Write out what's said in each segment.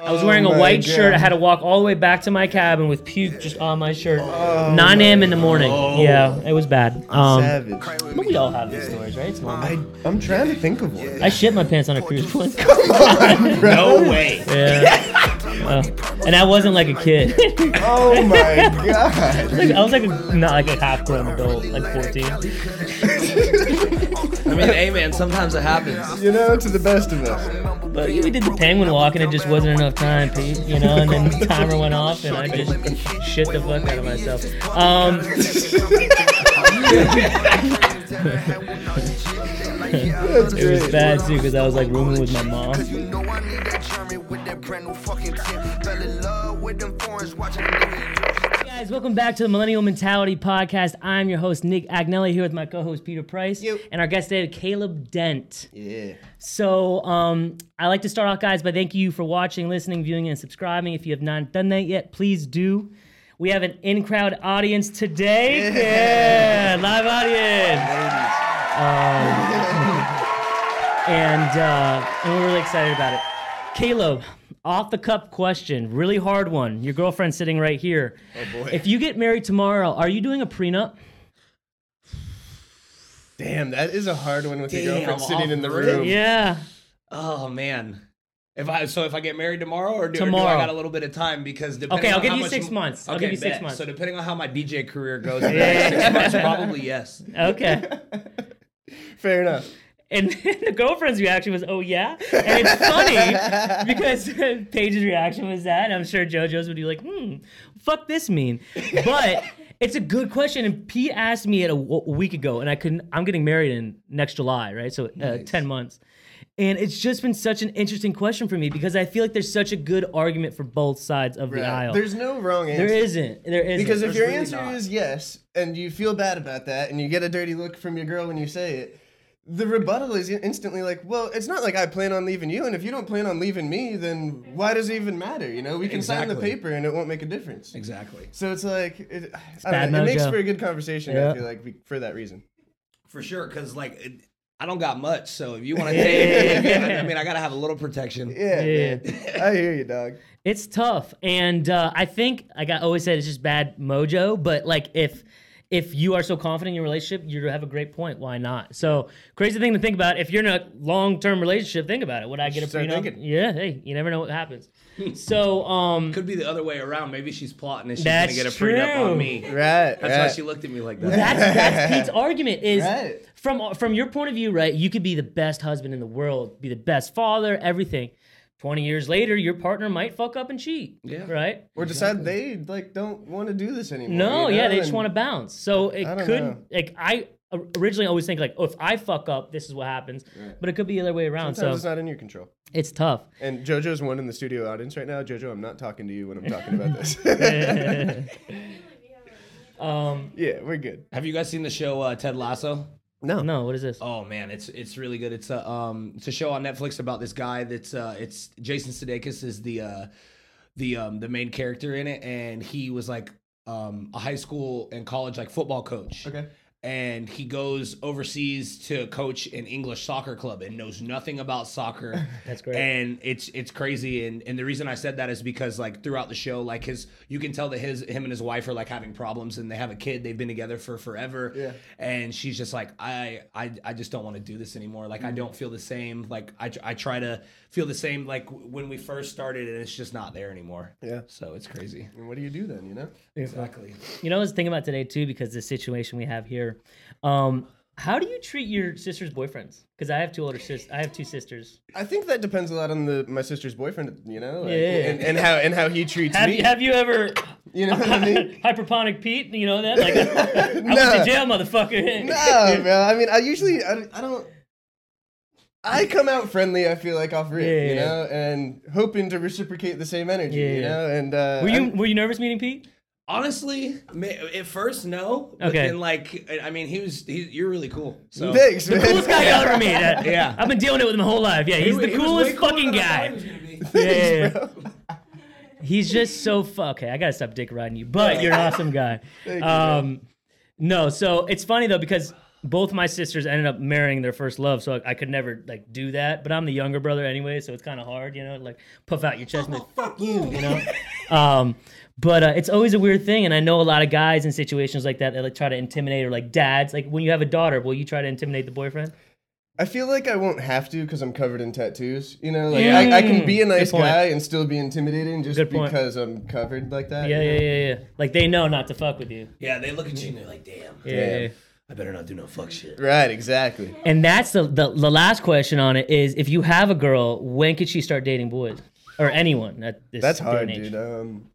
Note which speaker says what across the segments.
Speaker 1: I was wearing a
Speaker 2: my
Speaker 1: white shirt. I
Speaker 2: God.
Speaker 1: had to walk all the way back to my cabin with puke just on my shirt. 9 a.m. in the morning. Yeah, it was bad. Um,
Speaker 2: Savage.
Speaker 1: but we all have these stories, right? It's normal.
Speaker 2: I, I'm trying to think of one.
Speaker 1: I shit my pants on a cruise once.
Speaker 3: No way.
Speaker 1: yeah. Uh, and I wasn't like a kid.
Speaker 2: Oh my god.
Speaker 1: Like, I was like a, not like a half grown adult, like 14.
Speaker 3: I mean, hey man, sometimes it happens.
Speaker 2: You know, to the best of us.
Speaker 1: But we did the penguin walk and it just wasn't enough time, Pete. You know, and then the timer went off and I just shit the fuck out of myself. Um,
Speaker 2: That's
Speaker 1: it was
Speaker 2: great.
Speaker 1: bad too because I was like rooming with my mom.
Speaker 4: You know I need that German with that brand new fucking tip. Fell in love with them foreigns watching niggas.
Speaker 1: Hey guys, welcome back to the Millennial Mentality Podcast. I'm your host, Nick Agnelli, here with my co host, Peter Price, and our guest today, Caleb Dent.
Speaker 2: Yeah.
Speaker 1: So, um, I like to start off, guys, by thank you for watching, listening, viewing, and subscribing. If you have not done that yet, please do. We have an in crowd audience today. Yeah, live audience. And, uh, and we're really excited about it. Caleb, off the cup question, really hard one. Your girlfriend's sitting right here. Oh, boy. If you get married tomorrow, are you doing a prenup?
Speaker 2: Damn, that is a hard one with your
Speaker 3: Damn,
Speaker 2: girlfriend
Speaker 3: off
Speaker 2: sitting in the
Speaker 3: rip.
Speaker 2: room.
Speaker 1: Yeah.
Speaker 3: Oh man. If I so if I get married tomorrow or do, or do
Speaker 1: Tomorrow.
Speaker 3: I got a little bit of time because depending
Speaker 1: Okay, I'll
Speaker 3: on
Speaker 1: give
Speaker 3: how
Speaker 1: you
Speaker 3: much
Speaker 1: six
Speaker 3: m-
Speaker 1: months. I'll
Speaker 3: okay,
Speaker 1: give you six
Speaker 3: bet.
Speaker 1: months.
Speaker 3: So depending on how my DJ career goes, in the next six months, probably yes.
Speaker 1: Okay.
Speaker 2: Fair enough.
Speaker 1: And the girlfriend's reaction was, "Oh yeah," and it's funny because Paige's reaction was that, and I'm sure JoJo's would be like, "Hmm, fuck this mean," but it's a good question. And Pete asked me it a, w- a week ago, and I couldn't. I'm getting married in next July, right? So uh, ten months, and it's just been such an interesting question for me because I feel like there's such a good argument for both sides of the aisle.
Speaker 2: There's no wrong answer.
Speaker 1: there isn't. There isn't.
Speaker 2: Because if
Speaker 3: There's
Speaker 2: your
Speaker 3: really
Speaker 2: answer
Speaker 3: not.
Speaker 2: is yes, and you feel bad about that, and you get a dirty look from your girl when you say it, the rebuttal is instantly like, well, it's not like I plan on leaving you, and if you don't plan on leaving me, then why does it even matter? You know, we can sign the
Speaker 3: Exactly.
Speaker 2: paper and it won't make a difference.
Speaker 3: Exactly.
Speaker 2: So it's like, it, I
Speaker 1: bad
Speaker 2: don't know, it makes
Speaker 1: mojo.
Speaker 2: for a good conversation,
Speaker 1: Yeah.
Speaker 2: I feel like, be- for that reason.
Speaker 3: For sure, because like it, I don't got much, so if you want to take, I mean, I gotta have a little protection.
Speaker 2: Yeah.
Speaker 1: Yeah.
Speaker 2: man. I hear you, dog.
Speaker 1: It's tough, and uh, I think, like I always said, it's just bad mojo. But like, if if you are so confident in your relationship, you have a great point. Why not? So crazy thing to think about. If you're in a long term relationship, think about it. Would I get a
Speaker 2: Start
Speaker 1: prenup?
Speaker 2: thinking.
Speaker 1: Yeah. Hey, you never know what happens. so um,
Speaker 3: Could be the other way around. Maybe she's plotting and she's
Speaker 1: That's
Speaker 3: gonna get a prenup
Speaker 1: true.
Speaker 3: on me.
Speaker 2: Right.
Speaker 3: That's why she looked at me like that.
Speaker 1: that's that's Pete's argument. Is
Speaker 2: Right.
Speaker 1: from from your point of view, right? You could be the best husband in the world, be the best father, everything. Twenty years later, your partner might fuck up and cheat.
Speaker 3: Yeah.
Speaker 1: Right.
Speaker 2: or decide they like don't want to do this anymore.
Speaker 1: No,
Speaker 2: you
Speaker 1: yeah,
Speaker 2: know,
Speaker 1: they just
Speaker 2: and-
Speaker 1: want to bounce. So it
Speaker 2: I don't
Speaker 1: could
Speaker 2: know.
Speaker 1: like I o- originally always think like, oh, if I fuck up, this is what happens. But it could be the other way around.
Speaker 2: Sometimes it's
Speaker 1: so
Speaker 2: not in your control.
Speaker 1: it's tough.
Speaker 2: And JoJo's one in the studio audience right now. JoJo, I'm not talking to you when I'm talking about this.
Speaker 1: Um,
Speaker 2: yeah, we're good.
Speaker 3: Have you guys seen the show uh, Ted Lasso?
Speaker 2: No.
Speaker 1: no, what is this?
Speaker 3: Oh man, it's it's really good. It's a um it's a show on Netflix about this guy that's uh it's Jason Sudeikis is the uh the um the main character in it and he was like um a high school and college like football coach.
Speaker 2: Okay.
Speaker 3: And he goes overseas to coach an English soccer club and knows nothing about soccer.
Speaker 1: That's great.
Speaker 3: And it's it's crazy and and the reason I said that is because like throughout the show like his you can tell that his him and his wife are like having problems and they have a kid. They've been together for forever
Speaker 2: Yeah.
Speaker 3: and she's just like i i, I just don't want to do this anymore like
Speaker 2: Mm-hmm.
Speaker 3: i don't feel the same like I, I try to feel the same like w- when we first started and it's just not there anymore
Speaker 2: Yeah.
Speaker 3: so it's crazy
Speaker 2: And what do you do then, you know?
Speaker 3: exactly
Speaker 1: You know, I was thinking about today too because the situation we have here. Um, how do you treat your sister's boyfriends? Because I have two older sisters. I have two sisters.
Speaker 2: I think that depends a lot on the my sister's boyfriend, you know? like,
Speaker 1: Yeah.
Speaker 2: and, and how and how he treats
Speaker 1: Have
Speaker 2: me.
Speaker 1: you have you ever
Speaker 2: you know what I mean?
Speaker 1: hyperponic Pete? You know that like I went
Speaker 2: No.
Speaker 1: to jail, motherfucker.
Speaker 2: no, bro. I mean, I usually I, I don't I come out friendly, I feel like off rip,
Speaker 1: Yeah,
Speaker 2: you
Speaker 1: yeah.
Speaker 2: know, and hoping to reciprocate the same energy,
Speaker 1: Yeah,
Speaker 2: you
Speaker 1: yeah.
Speaker 2: know? And uh
Speaker 1: Were you
Speaker 2: I'm-
Speaker 1: were you nervous meeting Pete?
Speaker 3: honestly ma- at first no but
Speaker 1: Okay.
Speaker 3: then like I- i mean he was he, you're really cool so
Speaker 2: Thanks, man.
Speaker 1: Coolest guy you ever meet.
Speaker 3: Yeah.
Speaker 1: I've been dealing with him my whole life. Yeah, he's
Speaker 3: He-
Speaker 1: the
Speaker 3: he was way
Speaker 1: coolest
Speaker 3: cooler
Speaker 1: fucking
Speaker 3: than I thought
Speaker 1: guy.
Speaker 3: he was gonna be.
Speaker 1: Yeah, yeah, yeah. He's just so fu- okay. I gotta stop dick riding you, but you're an awesome guy.
Speaker 2: Thank you,
Speaker 1: Um, no, so it's funny though because both my sisters ended up marrying their first love, so I, I could never like do that. But I'm the younger brother anyway, so it's kind of hard, you know, like puff out your chest and like, Oh, fuck you, you know. um, but uh, it's always a weird thing, and I know a lot of guys in situations like that that like try to intimidate or like dads. Like when you have a daughter, will you try to intimidate the boyfriend?
Speaker 2: I feel like I won't have to because I'm covered in tattoos. You know, like I, I can be a nice
Speaker 1: Mm. point.
Speaker 2: guy and still be intimidating just
Speaker 1: Good point.
Speaker 2: because I'm covered like that.
Speaker 1: Yeah, yeah, yeah, yeah. Like they know not to fuck with you.
Speaker 3: Yeah, they look at you and they're like, damn,
Speaker 1: Yeah.
Speaker 2: Yeah.
Speaker 1: yeah.
Speaker 3: I better not do no fuck shit.
Speaker 2: Right, exactly.
Speaker 1: And that's the, the the last question on it is if you have a girl, when could she start dating boys or anyone at this
Speaker 2: That's
Speaker 1: day
Speaker 2: hard,
Speaker 1: and age?
Speaker 2: dude. Um,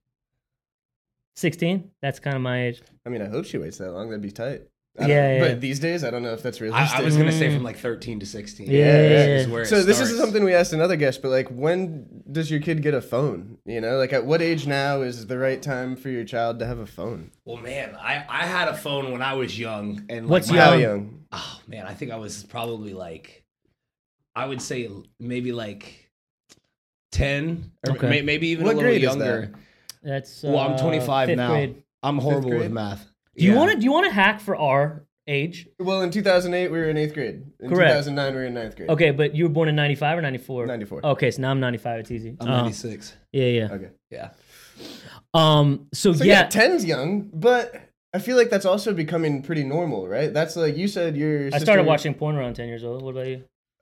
Speaker 1: Sixteen. That's kind of my age.
Speaker 2: I mean, I hope she waits that long. That'd be tight. I don't-
Speaker 1: Yeah, yeah,
Speaker 2: But
Speaker 1: yeah.
Speaker 2: these days, I don't know if that's realistic.
Speaker 3: I, I was gonna say from like 13 to 16.
Speaker 1: Yeah, yeah, yeah.
Speaker 3: is where it
Speaker 2: so this is
Speaker 3: starts.
Speaker 2: something we asked another guest, but like, when does your kid get a phone? You know, like at what age now is the right time for your child to have a phone?
Speaker 3: Well, man, I I had a phone when I was young, and like,
Speaker 1: What's
Speaker 3: my-
Speaker 1: young?
Speaker 2: How
Speaker 1: Um,
Speaker 2: young?
Speaker 3: Oh man, I think I was probably like, I would say maybe like 10 or
Speaker 1: Okay.
Speaker 3: may, maybe even
Speaker 2: What
Speaker 3: a little
Speaker 2: grade is
Speaker 3: younger.
Speaker 1: That's
Speaker 3: Well, I'm
Speaker 1: uh,
Speaker 3: 25
Speaker 1: fifth
Speaker 3: now.
Speaker 1: grade.
Speaker 3: I'm horrible with
Speaker 2: grade?
Speaker 3: math.
Speaker 1: Do you want to do you want to hack for our age?
Speaker 2: Well, in 2008, we were in eighth grade. In
Speaker 1: Correct.
Speaker 2: 2009, we were in ninth grade.
Speaker 1: Okay, Oh, but you were born in '95 or '94?
Speaker 2: 94.
Speaker 1: Okay, so now I'm '95. It's easy.
Speaker 2: Oh.
Speaker 3: I'm
Speaker 1: Uh,
Speaker 3: 96.
Speaker 1: yeah, yeah.
Speaker 2: Okay.
Speaker 3: Yeah.
Speaker 1: Um. So,
Speaker 2: So yeah,
Speaker 1: yeah.
Speaker 2: ten's young, but I feel like that's also becoming pretty normal, right? That's like you said. Your
Speaker 1: I started
Speaker 2: sister-
Speaker 1: watching porn around 10 years old. What about you?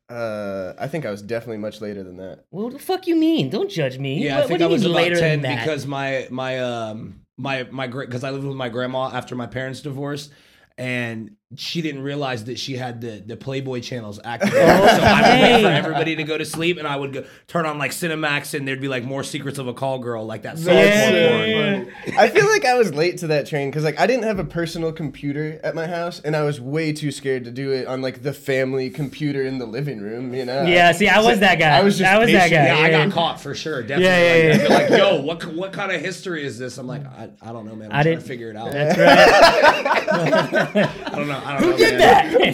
Speaker 2: Uh, I think I was definitely much later than that.
Speaker 1: Well, the fuck you mean? Don't judge me.
Speaker 3: Yeah,
Speaker 1: what,
Speaker 3: I think
Speaker 1: what do
Speaker 3: I
Speaker 1: you
Speaker 3: was
Speaker 1: mean
Speaker 3: about
Speaker 1: later
Speaker 3: ten
Speaker 1: than that?
Speaker 3: because my my um my my great because I lived with my grandma after my parents divorced, and she didn't realize that she had the the Playboy channels active. so I would wait for
Speaker 1: hey.
Speaker 3: everybody to go to sleep, and I would go turn on like Cinemax, and there'd be like more Secrets of a Call Girl, like that. soft
Speaker 1: Yeah,
Speaker 3: porn.
Speaker 1: yeah, yeah.
Speaker 2: I feel like I was late to that train because like I didn't have a personal computer at my house, and I was way too scared to do it on like the family computer in the living room. You know?
Speaker 1: Yeah, see, I was that guy.
Speaker 2: I was just
Speaker 1: I was that guy.
Speaker 2: patient.
Speaker 3: Yeah, I
Speaker 1: yeah.
Speaker 3: got caught for sure. Definitely.
Speaker 1: Yeah, yeah,
Speaker 3: Like, I'd be like, yo, what what kind of history is this? I'm like, I, I don't know, man. I'm
Speaker 1: I
Speaker 3: trying
Speaker 1: didn't-
Speaker 3: to figure it out.
Speaker 1: That's right.
Speaker 3: I don't know. I don't know, man.
Speaker 1: I'm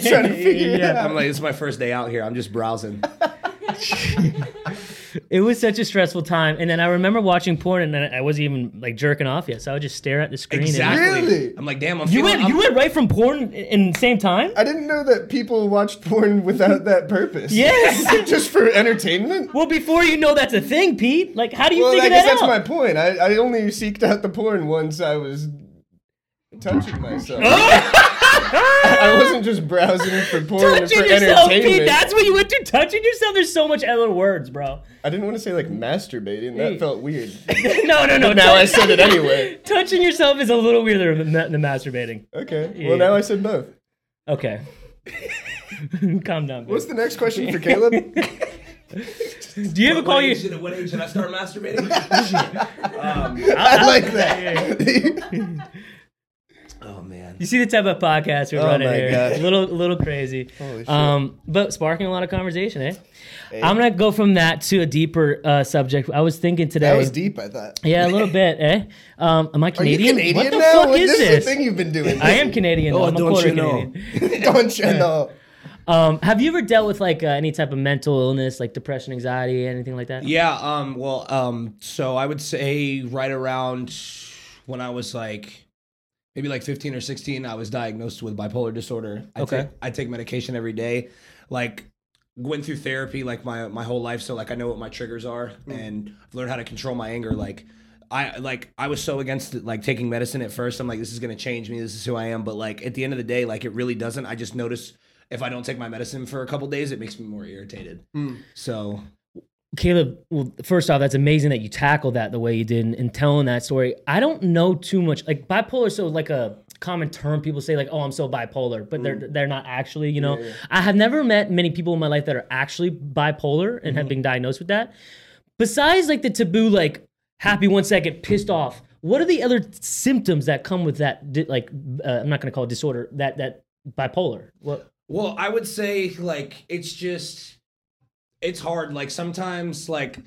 Speaker 2: trying to figure it
Speaker 1: yeah.
Speaker 3: I'm like, it's my first day out here. I'm just browsing.
Speaker 1: It was such a stressful time, and then I remember watching porn, and then I wasn't even like jerking off yet, so I would just stare at the screen. and-
Speaker 3: Exactly.
Speaker 2: Really?
Speaker 3: I'm like, damn. I'm
Speaker 1: You
Speaker 3: feeling,
Speaker 1: went, you
Speaker 3: I'm-
Speaker 1: went right from porn in the same time.
Speaker 2: I didn't know that people watched porn without that purpose.
Speaker 1: Yes.
Speaker 2: just for entertainment.
Speaker 1: Well, before you know that's a thing, Pete. Like, how do you
Speaker 2: Well,
Speaker 1: figure
Speaker 2: I guess
Speaker 1: that
Speaker 2: that's
Speaker 1: out?
Speaker 2: my point. I, I only seeked out the porn once I was touching myself. I wasn't just browsing for porn and
Speaker 1: touching
Speaker 2: for
Speaker 1: yourself, Pete.
Speaker 2: entertainment.
Speaker 1: That's what you went to. Touching yourself. There's so much other words, bro.
Speaker 2: I didn't want to say like masturbating. That
Speaker 1: Hey.
Speaker 2: felt weird.
Speaker 1: no, no, no.
Speaker 2: now I
Speaker 1: touch-
Speaker 2: said it anyway.
Speaker 1: touching yourself is a little weirder than, ma- than masturbating.
Speaker 2: Okay.
Speaker 1: Yeah.
Speaker 2: Well, now I said both.
Speaker 1: Okay. Calm down. babe.
Speaker 2: What's the next question for Caleb?
Speaker 1: Do you ever call
Speaker 3: What
Speaker 1: you?
Speaker 3: age did- what age did I start masturbating?
Speaker 2: I like that.
Speaker 3: oh man.
Speaker 1: You see the type of podcast we're
Speaker 2: Oh
Speaker 1: running
Speaker 2: my
Speaker 1: here.
Speaker 2: God.
Speaker 1: A little, a little crazy.
Speaker 2: shit.
Speaker 1: Um, but sparking a lot of conversation, eh? I'm gonna go from that to a deeper uh, subject. I was thinking today.
Speaker 2: that was deep. I thought.
Speaker 1: Yeah, a little bit, eh? Um, am I
Speaker 2: Are you
Speaker 1: Canadian?
Speaker 2: Canadian
Speaker 1: what the
Speaker 2: now?
Speaker 1: fuck
Speaker 2: What-
Speaker 1: is
Speaker 2: this?
Speaker 1: this?
Speaker 2: the thing you've been doing.
Speaker 1: I am Canadian. though.
Speaker 3: Oh,
Speaker 1: I'm a
Speaker 3: don't
Speaker 1: quarter
Speaker 3: you know?
Speaker 1: Canadian.
Speaker 2: Don't you know?
Speaker 1: Um, have you ever dealt with like uh, any type of mental illness, like depression, anxiety, anything like that?
Speaker 3: Yeah. Um. Well. Um. So I would say right around when I was like maybe like 15 or 16, I was diagnosed with bipolar disorder. I
Speaker 1: Okay.
Speaker 3: Take, I take medication every day. Like went through therapy like my my whole life, so like I know what my triggers are, and I've learned how to control my anger. Like. I like I was so against it, like taking medicine at first. I'm like, this is gonna change me. This is who I am. But like at the end of the day, like it really doesn't. I just notice if I don't take my medicine for a couple days, it makes me more irritated. So
Speaker 1: Caleb, well, first off, that's amazing that you tackled that the way you did and, and telling that story. I don't know too much. Like bipolar is so like a common term people say like, "Oh, I'm so bipolar," but they're they're not actually. You know, I have never met many people in my life that are actually bipolar and have been diagnosed with that. Besides, like the taboo, like happy one second, pissed off. What are the other symptoms that come with that? di- Like, uh, I'm not going to call it disorder. That that bipolar. What?
Speaker 3: Well, I would say like it's just it's hard. Like sometimes like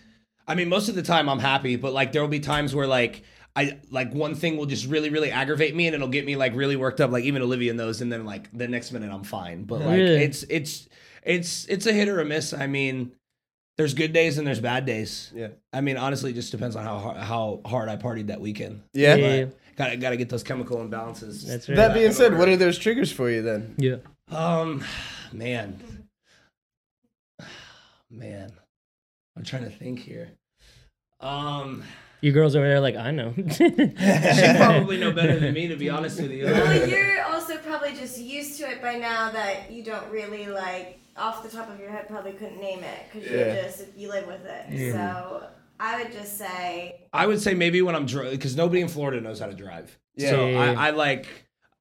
Speaker 3: I mean most of the time I'm happy, but like there'll be times where like I like one thing will just really, really aggravate me and it'll get me like really worked up, like even Olivia knows, and then like the next minute I'm fine. But like
Speaker 1: Really?
Speaker 3: it's it's it's it's a hit or a miss. I mean, there's good days and there's bad days.
Speaker 2: Yeah.
Speaker 3: I mean, honestly, it just depends on how har- how hard I partied that weekend.
Speaker 2: Yeah.
Speaker 1: Yeah.
Speaker 3: Got to got to get those chemical imbalances.
Speaker 1: That's right.
Speaker 2: That being said, what are those triggers for you then?
Speaker 1: Yeah.
Speaker 3: Um, man, man, I'm trying to think here. Um,
Speaker 1: You girls over there, are like I know.
Speaker 3: she probably know better than me, to be honest with you.
Speaker 5: Well, you're also probably just used to it by now that you don't really like off the top of your head probably couldn't name it because
Speaker 2: Yeah.
Speaker 5: you just you live with it. So I would just say
Speaker 3: I would say maybe when I'm driving, because nobody in Florida knows how to drive.
Speaker 2: Yeah.
Speaker 3: So
Speaker 1: Yeah, yeah, yeah.
Speaker 3: I, I like,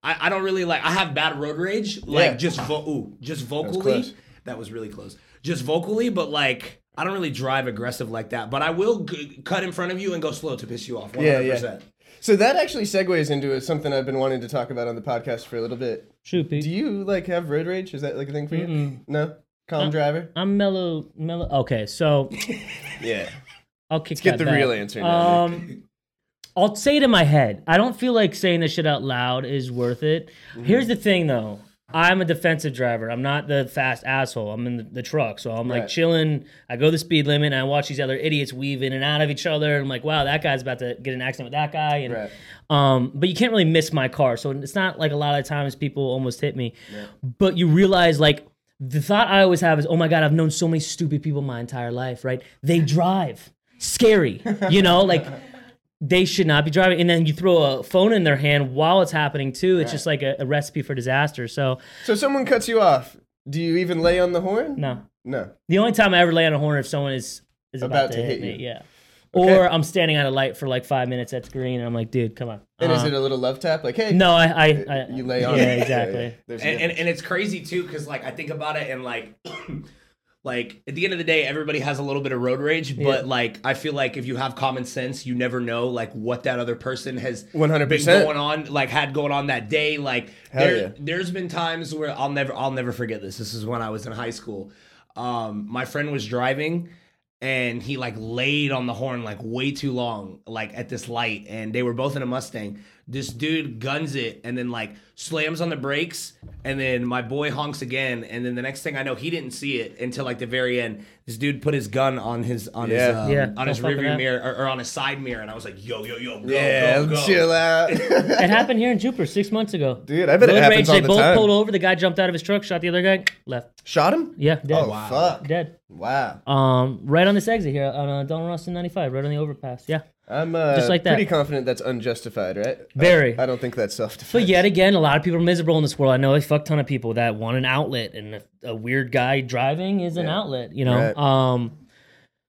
Speaker 3: I, I don't really like. I have bad road rage, like
Speaker 2: Yeah.
Speaker 3: just vo- ooh, just vocally.
Speaker 2: close.
Speaker 3: That was really close. Just vocally, but like I don't really drive aggressive like that. But I will g- cut in front of you and go slow to piss you off. 100%.
Speaker 2: Yeah, yeah. So that actually segues into something I've been wanting to talk about on the podcast for a little bit.
Speaker 1: Shoot, Pete.
Speaker 2: Do you like have road rage? Is that like a thing for you? No, calm driver.
Speaker 1: I'm mellow, mellow. Okay, so
Speaker 2: Yeah.
Speaker 1: I'll kick Let's
Speaker 2: get the real answer now,
Speaker 1: Um, I'll say it in my head. I don't feel like saying this shit out loud is worth it.
Speaker 2: Mm-hmm.
Speaker 1: Here's the thing, though. I'm a defensive driver. I'm not the fast asshole. I'm in the, the truck, so I'm like
Speaker 2: Right.
Speaker 1: chilling. I go the speed limit, and I watch these other idiots weave in and out of each other. And I'm like, wow, that guy's about to get an accident with that guy. And
Speaker 2: Right.
Speaker 1: um, but you can't really miss my car. So it's not like a lot of times people almost hit me. But you realize like the thought I always have is, oh my god, I've known so many stupid people my entire life. Right? They drive. Scary. You know, like they should not be driving. And then you throw a phone in their hand while it's happening too. It's just like a, a recipe for disaster. So
Speaker 2: So someone cuts you off. Do you even lay on the horn?
Speaker 1: no,
Speaker 2: No.
Speaker 1: the only time I ever lay on a horn if someone is is about, to, hit, me.
Speaker 2: you.
Speaker 1: Yeah.
Speaker 2: Okay.
Speaker 1: Or I'm standing at a light for like five minutes at the green, and I'm like, dude, come on.
Speaker 2: And is
Speaker 1: Uh,
Speaker 2: it a little love tap? Like, hey,
Speaker 1: no, I, I, I
Speaker 2: you lay on.
Speaker 1: Yeah,
Speaker 2: it.
Speaker 1: exactly.
Speaker 2: There's a
Speaker 3: and, and, and it's crazy too because like i think about it and like like at the end of the day everybody has a little bit of road rage but like i feel like if you have common sense you never know like what that other person has
Speaker 2: 100%.
Speaker 3: been going on like had going on that day like
Speaker 2: Hell
Speaker 3: there,
Speaker 2: yeah.
Speaker 3: there's been times where i'll never i'll never forget this this is when i was in high school um my friend was driving and he like laid on the horn like way too long like at this light and they were both in a mustang this dude guns it and then like slams on the brakes and then my boy honks again and then the next thing i know he didn't see it until like the very end this dude put his gun on his on his
Speaker 2: Yeah.
Speaker 3: um,
Speaker 1: Yeah,
Speaker 3: on
Speaker 1: don't
Speaker 3: his
Speaker 1: fuck with
Speaker 3: rearview
Speaker 1: that.
Speaker 3: mirror or, or on his side mirror and i was like yo yo yo go,
Speaker 2: yeah,
Speaker 3: go, go.
Speaker 2: chill out.
Speaker 1: It happened here in Jupiter six months ago.
Speaker 2: Dude, I bet it
Speaker 1: Road
Speaker 2: happens all
Speaker 1: they
Speaker 2: the
Speaker 1: both
Speaker 2: time.
Speaker 1: pulled over. The guy jumped out of his truck, shot the other guy, left.
Speaker 2: Shot him?
Speaker 1: Yeah, dead.
Speaker 2: Oh, fuck.
Speaker 1: Dead.
Speaker 2: Wow.
Speaker 1: Um, right on this exit here on uh, Don Ross and 95, right on the overpass. Yeah.
Speaker 2: I'm uh,
Speaker 1: Just like that.
Speaker 2: pretty confident that's unjustified, right?
Speaker 1: Very.
Speaker 2: I, I don't think that's self defense.
Speaker 1: But yet again, a lot of people are miserable in this world. I know a fuck ton of people that want an outlet, and a, a weird guy driving is an
Speaker 2: Yeah.
Speaker 1: outlet, you know.
Speaker 2: Right.
Speaker 1: Um,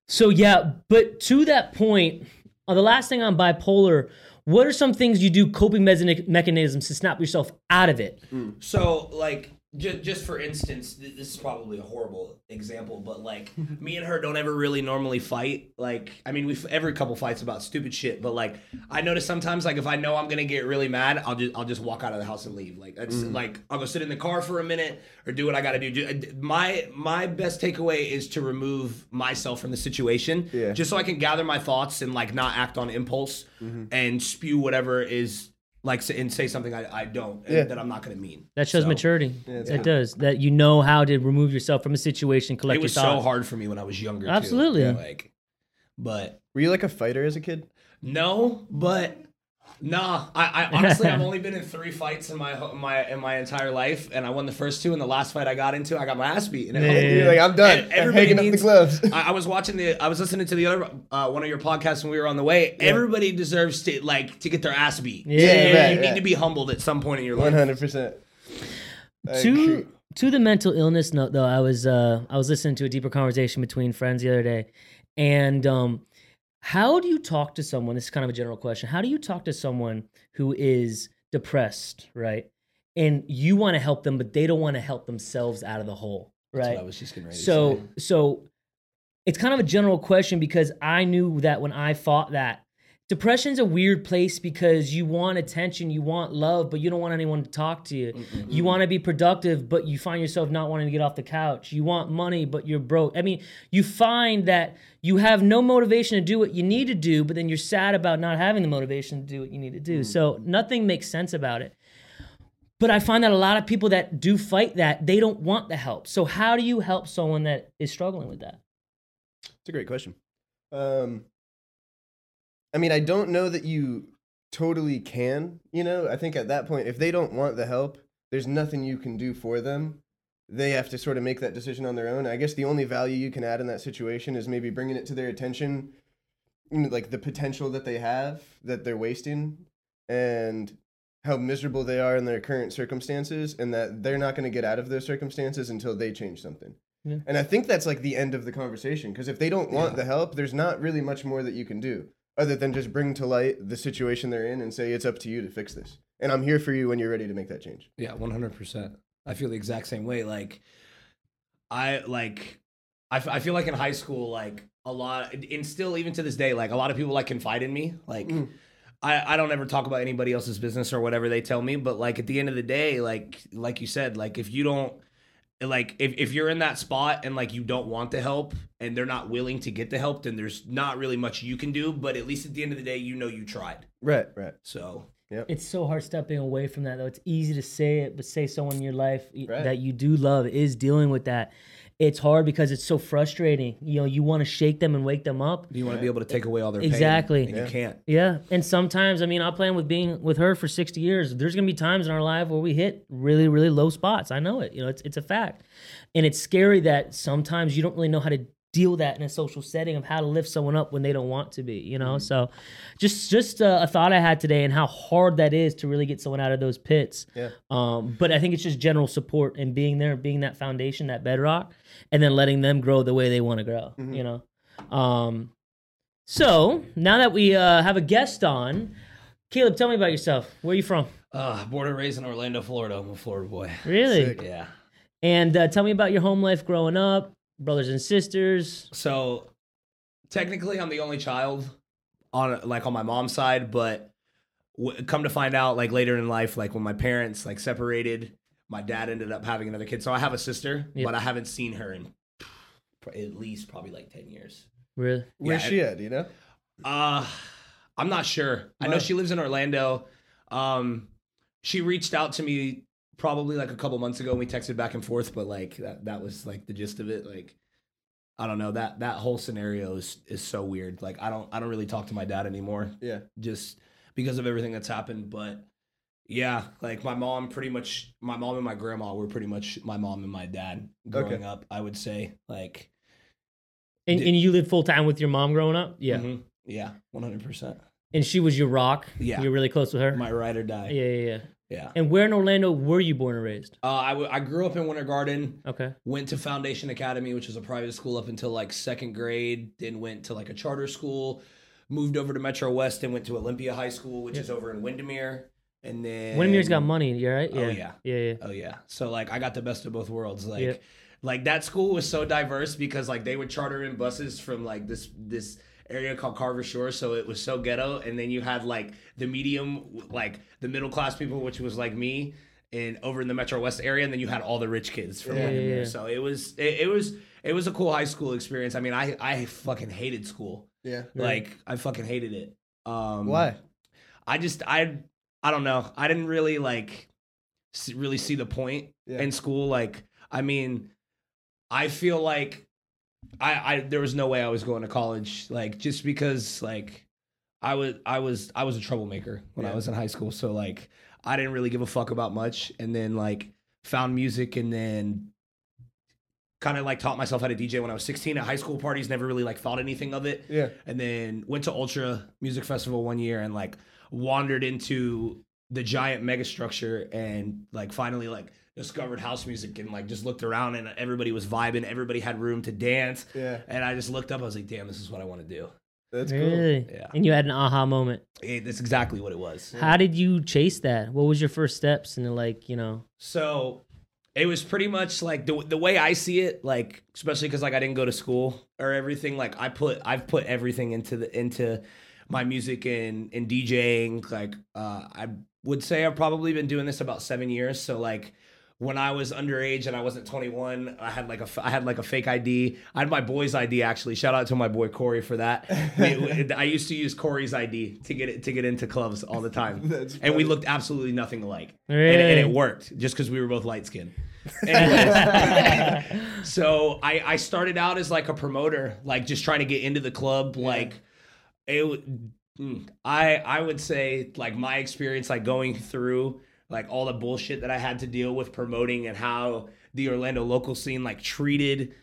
Speaker 1: so yeah, but to that point, uh, the last thing on bipolar, what are some things you do coping mechani- mechanisms to snap yourself out of it?
Speaker 3: So, like, just just for instance, th- this is probably a horrible example, but like, me and her don't ever really normally fight. Like, I mean, we f- every couple fights about stupid shit, but like, I notice sometimes, like, if I know I'm gonna get really mad, I'll just I'll just walk out of the house and leave. Like, that's
Speaker 2: Mm.
Speaker 3: like, I'll go sit in the car for a minute or do what I gotta do. Ju- d- My my best takeaway is to remove myself from the situation,
Speaker 2: Yeah.
Speaker 3: just so I can gather my thoughts and like not act on impulse
Speaker 2: Mm-hmm.
Speaker 3: and spew whatever is. Like s- and say something I, I don't and
Speaker 2: Yeah.
Speaker 3: that I'm not gonna mean.
Speaker 1: That shows
Speaker 3: So,
Speaker 1: maturity. It does. That you know how to remove yourself from a situation, collect
Speaker 3: It was
Speaker 1: your thoughts.
Speaker 3: so hard for me when I was younger. too.
Speaker 1: Absolutely.
Speaker 3: Yeah, Like, but
Speaker 2: Were you like a fighter as a kid?
Speaker 3: no, but nah. I, I honestly, I've only been in three fights in my ho- my in my entire life, and I won the first two. And the last fight I got into, I got my ass beat. And it-
Speaker 2: You're like, I'm done.
Speaker 3: And
Speaker 2: I'm
Speaker 3: everybody
Speaker 2: hanging up the
Speaker 3: needs-
Speaker 2: gloves.
Speaker 3: I, I was watching the. I was listening to the other uh, one of your podcasts when we were on the way. Everybody deserves to like to get their ass beat.
Speaker 1: Yeah,
Speaker 2: Yeah, right,
Speaker 3: you need
Speaker 2: right.
Speaker 3: to be humbled at some point in your life.
Speaker 2: 100%. I agree.
Speaker 1: to to the mental illness note though i was uh i was listening to a deeper conversation between friends the other day and um how do you talk to someone this is kind of a general question how do you talk to someone who is depressed right and you want to help them but they don't want to help themselves out of the hole
Speaker 3: That's what
Speaker 1: right
Speaker 3: I was just getting ready to
Speaker 1: so
Speaker 3: say.
Speaker 1: so it's kind of a general question because i knew that when i fought that depression's a weird place because you want attention you want love but you don't want anyone to talk to you you want to be productive but you find yourself not wanting to get off the couch you want money but you're broke i mean you find that you have no motivation to do what you need to do but then you're sad about not having the motivation to do what you need to do
Speaker 3: Mm.
Speaker 1: so nothing makes sense about it but I find that a lot of people that do fight that they don't want the help. So how do you help someone that is struggling with that?
Speaker 2: It's a great question. Um, I mean, I don't know that you totally can. You know, I think at that point, if they don't want the help, there's nothing you can do for them. They have to sort of make that decision on their own. I guess the only value you can add in that situation is maybe bringing it to their attention, you know, like the potential that they have that they're wasting, and how miserable they are in their current circumstances, and that they're not going to get out of those circumstances until they change something.
Speaker 1: Yeah.
Speaker 2: And I think that's like the end of the conversation because if they don't want the help, there's not really much more that you can do other than just bring to light the situation they're in and say it's up to you to fix this. And I'm here for you when you're ready to make that change.
Speaker 3: Yeah, one hundred percent. I feel the exact same way. Like, I like, I, f- I feel like in high school, like a lot, and still even to this day, like a lot of people like confide in me. Like, I I don't ever talk about anybody else's business or whatever they tell me, but like at the end of the day, like like you said, like if you don't like if, if you're in that spot and like you don't want the help and they're not willing to get the help then there's not really much you can do but at least at the end of the day you know you tried
Speaker 2: Right, right.
Speaker 3: so
Speaker 1: It's so hard stepping away from that though. It's easy to say it, but say someone in your life y-
Speaker 2: Right.
Speaker 1: that you do love is dealing with that. It's hard because it's so frustrating. You know, you want to shake them and wake them up.
Speaker 3: you want to be able to take away all their
Speaker 1: Exactly.
Speaker 3: pain and you can't
Speaker 1: Yeah, and sometimes I mean I plan with being with her for sixty years. There's gonna be times in our life where we hit really really low spots. I know it. You know it's it's a fact, and it's scary that sometimes you don't really know how to deal with that in a social setting of how to lift someone up when they don't want to be. You know, so just just uh, a thought I had today and how hard that is to really get someone out of those pits.
Speaker 2: Yeah.
Speaker 1: Um, but I think it's just general support and being there, being that foundation, that bedrock, and then letting them grow the way they want to grow.
Speaker 3: Mm-hmm.
Speaker 1: You know. Um, so now that we uh, have a guest on, Caleb, tell me about yourself. Where are you from?
Speaker 3: Uh, born and raised in Orlando, Florida. I'm a Florida boy.
Speaker 1: Really?
Speaker 2: Sick.
Speaker 3: Yeah.
Speaker 1: And uh, tell me about your home life growing up, brothers and sisters.
Speaker 3: So technically, I'm the only child on like on my mom's side, but w- come to find out, like later in life, like when my parents like separated, my dad ended up having another kid. So I have a sister,
Speaker 1: Yeah.
Speaker 3: but I haven't seen her in pr- at least probably like ten years.
Speaker 1: Really?
Speaker 2: Where's
Speaker 3: Yeah,
Speaker 2: she at, you know?
Speaker 3: Uh I'm not sure. I know
Speaker 2: Wow.
Speaker 3: she lives in Orlando. Um she reached out to me probably like a couple months ago and we texted back and forth, but like that that was like the gist of it. Like I don't know, that that whole scenario is is so weird. Like I don't I don't really talk to my dad anymore
Speaker 2: Yeah.
Speaker 3: just because of everything that's happened, but yeah, like my mom pretty much my mom and my grandma were pretty much my mom and my dad growing
Speaker 2: Okay.
Speaker 3: up, I would say. Like
Speaker 1: And,
Speaker 3: Did-
Speaker 1: and you lived full time with your mom growing up? Yeah.
Speaker 3: mhm. yeah, one hundred percent.
Speaker 1: And she was your rock.
Speaker 3: Yeah.
Speaker 1: You're really close with her.
Speaker 3: My ride or die.
Speaker 1: yeah, yeah, yeah.
Speaker 3: yeah.
Speaker 1: And where in Orlando were you born and raised?
Speaker 3: Uh, I, w- I grew up in Winter Garden,
Speaker 1: Okay.
Speaker 3: went to Foundation Academy, which was a private school up until like second grade, then went to like a charter school, moved over to Metro West and went to Olympia High School, which is over in Windermere. And then
Speaker 1: Windermere's got money. You all right?
Speaker 3: Oh,
Speaker 1: Yeah, yeah.
Speaker 3: Oh yeah. So like I got the best of both worlds. Like
Speaker 1: Yep.
Speaker 3: like that school was so diverse because like they would charter in buses from like this this area called Carver Shore, so it was so ghetto. And then you had like the medium, like the middle class people, which was like me, and over in the Metro West area, and then you had all the rich kids from
Speaker 1: Yeah, yeah,
Speaker 3: Windermere.
Speaker 1: yeah.
Speaker 3: So it was it, it was it was a cool high school experience. I mean, I I fucking hated school.
Speaker 2: Yeah.
Speaker 3: Like I fucking hated it. Um
Speaker 2: Why?
Speaker 3: I just I I don't know. I didn't really like s- really see the point
Speaker 2: Yeah.
Speaker 3: in school. Like I mean, I feel like I I there was no way I was going to college. Like just because like I was I was I was a troublemaker when I
Speaker 2: Yeah.
Speaker 3: was in high school. So like I didn't really give a fuck about much. And then like found music and then kind of like taught myself how to DJ when I was 16 at high school parties. Never really like thought anything of it
Speaker 2: Yeah.
Speaker 3: and then went to Ultra Music Festival one year and like wandered into the giant megastructure and like finally like discovered house music and like just looked around and everybody was vibing, everybody had room to dance.
Speaker 2: Yeah.
Speaker 3: And I just looked up, I was like, damn, this is what I want to do.
Speaker 2: That's cool.
Speaker 1: really?
Speaker 3: Yeah.
Speaker 1: And you had an aha moment.
Speaker 3: Eh, that's exactly what it was.
Speaker 1: How did you chase that? What was your first steps and like, you know?
Speaker 3: So it was pretty much like the the way I see it, like especially because like I didn't go to school or everything. Like I put I've put everything into the into my music and and DJing. Like uh, I would say I've probably been doing this about seven years. So like when I was underage and I wasn't 21, I had like a f- I had like a fake ID. I had my boy's ID actually. Shout out to my boy Corey for that. We- we- I used to use Corey's ID to get it to get into clubs all the time,
Speaker 2: That's
Speaker 3: and
Speaker 2: funny.
Speaker 3: we looked absolutely nothing alike. And, and it
Speaker 1: Really?
Speaker 3: worked just because we were both light skinned. Anyways, so I, I started out as like a promoter, like just trying to get into the club. Like it, w- mm, I I would say like my experience, like going through like all the bullshit that I had to deal with promoting and how the Orlando local scene like treated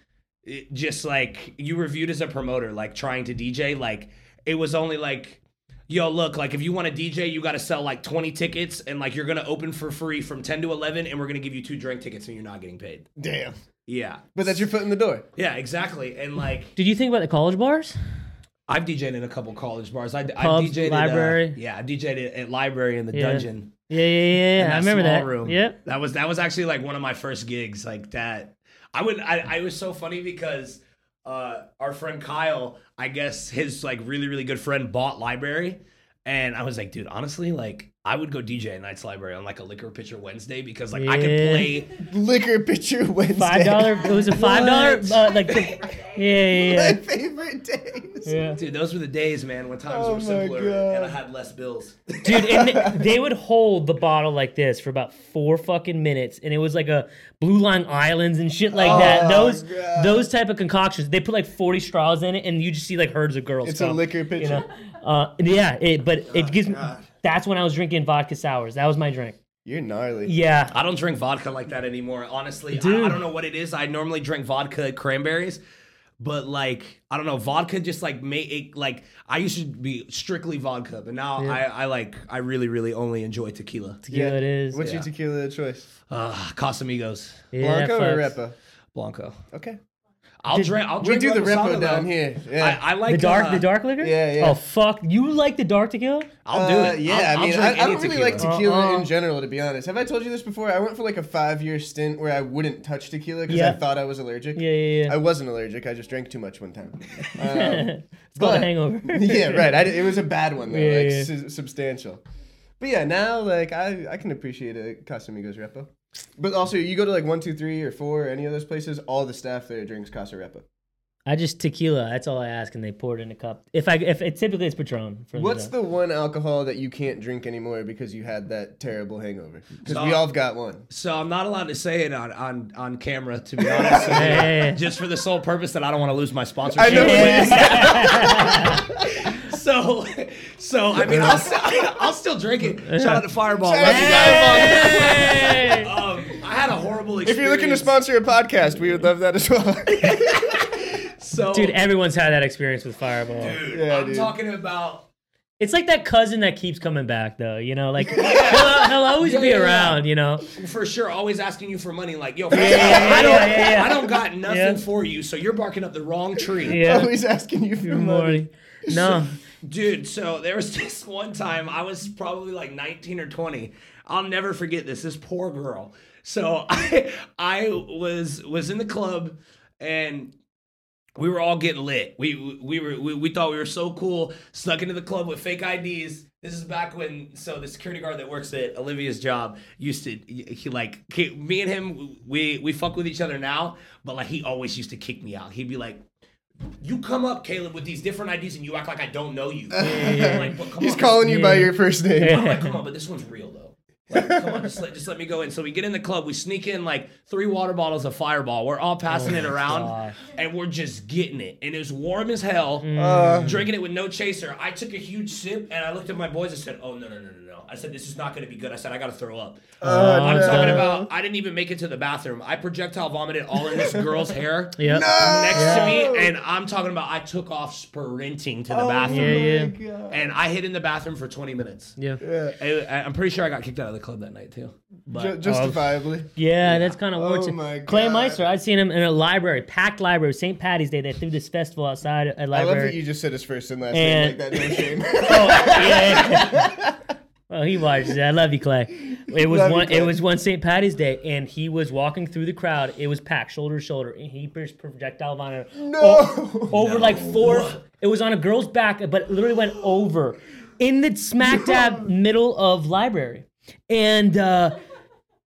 Speaker 3: it, just like you were viewed as a promoter, like trying to DJ. Like it was only like, yo, look, like if you want to DJ, you got to sell like 20 tickets and like you're going to open for free from 10 to 11 and we're going to give you two drink tickets and you're not getting paid.
Speaker 2: Damn.
Speaker 3: Yeah.
Speaker 2: But that's your foot in the door.
Speaker 3: Yeah, exactly. And like,
Speaker 1: Did you think about the college bars?
Speaker 3: I've DJed in a couple college bars. I, I
Speaker 1: Pubs,
Speaker 3: DJed At,
Speaker 1: library.
Speaker 3: uh, yeah, I DJed at, at library in the
Speaker 1: Yeah.
Speaker 3: dungeon.
Speaker 1: Yeah, yeah, yeah. yeah.
Speaker 3: in
Speaker 1: I remember
Speaker 3: small
Speaker 1: that.
Speaker 3: Room.
Speaker 1: Yep.
Speaker 3: That was that was actually like one of my first gigs. Like that, I would. I, I was so funny because uh, our friend Kyle, I guess his like really really good friend bought library, and I was like, dude, honestly, like I would go DJ at Nights Library on like a liquor pitcher Wednesday because like I could
Speaker 1: Yeah.
Speaker 3: play.
Speaker 2: Liquor picture Wednesday.
Speaker 1: Five dollar. It was a five dollar. Uh, like, the, yeah,
Speaker 2: My
Speaker 1: yeah,
Speaker 2: favorite days.
Speaker 1: yeah. yeah.
Speaker 3: Dude, those were the days, man, when times
Speaker 2: Oh
Speaker 3: were
Speaker 2: my
Speaker 3: simpler
Speaker 2: God.
Speaker 3: and I had less bills.
Speaker 1: Dude, and they would hold the bottle like this for about four fucking minutes, and it was like a Blue Line Islands and shit like that.
Speaker 2: Oh,
Speaker 1: Those
Speaker 2: God.
Speaker 1: those type of concoctions. They put like forty straws in it, and you just see like herds of girls.
Speaker 2: It's a
Speaker 1: come,
Speaker 2: liquor picture.
Speaker 1: You know? uh, yeah, it, but it gives me. That's when I was drinking vodka sours. That was my drink.
Speaker 2: You're gnarly.
Speaker 1: Yeah.
Speaker 3: I don't drink vodka like that anymore. Honestly, I, I
Speaker 1: Dude.
Speaker 3: don't know what it is. I normally drink vodka cranberries, but like I don't know, vodka just like may it like I used to be strictly vodka, but now I, I like I really really only enjoy tequila.
Speaker 1: Yeah, it is.
Speaker 2: What's your
Speaker 3: Yeah.
Speaker 2: tequila choice?
Speaker 3: Uh, Casamigos,
Speaker 1: Yeah,
Speaker 2: Blanco or
Speaker 1: fucks.
Speaker 2: Repo?
Speaker 3: Blanco.
Speaker 2: Okay.
Speaker 3: I'll drink. I'll
Speaker 2: We
Speaker 3: drink.
Speaker 2: do the
Speaker 3: reposado,
Speaker 2: Repo down
Speaker 3: though.
Speaker 2: here. Yeah.
Speaker 3: I, I like
Speaker 1: The dark,
Speaker 3: uh,
Speaker 1: the dark liquor.
Speaker 2: Yeah, yeah.
Speaker 1: Oh fuck, you like the dark tequila?
Speaker 3: I'll do
Speaker 2: Uh,
Speaker 3: it.
Speaker 2: yeah, i
Speaker 3: I'll, I'll
Speaker 2: mean,
Speaker 3: drink
Speaker 2: I, I
Speaker 3: any
Speaker 2: don't really
Speaker 3: tequila.
Speaker 2: like tequila
Speaker 1: Uh-uh.
Speaker 2: in general, to be honest. Have I told you this before? I went for like a five year stint where I wouldn't touch tequila because I
Speaker 1: Yeah.
Speaker 2: thought I was allergic.
Speaker 1: Yeah, yeah, yeah.
Speaker 2: I wasn't allergic. I just drank too much one time. Um,
Speaker 1: it's called a
Speaker 2: but-
Speaker 1: hangover.
Speaker 2: yeah, right. I, di- it was a bad one though,
Speaker 1: Yeah,
Speaker 2: like
Speaker 1: yeah.
Speaker 2: su- substantial. But yeah, now like I, I can appreciate a Casamigos Repo. But also, you go to like one, two, three, or four, or any of those places, all the staff there drinks Casa Repo.
Speaker 1: I just tequila. That's all I ask, and they pour it in a cup. If I if it typically it's Patron. For
Speaker 2: What's the one alcohol that you can't drink anymore because you had that terrible hangover? Because we
Speaker 3: So-
Speaker 2: all have got one.
Speaker 3: So I'm not allowed to say it on on, on camera, to be honest. with you.
Speaker 1: Hey.
Speaker 3: Just for the sole purpose that I don't want to lose my sponsorship.
Speaker 2: I know.
Speaker 3: So, so I mean, I'll, st- I'll still drink it. Shout out to Fireball.
Speaker 2: Shout out to
Speaker 1: Hey!
Speaker 3: Um, I had a horrible experience.
Speaker 2: If you're looking to sponsor a podcast, we would love that as well.
Speaker 3: so,
Speaker 1: dude? Everyone's had that experience with Fireball.
Speaker 3: dude,
Speaker 2: Yeah,
Speaker 3: I'm
Speaker 2: dude.
Speaker 3: talking about.
Speaker 1: It's like that cousin that keeps coming back, though. You know, like he'll, he'll always be
Speaker 3: yeah, yeah.
Speaker 1: around. You know,
Speaker 3: For sure, always asking you for money. Like, yo, first
Speaker 1: yeah,
Speaker 3: of all, I
Speaker 1: yeah,
Speaker 3: don't,
Speaker 1: yeah, yeah.
Speaker 3: I don't got nothing
Speaker 1: Yeah.
Speaker 3: for you, so you're barking up the wrong tree,
Speaker 1: yeah.
Speaker 2: Always asking you for
Speaker 1: Good
Speaker 2: money.
Speaker 1: morning. No,
Speaker 3: dude. So there was this one time I was probably like 19 or 20. I'll never forget this. This poor girl. So I, I was was in the club, and we were all getting lit. We we were we, we thought we were so cool. Snuck into the club with fake IDs. This is back when so the security guard that works at Olivia's job used to he like he, me and him we we fuck with each other now, but like he always used to kick me out. He'd be like. You come up, Caleb, with these different IDs, and you act like I don't know you. I'm like, but come
Speaker 2: He's
Speaker 3: on.
Speaker 2: calling you by
Speaker 1: Yeah.
Speaker 2: your first name.
Speaker 3: I'm like, come on, but this one's real though. Like, come on, just let, just let me go in. So we get in the club, we sneak in like three water bottles of Fireball. We're all passing it around,
Speaker 1: Oh gosh. Mm.
Speaker 3: and we're just getting it. And it was warm as hell, drinking it with no chaser. I took a huge sip, and I looked at my boys and said, "Oh no, no, no, no, no!" I said, "This is not going to be good." I said, "I got to throw up."
Speaker 1: Uh. Oh,
Speaker 3: I'm talking about. I didn't even make it to the bathroom. I projectile vomited all in this girl's hair
Speaker 1: yeah,
Speaker 2: Ah!
Speaker 3: next to me, and I'm talking about. I took off sprinting
Speaker 2: Oh
Speaker 3: to the bathroom,
Speaker 1: yeah, yeah,
Speaker 3: and I hid in the bathroom for 20 minutes.
Speaker 1: yeah.
Speaker 3: I, I- I'm pretty sure I got kicked out of the club that night too.
Speaker 2: Ju- justifiably.
Speaker 1: Yeah, that's kind of
Speaker 2: Oh
Speaker 1: warranted.
Speaker 2: my
Speaker 1: Clay
Speaker 2: God.
Speaker 1: Meister, I've seen him in a library, packed library, St. Patty's Day. They threw this festival outside a
Speaker 2: I love
Speaker 1: library.
Speaker 2: that you just said his first and last
Speaker 1: And-
Speaker 2: name like that. No shame.
Speaker 1: Oh, yeah, yeah. Well, he watches it. I love you, Clay. It was
Speaker 2: Love you,
Speaker 1: one.
Speaker 2: Clay.
Speaker 1: it was one St. Patty's Day, and he was walking through the crowd. It was packed, shoulder to shoulder, and he burst projectile vomit
Speaker 2: No.
Speaker 1: over like four. It was on a girl's back, but it literally went over in the smack dab middle of library, and uh,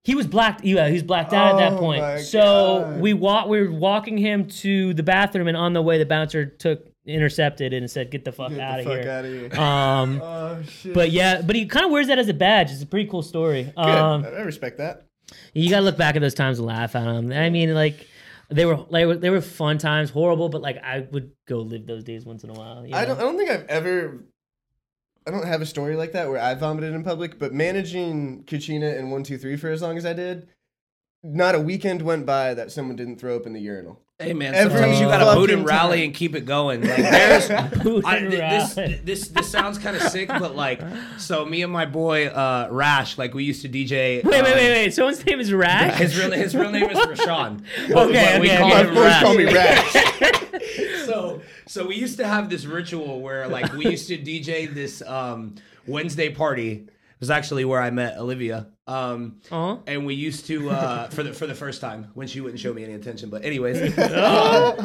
Speaker 1: he was blacked. Yeah, he was blacked out at
Speaker 2: Oh
Speaker 1: that
Speaker 2: my
Speaker 1: point. So
Speaker 2: God.
Speaker 1: we walk. We were walking him to the bathroom, and on the way, the bouncer took intercepted and said, "Get the fuck,
Speaker 2: Get
Speaker 1: out,
Speaker 2: the
Speaker 1: of
Speaker 2: fuck
Speaker 1: here.
Speaker 2: out of here.
Speaker 1: Um,
Speaker 2: oh shit.
Speaker 1: but yeah, but he kind of wears that as a badge. It's a pretty cool story.
Speaker 2: Good.
Speaker 1: Um,
Speaker 2: I respect that.
Speaker 1: you gotta look back at those times and laugh at them. I mean, like they were like they were fun times, horrible, but like I would go live those days once in a while. you
Speaker 2: I
Speaker 1: know?
Speaker 2: don't. I don't think I've ever I don't have a story like that where I vomited in public, but managing Kachina and One Two Three for as long as I did, not a weekend went by that someone didn't throw up in the urinal.
Speaker 3: Hey man,
Speaker 2: Every
Speaker 3: sometimes you gotta boot
Speaker 2: fucking
Speaker 3: and rally
Speaker 2: time.
Speaker 3: and keep it going. Like there's,
Speaker 1: Boot
Speaker 3: I,
Speaker 1: and
Speaker 3: th- this,
Speaker 1: rally.
Speaker 3: this this sounds kind of sick, but like, so me and my boy uh, Rash, like we used to DJ.
Speaker 1: Wait,
Speaker 3: um,
Speaker 1: wait, wait, wait. Someone's name is Rash.
Speaker 3: His real his real name is Rashawn. But,
Speaker 1: Okay,
Speaker 3: but we
Speaker 1: okay,
Speaker 3: call
Speaker 1: okay.
Speaker 3: him
Speaker 1: Of course
Speaker 3: Rash.
Speaker 2: call me Rash.
Speaker 3: so so we used to have this ritual where like we used to DJ this um Wednesday party. It was actually where I met Olivia. Um
Speaker 1: Aw.
Speaker 3: and we used to uh for the for the first time when she wouldn't show me any attention. But anyways, um,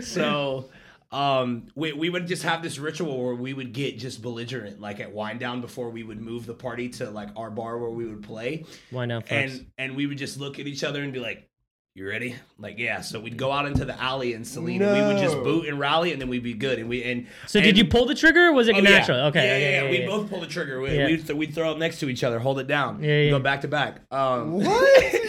Speaker 3: so um we we would just have this ritual where we would get just belligerent like at wind down before we would move the party to like our bar where we would play
Speaker 1: Why not? Fox?
Speaker 3: and and we would just look at each other and be like, "You ready?" Like, yeah. So we'd go out into the alley and Celine, and we would just
Speaker 2: No.
Speaker 3: boot and rally, and then we'd be good. And we and
Speaker 1: so did
Speaker 3: and-
Speaker 1: you pull the trigger? or Was it
Speaker 3: Oh, yeah.
Speaker 1: natural? Okay.
Speaker 3: Yeah,
Speaker 1: okay,
Speaker 3: yeah, yeah.
Speaker 1: yeah.
Speaker 3: We both pull the trigger. We,
Speaker 1: Yeah.
Speaker 3: we'd, th- we'd throw them next to each other, hold it down,
Speaker 1: Yeah, yeah.
Speaker 3: go back to back. Um,
Speaker 2: What? dude?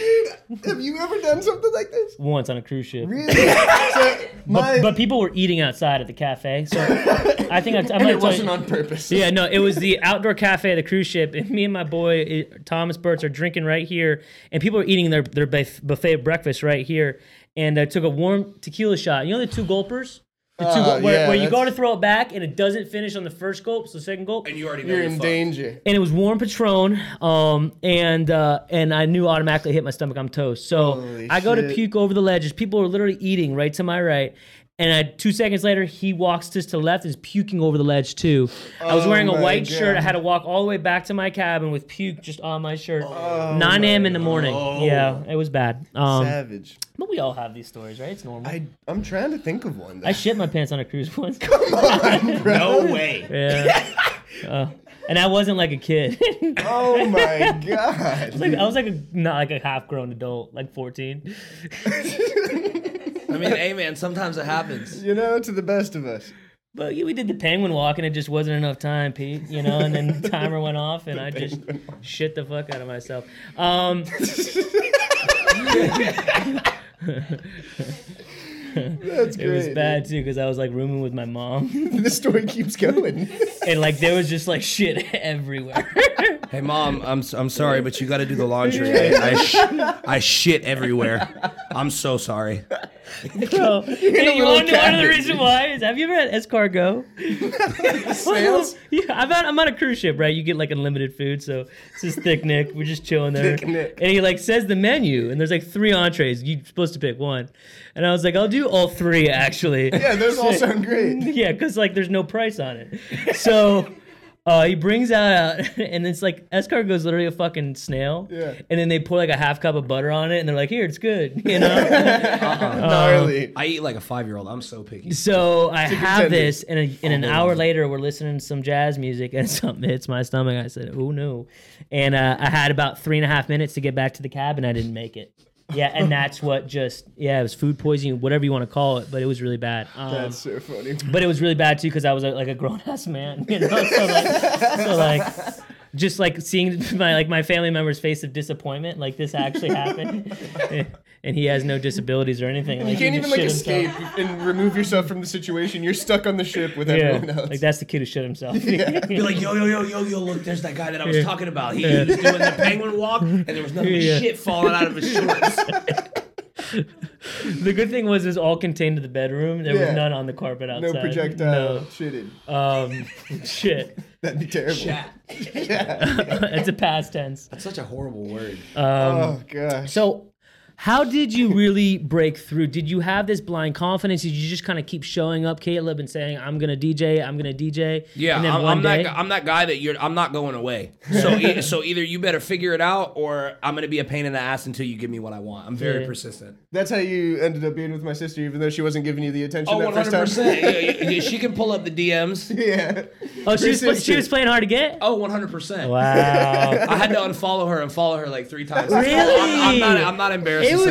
Speaker 2: Have you ever done something like this?
Speaker 1: once on a cruise ship.
Speaker 2: Really? So my,
Speaker 1: But, but people were eating outside at the cafe, so I think I, I
Speaker 2: and
Speaker 1: might
Speaker 2: it
Speaker 1: tell
Speaker 2: wasn't
Speaker 1: you.
Speaker 2: on purpose.
Speaker 1: Yeah, no, it was the outdoor cafe, of the cruise ship, and me and my boy eh, Thomas Burtz are drinking right here, and people are eating their their buf- buffet breakfast right here, and I took a warm tequila shot. You know the two gulpers. The two,
Speaker 2: Oh,
Speaker 1: gul- where,
Speaker 2: yeah,
Speaker 1: where you go to
Speaker 2: that's-
Speaker 1: throw it back and it doesn't finish on the first gulp, so second gulp,
Speaker 3: and you already know
Speaker 2: You're
Speaker 3: you're
Speaker 2: in
Speaker 3: fucked.
Speaker 2: danger.
Speaker 1: and it was warm Patron, um, and uh, and I knew automatically it hit my stomach. I'm toast. So
Speaker 2: Holy
Speaker 1: I go to
Speaker 2: shit.
Speaker 1: puke over the ledge. People are literally eating right to my right, and I, two seconds later he walks just to the left and is puking over the ledge too. I was
Speaker 2: Oh
Speaker 1: wearing a
Speaker 2: my
Speaker 1: white shirt. I
Speaker 2: God.
Speaker 1: had to walk all the way back to my cabin with puke just on my shirt.
Speaker 2: Oh
Speaker 1: 9 a.m. in the morning. Yeah, it was bad. Um,
Speaker 2: Savage.
Speaker 1: but we all have these stories, right? It's normal. I,
Speaker 2: I I'm trying to think of one. Though.
Speaker 1: shit my pants on a cruise once.
Speaker 3: No way.
Speaker 1: yeah. Uh, and I wasn't like a kid.
Speaker 2: oh my god.
Speaker 1: Like, I was like a not like a half grown adult, like fourteen.
Speaker 3: I mean, hey man, sometimes it happens.
Speaker 2: you know, to the best of us.
Speaker 1: But yeah, we did the penguin walk, and it just wasn't enough time, Pete. You know, and then the timer went off, and I just shit the fuck out of myself. Um,
Speaker 2: That's
Speaker 1: it
Speaker 2: great.
Speaker 1: was bad too because I was like rooming with my mom,
Speaker 2: The story keeps going.
Speaker 1: and like there was just like shit everywhere.
Speaker 3: Hey mom, I'm s- I'm sorry, but you got to do the laundry. I I, sh- I shit everywhere. I'm so sorry.
Speaker 1: So, and you
Speaker 2: little
Speaker 1: want to know one of the
Speaker 2: cabin.
Speaker 1: reason why is have you ever had escargot?
Speaker 2: Sales?
Speaker 1: yeah, I'm, on, I'm on a cruise ship, right? You get like unlimited food, so it's just thick Nick. We're just chilling there,
Speaker 2: Thick Nick.
Speaker 1: and he like says the menu, and there's like three entrees. You're supposed to pick one, and I was like, I'll do all three actually.
Speaker 2: Yeah, those all sound great.
Speaker 1: Yeah, because like there's no price on it. So uh, he brings that out, and it's like escargot is literally a fucking snail.
Speaker 2: Yeah.
Speaker 1: And then they pour like a half cup of butter on it, and they're like, "Here, it's good," you know.
Speaker 2: Gnarly.
Speaker 1: uh,
Speaker 3: I eat like a five year old. I'm so picky.
Speaker 1: so I have
Speaker 2: pretend it-
Speaker 1: this, and, a, and an hour later, we're listening to some jazz music, and something hits my stomach. I said, "Oh no!" And uh, I had about three and a half minutes to get back to the cabin. I didn't make it. Yeah, and that's what just yeah, it was food poisoning, whatever you want to call it, but it was really bad. Um,
Speaker 2: That's so funny.
Speaker 1: but it was really bad too because I was a, like a grown ass man, you know. So like, so like, just like seeing my like my family member's face of disappointment, like this actually happened, and he has no disabilities or anything. Like,
Speaker 2: You can't
Speaker 1: he
Speaker 2: even
Speaker 1: just
Speaker 2: like
Speaker 1: shit himself.
Speaker 2: escape and remove yourself from the situation. You're stuck on the ship with everyone
Speaker 1: Yeah,
Speaker 2: else.
Speaker 1: like that's the kid who shit himself.
Speaker 3: Be like, yo, yo, yo, yo, yo, look, there's that guy that I was
Speaker 1: Yeah.
Speaker 3: talking about. He, he was doing the penguin walk, and there was nothing but
Speaker 1: Yeah.
Speaker 3: shit falling out of his shorts.
Speaker 1: the good thing was it was all contained to the bedroom. There
Speaker 2: Yeah.
Speaker 1: was none on the carpet outside.
Speaker 2: no projectile shitting.
Speaker 1: No. Um, shit.
Speaker 2: That'd be terrible.
Speaker 3: Chat.
Speaker 1: it's a past tense.
Speaker 3: That's such a horrible word.
Speaker 1: Uh,
Speaker 2: oh gosh.
Speaker 1: Um, So, how did you really break through? Did you have this blind confidence? Did you just kind of keep showing up, Caleb, and saying, "I'm gonna DJ, I'm gonna DJ"?
Speaker 3: yeah,
Speaker 1: and then
Speaker 3: I'm,
Speaker 1: one
Speaker 3: I'm
Speaker 1: day,
Speaker 3: that. gu- I'm that guy that you're. I'm not going away. So, e- so either you better figure it out, or I'm gonna be a pain in the ass until you give me what I want. I'm very
Speaker 1: Yeah.
Speaker 3: persistent.
Speaker 2: That's how you ended up being with my sister, even though she wasn't giving you the attention
Speaker 3: Oh,
Speaker 2: that
Speaker 3: 100.
Speaker 2: first time.
Speaker 3: percent She can pull up the DMs.
Speaker 2: yeah.
Speaker 1: oh, she was, pla- she
Speaker 2: persistent.
Speaker 1: was playing hard to get.
Speaker 3: Oh, 100. percent
Speaker 1: Wow.
Speaker 3: I had to unfollow her and follow her like three times.
Speaker 1: Really?
Speaker 3: I'm, I'm not. I'm not embarrassed
Speaker 2: has
Speaker 1: It was
Speaker 2: to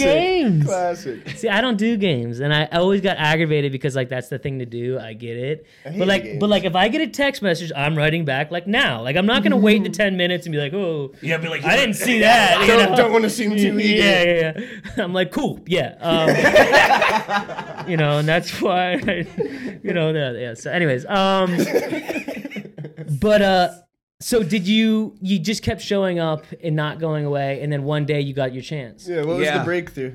Speaker 2: say it.
Speaker 1: real games.
Speaker 2: Classic.
Speaker 1: See, I don't do games, and I always got aggravated because like that's the thing to do. I get it,
Speaker 2: hate
Speaker 1: but like,
Speaker 2: games.
Speaker 1: but like if I get a text message, I'm writing back like now. Like I'm not gonna wait the ten minutes and be like, oh,
Speaker 3: Yeah, be like,
Speaker 1: I didn't see that. you
Speaker 2: Don't,
Speaker 1: know?
Speaker 2: don't want to seem too eager.
Speaker 1: yeah, yeah, yeah. I'm like, cool, yeah. Um, you know, and that's why, I, you know, yeah, yeah. So, anyways, um, but uh, so did you? You just kept showing up and not going away, and then one day you got your chance.
Speaker 2: Yeah, what was
Speaker 3: Yeah.
Speaker 2: the breakthrough?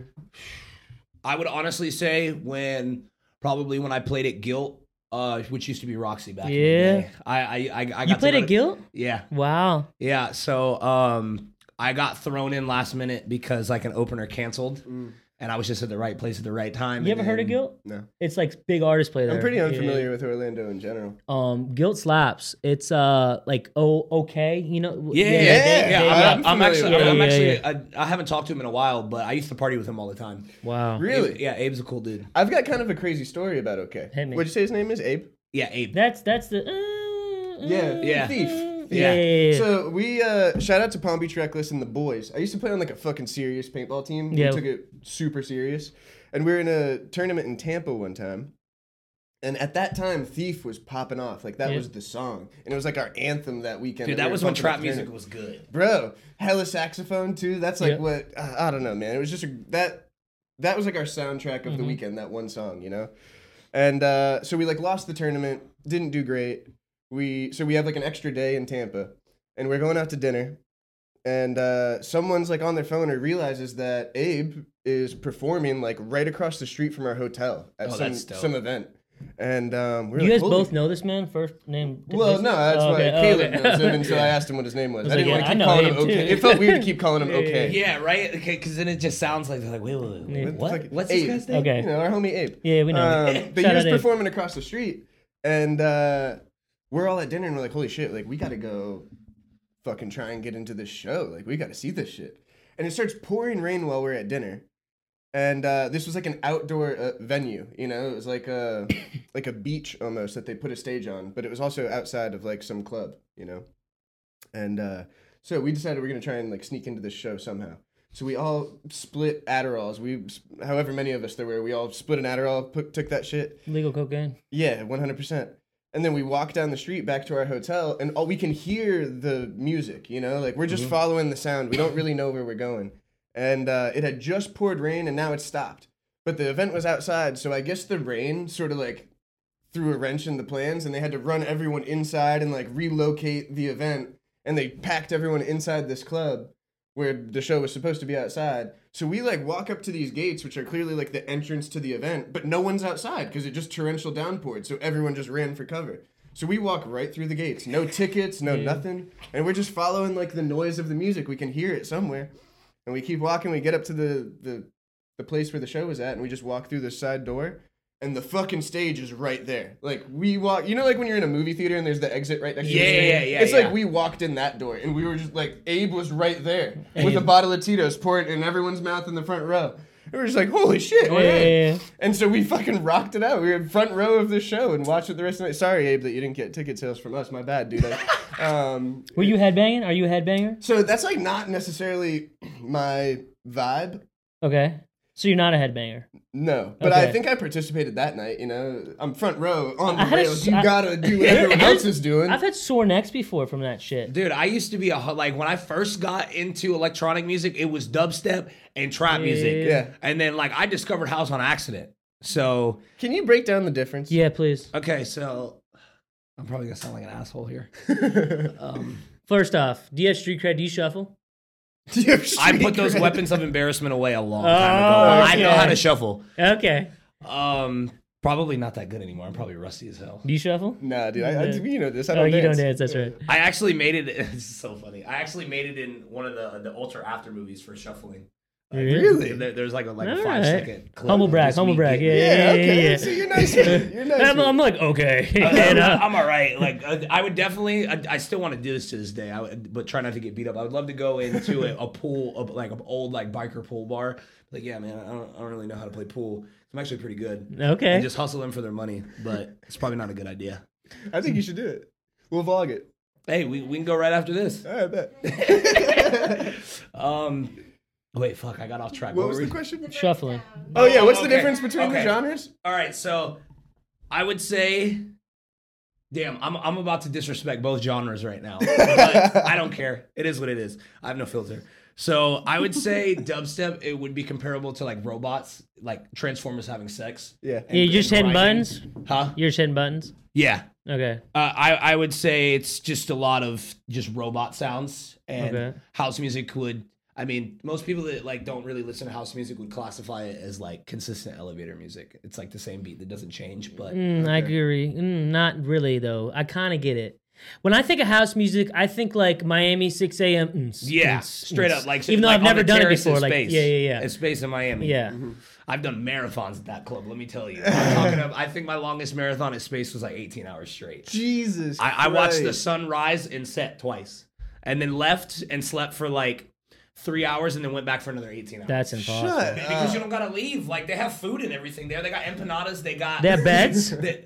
Speaker 3: I would honestly say when probably when I played at Guilt, uh, which used to be Roxy back.
Speaker 1: Yeah.
Speaker 3: In the day. I I I, I got
Speaker 1: You
Speaker 3: to
Speaker 1: played
Speaker 3: go
Speaker 1: at
Speaker 3: to-
Speaker 1: Guild?
Speaker 3: Yeah,
Speaker 1: Wow.
Speaker 3: yeah. So um, I got thrown in last minute because like an opener canceled, and I was just at the right place at the right time.
Speaker 1: You
Speaker 3: and
Speaker 1: ever heard of
Speaker 2: Mm.
Speaker 3: then-
Speaker 1: Guilt?
Speaker 2: No.
Speaker 1: It's like big artists play there.
Speaker 2: I'm pretty
Speaker 1: Yeah.
Speaker 2: unfamiliar with Orlando in general.
Speaker 1: Um, Guilt slaps. It's uh like oh okay, you know.
Speaker 3: Yeah, yeah,
Speaker 2: Yeah,
Speaker 3: yeah.
Speaker 2: I'm
Speaker 3: I'm,
Speaker 2: familiar
Speaker 3: I'm actually,
Speaker 1: with
Speaker 3: I'm
Speaker 1: that.
Speaker 3: actually,
Speaker 1: Yeah,
Speaker 3: I, I haven't talked to him in a while, but I used to party with him all the time.
Speaker 1: Wow.
Speaker 2: Really?
Speaker 3: Yeah, Abe's a cool dude.
Speaker 2: I've got kind of a crazy story about OK.
Speaker 1: Hit me.
Speaker 2: What'd you say his name is? Abe?
Speaker 3: Yeah, Abe.
Speaker 1: That's that's the. Uh,
Speaker 2: Yeah.
Speaker 1: uh,
Speaker 3: Yeah.
Speaker 2: Thief.
Speaker 1: Yeah. yeah, yeah, yeah.
Speaker 2: So we uh, shout out to Palm Beach Reckless and the boys. I used to play on like a fucking serious paintball team.
Speaker 1: Yeah.
Speaker 2: We took it super serious, and we were in a tournament in Tampa one time. And at that time, Thief was popping off. Like that
Speaker 1: Yeah.
Speaker 2: was the song, and it was like our anthem that weekend.
Speaker 3: Dude,
Speaker 2: and we
Speaker 3: that
Speaker 2: were
Speaker 3: was when
Speaker 2: pumping up
Speaker 3: trap music
Speaker 2: tournament.
Speaker 3: was good.
Speaker 2: Bro, hella saxophone too. That's like
Speaker 1: Yeah.
Speaker 2: what I, I don't know, man. It was just a, that. That was like our soundtrack of
Speaker 1: Mm-hmm.
Speaker 2: the weekend. That one song, you know. And uh, so we like lost the tournament, didn't do great. We so we have like an extra day in Tampa, and we're going out to dinner, and uh, someone's like on their phone or realizes that Abe is performing like right across the street from our hotel at
Speaker 3: Oh,
Speaker 2: some
Speaker 3: that's dope.
Speaker 2: some event, and um, we're
Speaker 1: You
Speaker 2: like,
Speaker 1: guys
Speaker 2: "Holy
Speaker 1: both know this man, first name.
Speaker 2: well,
Speaker 1: this-
Speaker 2: no, that's
Speaker 1: Oh,
Speaker 2: why
Speaker 1: okay, oh,
Speaker 2: Caleb
Speaker 1: okay.
Speaker 2: knows him, and so I asked him what his name was.
Speaker 1: was
Speaker 2: I
Speaker 1: like,
Speaker 2: didn't
Speaker 1: yeah, I
Speaker 2: want to keep
Speaker 1: know
Speaker 2: calling him
Speaker 1: him,
Speaker 2: okay.
Speaker 1: too.
Speaker 2: It felt weird to keep calling him
Speaker 1: Yeah, yeah,
Speaker 2: okay.
Speaker 3: Yeah, right. Okay, because then it just sounds like they're like, wait, wait, wait, wait,
Speaker 1: Yeah.
Speaker 3: what?
Speaker 2: Like,
Speaker 3: What's
Speaker 2: Abe.
Speaker 3: this guy's name?
Speaker 1: Okay.
Speaker 2: You know, our homie Abe.
Speaker 1: Yeah, we know.
Speaker 2: Um, but
Speaker 1: Shout
Speaker 2: he was
Speaker 1: out Abe.
Speaker 2: performing across the street, and uh, we're all at dinner, and we're like, holy shit, like, we gotta go fucking try and get into this show. Like, we gotta see this shit. And it starts pouring rain while we're at dinner. And uh, this was like an outdoor uh, venue, you know. It was like a like a beach almost that they put a stage on, but it was also outside of like some club, you know. And uh, so we decided we are gonna try and like sneak into this show somehow. So we all split Adderalls. We, however many of us there were, we all split an Adderall, put, took that shit.
Speaker 1: Legal cocaine.
Speaker 2: Yeah, one hundred percent. And then we walk down the street back to our hotel, and all we can hear the music. You know, like we're just following the sound. We don't really know where we're going. And uh, it had just poured rain, and now it's stopped. But the event was outside, so I guess the rain sort of like threw a wrench in the plans, and they had to run everyone inside and like relocate the event. And they packed everyone inside this club where the show was supposed to be outside. So we like walk up to these gates, which are clearly like the entrance to the event, but no one's outside because it just torrential downpoured. So everyone just ran for cover. So we walk right through the gates, no tickets, no nothing, and we're just following like the noise of the music. We can hear it somewhere, and we keep walking. We get up to the the the place where the show was at, and we just walk through this side door. And the fucking stage is right there. Like we walk, you know, like when you're in a movie theater and there's the exit right next to
Speaker 3: Yeah,
Speaker 2: the stage?
Speaker 3: yeah, yeah,
Speaker 2: It's
Speaker 3: yeah.
Speaker 2: like we walked in that door and we were just like Abe was right there with
Speaker 1: Abe.
Speaker 2: a bottle of Tito's poured in everyone's mouth in the front row. And we were just like, holy shit, we're
Speaker 1: Yeah,
Speaker 2: in.
Speaker 1: yeah, yeah.
Speaker 2: And so we fucking rocked it out. We were in front row of the show and watched it the rest of the night. Sorry, Abe, that you didn't get ticket sales from us. My bad, dude. um,
Speaker 1: Were you headbanging? Are you a headbanger?
Speaker 2: so that's like not necessarily my vibe.
Speaker 1: Okay. So you're not a headbanger.
Speaker 2: No, but I
Speaker 1: Okay.
Speaker 2: think I participated that night. You know, I'm front row on
Speaker 1: I
Speaker 2: the
Speaker 1: had a
Speaker 2: rails.
Speaker 1: s-
Speaker 2: You
Speaker 1: I-
Speaker 2: gotta do what everyone else is doing.
Speaker 1: I've had sore necks before from that shit.
Speaker 3: Dude, I used to be a ho- like when I first got into electronic music, it was dubstep and trap music.
Speaker 2: Yeah.
Speaker 3: And then like I discovered house on accident. So
Speaker 2: Can you break down the difference?
Speaker 1: Yeah, please.
Speaker 3: okay, so I'm probably gonna sound like an asshole here. um,
Speaker 1: First off, do you have street cred? Do you shuffle?
Speaker 3: I put those weapons of embarrassment away a long time ago.
Speaker 1: Oh,
Speaker 3: I know how
Speaker 1: okay.
Speaker 3: to shuffle.
Speaker 1: Okay.
Speaker 3: Um, probably not that good anymore. I'm probably rusty as hell.
Speaker 1: Do you shuffle?
Speaker 2: Nah, dude, I, I, you know this. I
Speaker 1: Oh,
Speaker 2: don't
Speaker 1: you
Speaker 2: dance.
Speaker 1: don't dance. That's right.
Speaker 3: I actually made it. This is so funny. I actually made it in one of the the ultra after movies for shuffling. Like,
Speaker 2: Really?
Speaker 3: there- there's like a like a
Speaker 1: All right.
Speaker 3: five second clip.
Speaker 1: Humble
Speaker 3: of
Speaker 1: brag,
Speaker 3: just
Speaker 1: humble
Speaker 3: me
Speaker 1: brag,
Speaker 3: getting-
Speaker 1: yeah,
Speaker 2: Yeah, okay.
Speaker 1: yeah.
Speaker 2: So you're nice. with it. You're nice.
Speaker 1: I'm,
Speaker 2: with
Speaker 1: I'm
Speaker 2: it.
Speaker 1: like, okay.
Speaker 3: I'm,
Speaker 1: And, uh,
Speaker 3: I'm all right. Like uh, I would definitely. I, I still want to do this to this day. I would, but try not to get beat up. I would love to go into a, a pool of like an old like biker pool bar. Like yeah, man. I don't, I don't really know how to play pool. I'm actually pretty good.
Speaker 1: okay.
Speaker 3: And just hustle them for their money, but it's probably not a good idea.
Speaker 2: I think you should do it. We'll vlog it.
Speaker 3: Hey, we, we can go right after this.
Speaker 2: All right, bet.
Speaker 3: Um, Wait, fuck, I got off track.
Speaker 2: What
Speaker 3: What
Speaker 2: was
Speaker 3: were
Speaker 2: the
Speaker 3: we-
Speaker 2: question?
Speaker 1: Shuffling.
Speaker 2: Oh yeah, what's the
Speaker 3: Okay.
Speaker 2: difference between the
Speaker 3: Okay.
Speaker 2: genres?
Speaker 3: All right, so I would say, damn, I'm I'm about to disrespect both genres right now. But I don't care. It is what it is. I have no filter. So I would say dubstep. It would be comparable to like robots, like Transformers having sex.
Speaker 2: Yeah.
Speaker 1: You're just hitting
Speaker 3: grinding.
Speaker 1: buttons.
Speaker 3: Huh?
Speaker 1: You're just hitting buttons.
Speaker 3: Yeah.
Speaker 1: Okay.
Speaker 3: Uh, I I would say it's just a lot of just robot sounds and
Speaker 1: Okay.
Speaker 3: house music would. I mean, most people that like don't really listen to house music would classify it as like consistent elevator music. It's like the same beat that doesn't change, but
Speaker 1: Mm, I agree. Mm, not really though. I kind of get it. When I think of house music, I think like Miami 6 a.m. mm,
Speaker 3: Yeah,
Speaker 1: mm,
Speaker 3: straight
Speaker 1: mm.
Speaker 3: up, like
Speaker 1: even though
Speaker 3: like
Speaker 1: I've
Speaker 3: on
Speaker 1: never
Speaker 3: the
Speaker 1: done it
Speaker 3: terrace in
Speaker 1: before. Like
Speaker 3: space.
Speaker 1: yeah, yeah, yeah,
Speaker 3: It's space in Miami. Mm-hmm.
Speaker 1: yeah.
Speaker 3: I've done marathons at that club. Let me tell you, I'm talking of, I think my longest marathon at space was like 18 hours straight.
Speaker 2: Jesus.
Speaker 3: I, I watched the
Speaker 2: Christ.
Speaker 3: sun rise and set twice, and then left and slept for like three hours, and then went back for another 18 hours.
Speaker 1: That's impossible.
Speaker 2: Shut
Speaker 3: because
Speaker 2: up.
Speaker 3: you don't gotta leave. Like they have food and everything there. They got empanadas. They got
Speaker 1: They have beds.
Speaker 3: They,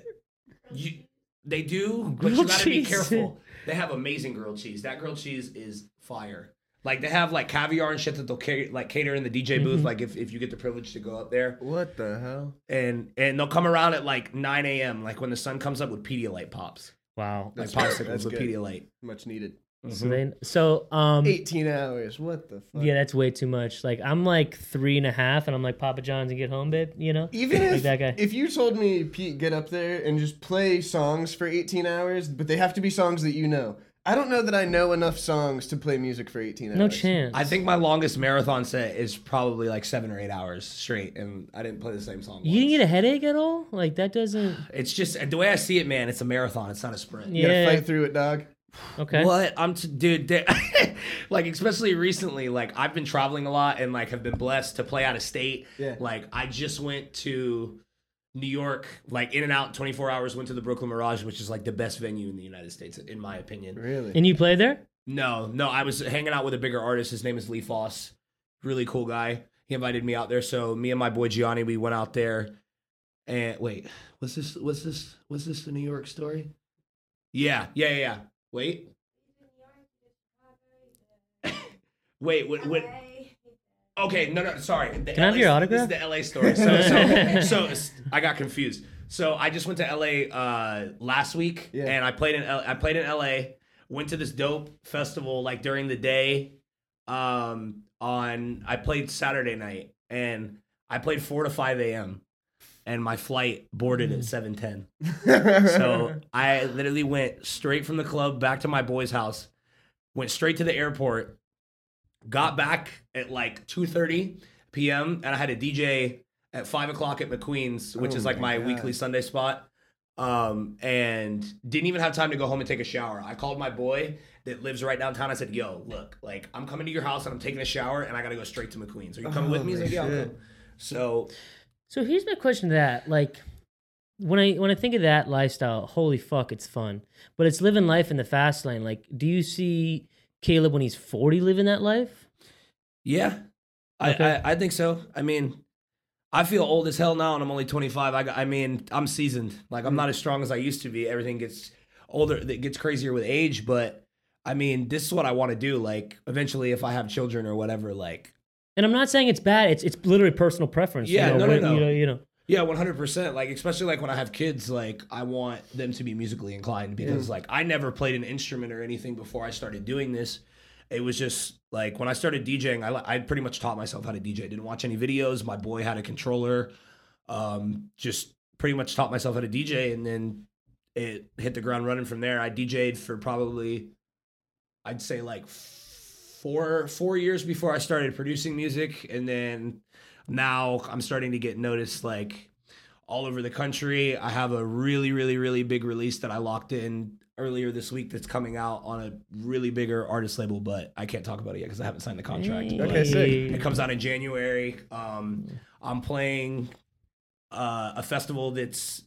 Speaker 3: you, they do, but you
Speaker 1: Grilled
Speaker 3: gotta
Speaker 1: cheese.
Speaker 3: be careful. They have amazing grilled cheese. That grilled cheese is fire. Like they have like caviar and shit that they'll cater, like cater in the DJ booth.
Speaker 1: Mm-hmm.
Speaker 3: Like if, if you get the privilege to go up there,
Speaker 2: What the hell?
Speaker 3: and and they'll come around at like 9 a.m. Like when the sun comes up with Pedialyte pops,
Speaker 1: Wow.
Speaker 3: like
Speaker 2: That's
Speaker 3: popsicles
Speaker 2: good. That's
Speaker 3: with
Speaker 2: good.
Speaker 3: Pedialyte.
Speaker 2: Much needed.
Speaker 1: So, they, so um,
Speaker 2: 18 hours. What the fuck?
Speaker 1: yeah, that's way too much. Like I'm like three and a half, and I'm like Papa John's and get home, babe. You know,
Speaker 2: Even
Speaker 1: like
Speaker 2: if
Speaker 1: that guy.
Speaker 2: if you told me Pete get up there and just play songs for 18 hours, but they have to be songs that you know. I don't know that I know enough songs to play music for 18 hours.
Speaker 1: no chance.
Speaker 3: I think my longest marathon set is probably like seven or eight hours straight, and I didn't play the same song.
Speaker 1: you
Speaker 3: once.
Speaker 1: didn't get a headache at all? Like that doesn't.
Speaker 3: It's just the way I see it, man. It's a marathon. It's not a sprint.
Speaker 2: You gotta
Speaker 1: Yeah.
Speaker 2: fight through it, dog.
Speaker 1: Okay.
Speaker 3: What I'm t- dude, there- like especially recently, like I've been traveling a lot and like have been blessed to play out of state.
Speaker 2: Yeah.
Speaker 3: Like I just went to New York, like in and out, 24 hours. Went to the Brooklyn Mirage, which is like the best venue in the United States, in my opinion.
Speaker 2: Really?
Speaker 1: And you play there?
Speaker 3: No, no, I was hanging out with a bigger artist. His name is Lee Foss. Really cool guy. He invited me out there. So me and my boy Gianni, we went out there. And wait, was this was this was this the New York story? Yeah, yeah, yeah. yeah. Wait, wait, what? what okay, no, no, sorry. The
Speaker 1: Can I have
Speaker 3: LA
Speaker 1: your
Speaker 3: This
Speaker 1: autograph?
Speaker 3: is the LA story. So, so, so s- I got confused. So I just went to LA uh, last week,
Speaker 2: Yeah.
Speaker 3: and I played in L- I played in LA. Went to this dope festival like during the day. Um, on I played Saturday night, and I played four to five a.m. And my flight boarded at seven ten. So I literally went straight from the club back to my boy's house, went straight to the airport, got back at like 2.30 p.m. and I had a DJ at five o'clock at McQueen's, which
Speaker 2: Oh
Speaker 3: is like
Speaker 2: my
Speaker 3: my
Speaker 2: God.
Speaker 3: weekly Sunday spot. Um, and didn't even have time to go home and take a shower. I called my boy that lives right downtown. I said, yo, look, like I'm coming to your house and I'm taking a shower and I gotta go straight to McQueen's. Are you coming with me? He's like, yeah, I'll
Speaker 2: Oh shit.
Speaker 3: come." So
Speaker 1: So here's my question to that. Like when I when I think of that lifestyle, holy fuck, it's fun. But it's living life in the fast lane. Like, do you see Caleb when he's 40 living that life?
Speaker 3: Yeah, I,
Speaker 1: Okay.
Speaker 3: I I think so. I mean, I feel old as hell now, and I'm only 25. I got- I mean, I'm seasoned. Like I'm not as strong as I used to be. Everything gets older. It gets crazier with age. But I mean, this is what I want to do. Like eventually, if I have children or whatever, like
Speaker 1: And I'm not saying it's bad. It's it's literally personal preference.
Speaker 3: Yeah,
Speaker 1: you know,
Speaker 3: no, no,
Speaker 1: when-
Speaker 3: no.
Speaker 1: You know, you know.
Speaker 3: Yeah, one hundred percent. Like especially like when I have kids, like I want them to be musically inclined because like I never played an instrument or anything before I started doing this. It was just like when I started DJing, I li- I pretty much taught myself how to DJ. Didn't watch any videos. My boy had a controller. Um, just pretty much taught myself how to DJ, and then it hit the ground running from there. I DJ'd for probably, I'd say like four four years before I started producing music, and then now I'm starting to get noticed like all over the country. I have a really, really, really big release that I locked in earlier this week that's coming out on a really bigger artist label, but I can't talk about it yet because I haven't signed the contract.
Speaker 1: Hey.
Speaker 3: But
Speaker 2: Okay, sick.
Speaker 3: It comes out in January. Um, I'm playing uh, a festival that's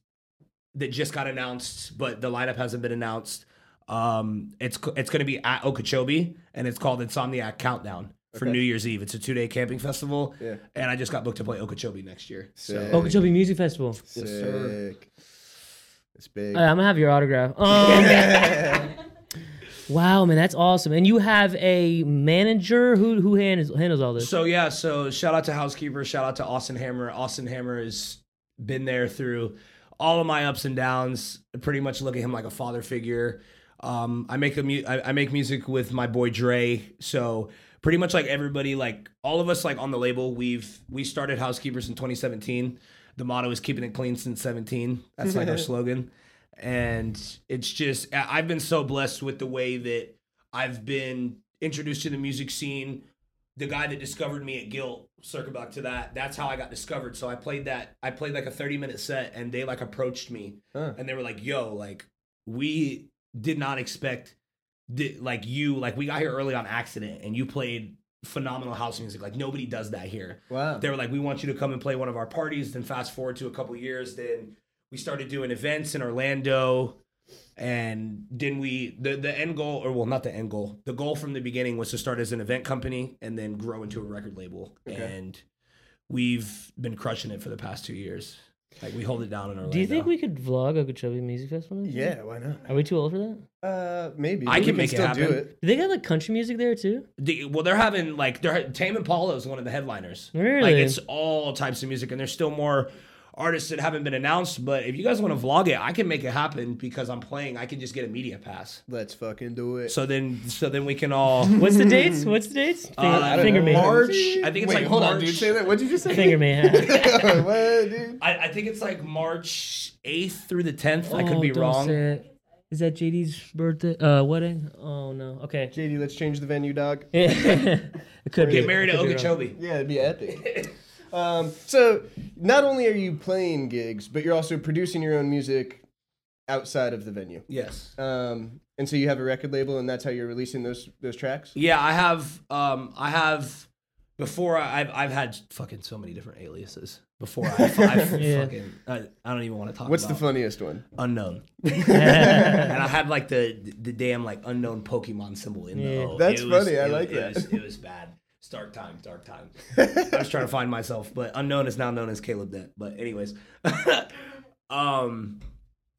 Speaker 3: that just got announced, but the lineup hasn't been announced. Um, it's c- it's going to be at Okeechobee, and it's called Insomniac Countdown for
Speaker 2: Okay.
Speaker 3: New Year's Eve. It's a two day camping festival,
Speaker 2: Yeah.
Speaker 3: and I just got booked to play Okeechobee next year. So
Speaker 2: Sick.
Speaker 1: Okeechobee Oh, Music Festival.
Speaker 2: Sick.
Speaker 3: sir.
Speaker 2: It's big.
Speaker 1: Uh, I'm gonna have your autograph. Um, Wow, man, that's awesome. And you have a manager who who handles handles all this.
Speaker 3: So yeah, so shout out to Housekeeper, shout out to Austin Hammer. Austin Hammer has been there through all of my ups and downs. I pretty much look at him like a father figure. Um, I make a mu- I, I make music with my boy Dre. So pretty much like everybody, like all of us, like on the label, we've we started Housekeepers in 2017. The motto is keeping it clean since 17. That's like our slogan, and it's just I- I've been so blessed with the way that I've been introduced to the music scene the guy that discovered me at Guilt, circle back to that. That's how I got discovered. So I played that. I played like a thirty minute set, and they like approached me,
Speaker 2: Huh.
Speaker 3: and they were like, "Yo, like we did not expect, thi- like you, like we got here early on accident, and you played phenomenal house music. Like nobody does that here."
Speaker 2: Wow.
Speaker 3: They were like, we want you to come and play one of our parties. Then fast forward to a couple years, then we started doing events in Orlando. And then we the the end goal, or well, not the end goal. The goal from the beginning was to start as an event company and then grow into a record label. And we've been crushing it for the past two years. Like we hold it down in Orlando.
Speaker 1: Do you think we could vlog Okeechobee Music Festival? next year?
Speaker 2: Yeah, why not?
Speaker 1: Are we too old for that?
Speaker 2: Uh, maybe.
Speaker 3: I
Speaker 2: We
Speaker 3: can make it happen.
Speaker 1: Do they got like country music there too?
Speaker 3: The, well, they're having like they're Tame Impala is one of the headliners. Like
Speaker 1: Really?
Speaker 3: it's all types of music, and there's still more artists that haven't been announced. But if you guys want to vlog it, I can make it happen because I'm playing. I can just get a media pass.
Speaker 2: Let's fucking do it.
Speaker 3: So then, so then we can all.
Speaker 1: What's the dates? What's the dates? Finger,
Speaker 3: Uh, I don't
Speaker 1: finger
Speaker 3: know.
Speaker 1: me.
Speaker 3: March. I think it's
Speaker 2: Wait,
Speaker 3: like
Speaker 2: hold
Speaker 3: March.
Speaker 2: on, dude. Say that. What'd you just say?
Speaker 1: Finger me.
Speaker 2: what, dude?
Speaker 3: I, I think it's like March eighth through the tenth. I could
Speaker 1: Oh,
Speaker 3: be
Speaker 1: don't
Speaker 3: wrong.
Speaker 1: say it. Is that JD's birthday? Uh, wedding? Oh no. Okay.
Speaker 2: JD, let's change the venue, dog.
Speaker 1: it could be.
Speaker 3: Get married
Speaker 1: It
Speaker 3: to
Speaker 1: could be wrong.
Speaker 3: Okeechobee.
Speaker 2: Yeah, it'd be epic. um, so not only are you playing gigs, but you're also producing your own music outside of the venue.
Speaker 3: Yes.
Speaker 2: Um, and so you have a record label, and that's how you're releasing those those tracks.
Speaker 3: Yeah, I have. Um, I have. Before I- I've I've had fucking so many different aliases. Before I, I
Speaker 1: Yeah.
Speaker 3: fucking I, I don't even want to talk.
Speaker 2: What's the
Speaker 3: about
Speaker 2: funniest one?
Speaker 3: unknown? and I had like the the damn like unknown Pokemon symbol in the
Speaker 1: Yeah.
Speaker 3: O.
Speaker 2: That's
Speaker 3: It was-
Speaker 2: funny, I
Speaker 3: it-
Speaker 2: like
Speaker 3: it
Speaker 2: that.
Speaker 3: Was, it was bad. It's dark time. Dark time. I was trying to find myself, but unknown is now known as Caleb Dent. But anyways, um.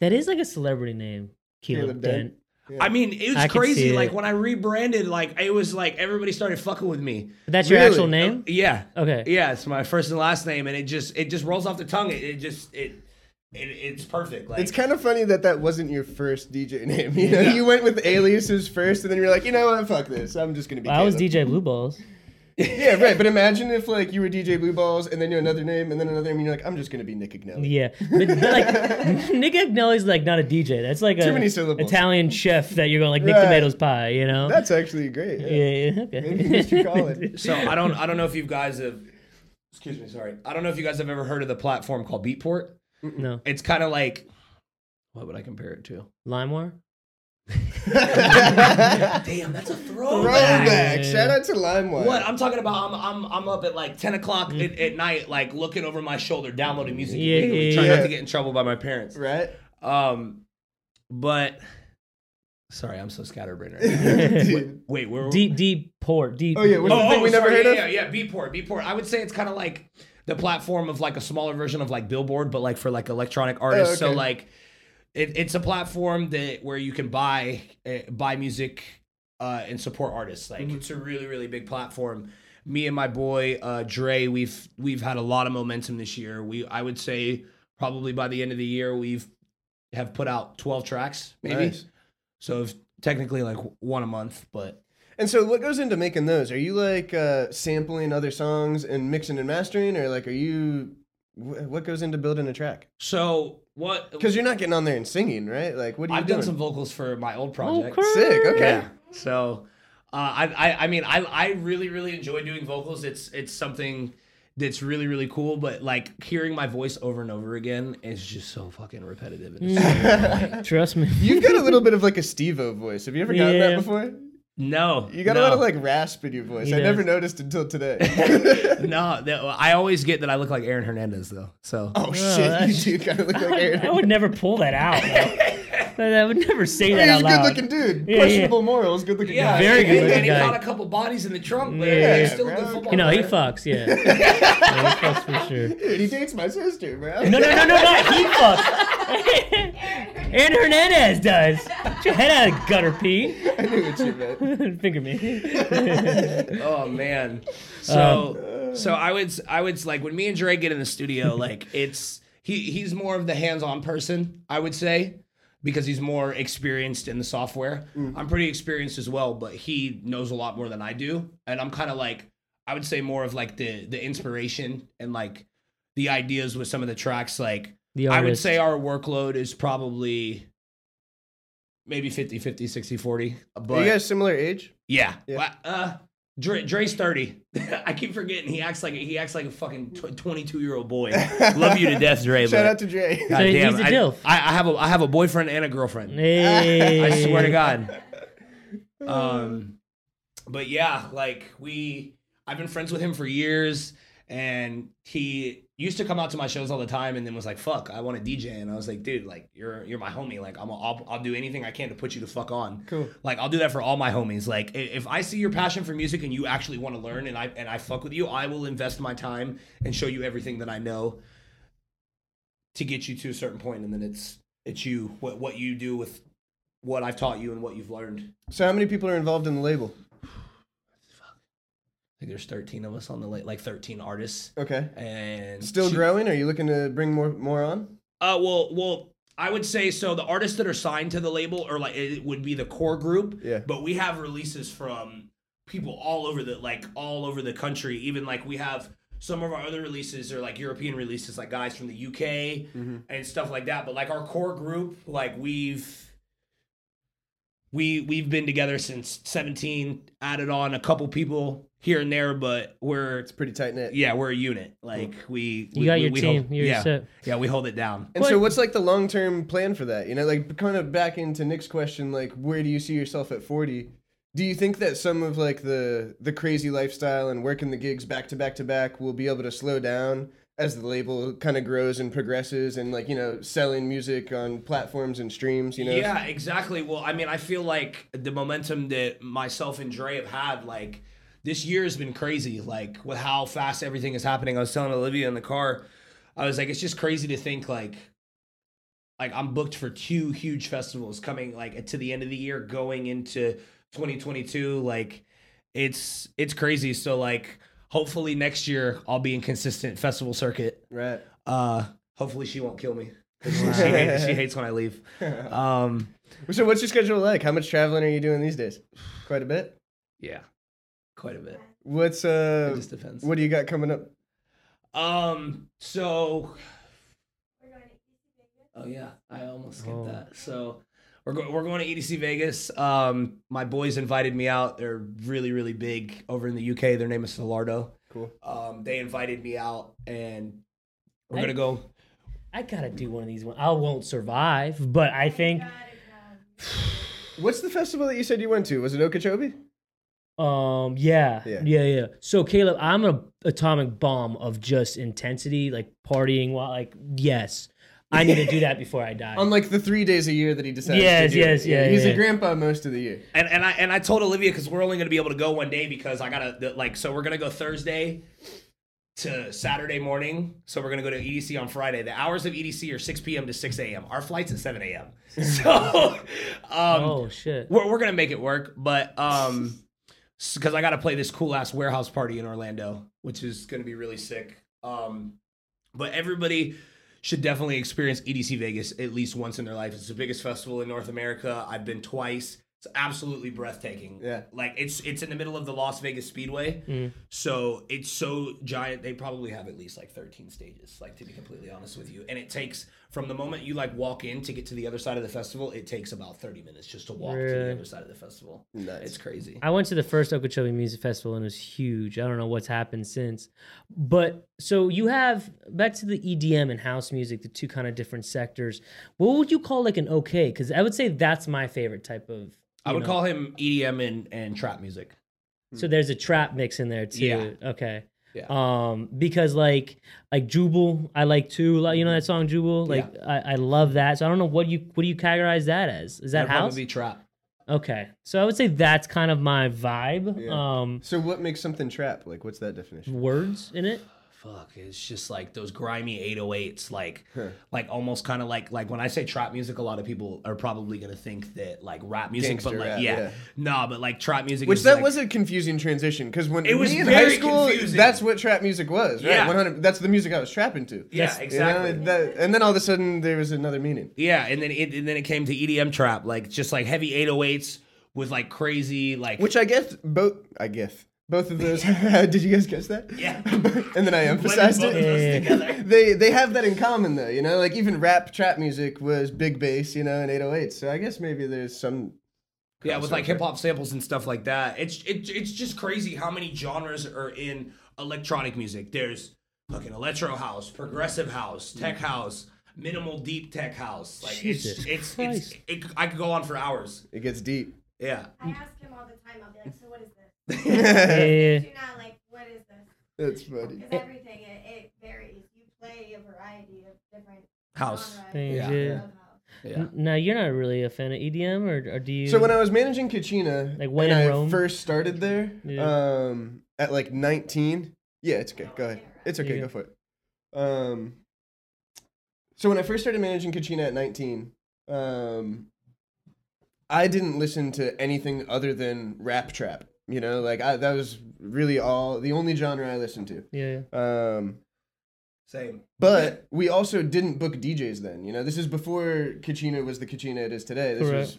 Speaker 1: That is like a celebrity name. Caleb,
Speaker 2: Caleb Dent.
Speaker 1: Dent.
Speaker 3: I mean, it was
Speaker 1: I could see
Speaker 3: crazy.
Speaker 1: it.
Speaker 3: Like when I rebranded, like it was like everybody started fucking with me.
Speaker 1: That's your
Speaker 2: Really?
Speaker 1: actual name?
Speaker 3: Yeah.
Speaker 1: Okay.
Speaker 3: Yeah, it's my first and last name, and it just it just rolls off the tongue. It, it just it, it it's perfect. Like
Speaker 2: It's kind of funny that that wasn't your first DJ name. You know, you went with aliases first, and then you're like, you know what, fuck this. I'm just gonna be.
Speaker 1: I was
Speaker 2: Caleb.
Speaker 1: DJ Blue Balls.
Speaker 2: Yeah, right. But imagine if like you were DJ Blue Balls, and then you're another name, and then another name, and you're like, I'm just gonna be Nick Agnelli.
Speaker 1: Yeah, but, but, like Nick Agnelli's like not a DJ. That's like a
Speaker 2: many syllables.
Speaker 1: Italian chef that you're going like Nick
Speaker 2: Right.
Speaker 1: Tomatoes Pie. You know?
Speaker 2: That's actually great.
Speaker 1: yeah, yeah,
Speaker 2: Maybe you should call
Speaker 1: okay.
Speaker 2: it.
Speaker 3: so. I don't I don't know if you guys have. Excuse me, sorry. I don't know if you guys have ever heard of the platform called Beatport.
Speaker 1: no,
Speaker 3: It's kind of like what would I compare it to?
Speaker 1: LimeWire.
Speaker 3: Damn, that's a throwback.
Speaker 2: Throwback. Shout out to LimeWire.
Speaker 3: What I'm talking about, I'm I'm I'm up at like 10 o'clock at, at night, like looking over my shoulder, downloading music,
Speaker 1: Yeah,
Speaker 3: illegally,
Speaker 1: yeah,
Speaker 3: trying
Speaker 2: yeah.
Speaker 3: not to get in trouble by my parents.
Speaker 2: Right.
Speaker 3: Um, but sorry, I'm so scatterbrained. Right now.
Speaker 2: Dude.
Speaker 3: Wait, where? were-
Speaker 1: Deep, deep port. Deep.
Speaker 2: Oh yeah, what's the thing we never
Speaker 3: sorry,
Speaker 2: heard
Speaker 3: yeah,
Speaker 2: of?
Speaker 3: yeah, yeah, Beatport, Beatport. I would say it's kind of like the platform of like a smaller version of like Billboard, but like for like electronic artists.
Speaker 2: Oh, okay.
Speaker 3: So like, it, it's a platform that where you can buy uh, buy music uh, and support artists.
Speaker 2: Mm-hmm.
Speaker 3: Like it's a really really big platform. Me and my boy uh, Dre, we've we've had a lot of momentum this year. We I would say probably by the end of the year we've have put out twelve tracks maybe.
Speaker 2: Nice.
Speaker 3: So if, technically like one a month, but
Speaker 2: And so, what goes into making those? Are you like uh, sampling other songs and mixing and mastering, or like are you? wh- What goes into building a track?
Speaker 3: so what?
Speaker 2: Because you're not getting on there and singing, right? Like, what are you
Speaker 3: I've
Speaker 2: doing?
Speaker 3: done some vocals for my old
Speaker 1: Oh,
Speaker 3: project.
Speaker 1: crap.
Speaker 2: Sick. Okay.
Speaker 3: yeah. So, uh, I, I I mean I I really really enjoy doing vocals. It's it's something that's really really cool. But like hearing my voice over and over again is just so fucking repetitive.
Speaker 2: Mm.
Speaker 3: And it's so annoying.
Speaker 1: Trust me.
Speaker 2: You've got a little bit of like a Stevo voice. Have you ever gotten that
Speaker 1: Yeah.
Speaker 2: before?
Speaker 3: no,
Speaker 2: You got
Speaker 3: no.
Speaker 2: a lot of like rasp in your voice.
Speaker 1: He
Speaker 2: I
Speaker 1: does.
Speaker 2: never noticed until today. Oh,
Speaker 3: no. that- I always get that I look like Aaron Hernandez though. So
Speaker 2: oh shit,
Speaker 1: that's-
Speaker 2: you do kind of look like
Speaker 1: I
Speaker 2: Aaron.
Speaker 1: would never pull that out. though. But I would never say that
Speaker 2: He's
Speaker 1: out
Speaker 2: a good
Speaker 1: loud.
Speaker 2: looking dude.
Speaker 1: Yeah, yeah.
Speaker 2: Questionable morals. Good looking
Speaker 3: Yeah,
Speaker 2: guy.
Speaker 1: Very
Speaker 3: and-
Speaker 1: good
Speaker 3: And he
Speaker 1: guy.
Speaker 3: caught a couple bodies in the trunk, but
Speaker 1: Yeah,
Speaker 3: he's still a
Speaker 2: bro.
Speaker 3: good football
Speaker 2: You
Speaker 1: You know, he
Speaker 3: player.
Speaker 1: fucks, yeah. yeah he fucks for sure.
Speaker 2: Dude, he dates my sister, bro.
Speaker 1: No, no, no, no, not he fucks. Aaron Hernandez does. Get your head out of gutter, Pete.
Speaker 2: I knew what you meant.
Speaker 1: Finger me.
Speaker 3: Oh man. So
Speaker 1: Um,
Speaker 3: so I would s- I would s- like when me and Dre get in the studio, like it's he he's more of the hands-on person, I would say, because he's more experienced in the software.
Speaker 2: Mm.
Speaker 3: I'm pretty experienced as well, but he knows a lot more than I do, and I'm kind of like I would say more of like the the inspiration and like the ideas with some of the tracks like
Speaker 1: The
Speaker 3: I would
Speaker 1: artist.
Speaker 3: say our workload is probably maybe 50 50 60 40 but
Speaker 2: Are you guys similar age?
Speaker 3: yeah.
Speaker 2: Yeah.
Speaker 3: Well, Uh, Dre, Dre's thirty. I keep forgetting he acts like he acts like a fucking twenty-two year old boy. Love you to death, Dre.
Speaker 2: Shout
Speaker 3: but
Speaker 2: out to Dre.
Speaker 1: So he's
Speaker 3: goddamn,
Speaker 1: a
Speaker 3: I-
Speaker 1: dilf.
Speaker 3: I, I have a I have a boyfriend and a girlfriend.
Speaker 1: Hey.
Speaker 3: I swear to God. Um, but yeah, like we, I've been friends with him for years, and he used to come out to my shows all the time, and then was like, "Fuck, I want to DJ," and I was like, "Dude, like you're you're my homie. Like I'm a, I'll I'll do anything I can to put you the fuck on.
Speaker 2: Cool.
Speaker 3: Like I'll do that for all my homies. Like i- if I see your passion for music and you actually want to learn, and I and I fuck with you, I will invest my time and show you everything that I know." to get you to a certain point and then it's it's you what what you do with what I've taught you and what you've learned. I
Speaker 2: So how many people are involved in the label?
Speaker 3: think there's 13 of us on the late, like 13 artists,
Speaker 2: Okay.
Speaker 3: and
Speaker 2: Still
Speaker 3: two-
Speaker 2: growing? Are you looking to bring more more on?
Speaker 3: Uh, well, well, I would say so. The artists that are signed to the label or like it would be the core group.
Speaker 2: Yeah.
Speaker 3: But we have releases from people all over the like all over the country. Even like we have some of our other releases are like European releases, like guys from the UK
Speaker 2: Mm-hmm.
Speaker 3: and stuff like that. But like our core group, like we've we we've been together since 17 added on a couple people here and there but we're
Speaker 2: It's pretty tight knit.
Speaker 3: yeah we're a unit like we
Speaker 1: Mm. You
Speaker 3: we-
Speaker 1: got
Speaker 3: we-
Speaker 1: your
Speaker 3: we
Speaker 1: team.
Speaker 3: hold,
Speaker 1: You're
Speaker 3: yeah
Speaker 1: set.
Speaker 3: yeah we hold it down
Speaker 2: And so,
Speaker 1: But-
Speaker 2: what's like the long term plan for that? You know, like kind of back into Nick's question, like where do you see yourself at forty? Do you think that some of like the the crazy lifestyle and working the gigs back to back to back will be able to slow down as the label kind of grows and progresses and like you know selling music on platforms and streams? You know,
Speaker 3: Yeah, exactly. Well, I mean, I feel like the momentum that myself and Dre have had, like this year has been crazy. Like with how fast everything is happening. I was telling Olivia in the car, I was like, it's just crazy to think like, like I'm booked for two huge festivals coming like to the end of the year, going into 2022. Like it's it's crazy. So like, hopefully next year I'll be in consistent festival circuit.
Speaker 2: right.
Speaker 3: Uh, hopefully she won't kill me. 'Cause She, she hates, she hates when I leave. Um,
Speaker 2: So, what's your schedule like? How much traveling are you doing these days? Quite a bit.
Speaker 3: Yeah, quite a bit.
Speaker 2: What's uh,
Speaker 3: It just depends.
Speaker 2: what do you got coming up?
Speaker 3: Um. So. Oh yeah, I almost skipped
Speaker 1: Oh.
Speaker 3: that. So we're go- we're going to EDC Vegas. Um, my boys invited me out. They're really really big over in the UK. Their name is Solardo.
Speaker 2: Cool.
Speaker 3: Um, they invited me out, and we're
Speaker 1: Hey.
Speaker 3: gonna go.
Speaker 1: I gotta do one of these. One. I won't survive, but I think.
Speaker 2: What's the festival that you said you went to? Was it Okeechobee?
Speaker 1: Um. Yeah,
Speaker 2: Yeah.
Speaker 1: yeah. Yeah. So Caleb, I'm an atomic bomb of just intensity, like partying while, like, yes, I need to do that before I die.
Speaker 2: On
Speaker 3: Um,
Speaker 2: like the three days a year that he decides.
Speaker 1: Yes,
Speaker 2: to do
Speaker 1: yes,
Speaker 2: it. Yeah,
Speaker 1: yeah,
Speaker 2: He's a
Speaker 1: yeah.
Speaker 2: grandpa most of the year.
Speaker 3: And and I and I told Olivia because we're only gonna be able to go one day because I gotta the, like so we're gonna go Thursday to Saturday morning. So we're gonna go to EDC on Friday. The hours of EDC are six p.m. to six a.m. Our flight's at seven a.m. So um,
Speaker 1: oh shit.
Speaker 3: we're we're gonna make it work, but um, because I gotta play this cool ass warehouse party in Orlando, which is gonna be really sick. Um, but everybody should definitely experience EDC Vegas at least once in their life. It's the biggest festival in North America. I've been twice. It's absolutely breathtaking.
Speaker 2: Yeah.
Speaker 3: like it's it's in the middle of the Las Vegas Speedway, so it's so giant. They probably have at least like thirteen stages. Like to be completely honest with you, and it takes from the moment you like walk in to get to the other side of the festival, it takes about thirty minutes just to walk to the
Speaker 1: Really?
Speaker 3: other side of the festival. It's crazy.
Speaker 1: I went to the first Okeechobee Music Festival and it was huge. I don't know what's happened since. But so you have back to the EDM and house music, the two kind of different sectors. What would you call like an okay? Because I would say that's my favorite type of.
Speaker 3: I
Speaker 1: you
Speaker 3: would E
Speaker 1: know.
Speaker 3: call him EDM and and trap music.
Speaker 1: So there's a trap mix in there too. Okay.
Speaker 3: Yeah.
Speaker 1: Um, because like like Jubal, I like too. Like, you know that song Jubal? Like I, I love that. So I don't know what you what do you categorize that as? Is that
Speaker 3: That'd
Speaker 1: house?
Speaker 3: probably be trap.
Speaker 1: okay. So I would say that's kind of my vibe.
Speaker 2: Yeah.
Speaker 1: Um,
Speaker 2: So what makes something trap? Like, what's that definition?
Speaker 1: words in it.
Speaker 3: Fuck, it's just like those grimy 808s, like,
Speaker 2: Huh.
Speaker 3: like almost kind of like, like when I say trap music, a lot of people are probably gonna think that like rap music,
Speaker 2: Gangster
Speaker 3: but like,
Speaker 2: rap,
Speaker 3: yeah,
Speaker 2: yeah.
Speaker 3: nah, but like trap music,
Speaker 2: Which
Speaker 3: is
Speaker 2: that
Speaker 3: like-
Speaker 2: was a confusing transition because when
Speaker 3: It was
Speaker 2: me in
Speaker 3: very
Speaker 2: high school,
Speaker 3: confusing.
Speaker 2: that's what trap music was, right?
Speaker 3: Yeah.
Speaker 2: 100. That's the music I was trapping to.
Speaker 3: yeah,
Speaker 1: That's-
Speaker 2: You know,
Speaker 3: exactly.
Speaker 2: that- and then all of a sudden there was another meaning.
Speaker 3: Yeah, and then it and then it came to EDM trap, like just like heavy 808s with like crazy like
Speaker 2: Which I guess both. I guess both of those. did you guys guess that?
Speaker 3: Yeah.
Speaker 2: and then I emphasized
Speaker 3: both of those
Speaker 2: it.
Speaker 3: together.
Speaker 2: They they have that in common though, you know. Like even rap trap music was big bass, you know, and 808. So I guess maybe there's some.
Speaker 3: yeah, with like
Speaker 2: crossover.
Speaker 3: hip hop samples and stuff like that. It's it, it's just crazy how many genres are in electronic music. There's fucking electro house, progressive house, tech house, minimal deep tech house. Like
Speaker 1: Jesus
Speaker 3: it's it's, it's
Speaker 1: Christ.
Speaker 3: it, I could go on for hours.
Speaker 2: It gets deep.
Speaker 3: Yeah.
Speaker 5: I ask him all the time. I'll be like, so what is this?
Speaker 1: Eh,
Speaker 5: Do not like, what is this?
Speaker 2: That's funny.
Speaker 5: Because everything it, it varies. You play a variety of different
Speaker 3: House.
Speaker 1: things,
Speaker 5: genres.
Speaker 3: Yeah.
Speaker 1: yeah.
Speaker 5: of house.
Speaker 3: Yeah.
Speaker 1: Now you're not really a fan of EDM, or, or do you?
Speaker 2: So when I was managing Kachina,
Speaker 1: Like when
Speaker 2: and
Speaker 1: in
Speaker 2: I
Speaker 1: Rome?
Speaker 2: first started there, um, at like 19. Yeah, it's okay. Go ahead. It's okay.
Speaker 1: Yeah.
Speaker 2: Go for it. Um, so when I first started managing Kachina at 19, um, I didn't listen to anything other than rap trap. You know, like I, that was really all the only genre I listened to.
Speaker 1: yeah, yeah.
Speaker 2: Um,
Speaker 3: Same.
Speaker 2: but we also didn't book DJs then. You know, this is before Kachina was the Kachina it is today. This
Speaker 1: Correct.
Speaker 2: was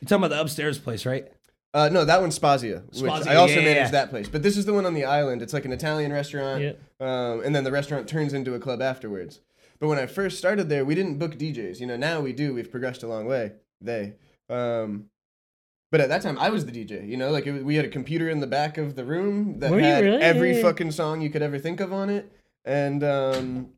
Speaker 3: You're talking about the upstairs place, right?
Speaker 2: Uh, no, that one's Spazia, which
Speaker 3: Spazia,
Speaker 2: I also
Speaker 3: yeah, yeah,
Speaker 2: manage
Speaker 3: yeah.
Speaker 2: that place. But this is the one on the island. It's like an Italian restaurant,
Speaker 1: Yep.
Speaker 2: um, and then the restaurant turns into a club afterwards. But when I first started there, we didn't book DJs. You know, now we do. We've progressed a long way. They, um, but at that time, I was the DJ. You know, like it, was- we had a computer in the back of the room that
Speaker 1: Were you
Speaker 2: had
Speaker 1: really?
Speaker 2: every
Speaker 1: Yeah, yeah.
Speaker 2: fucking song you could ever think of on it, and um,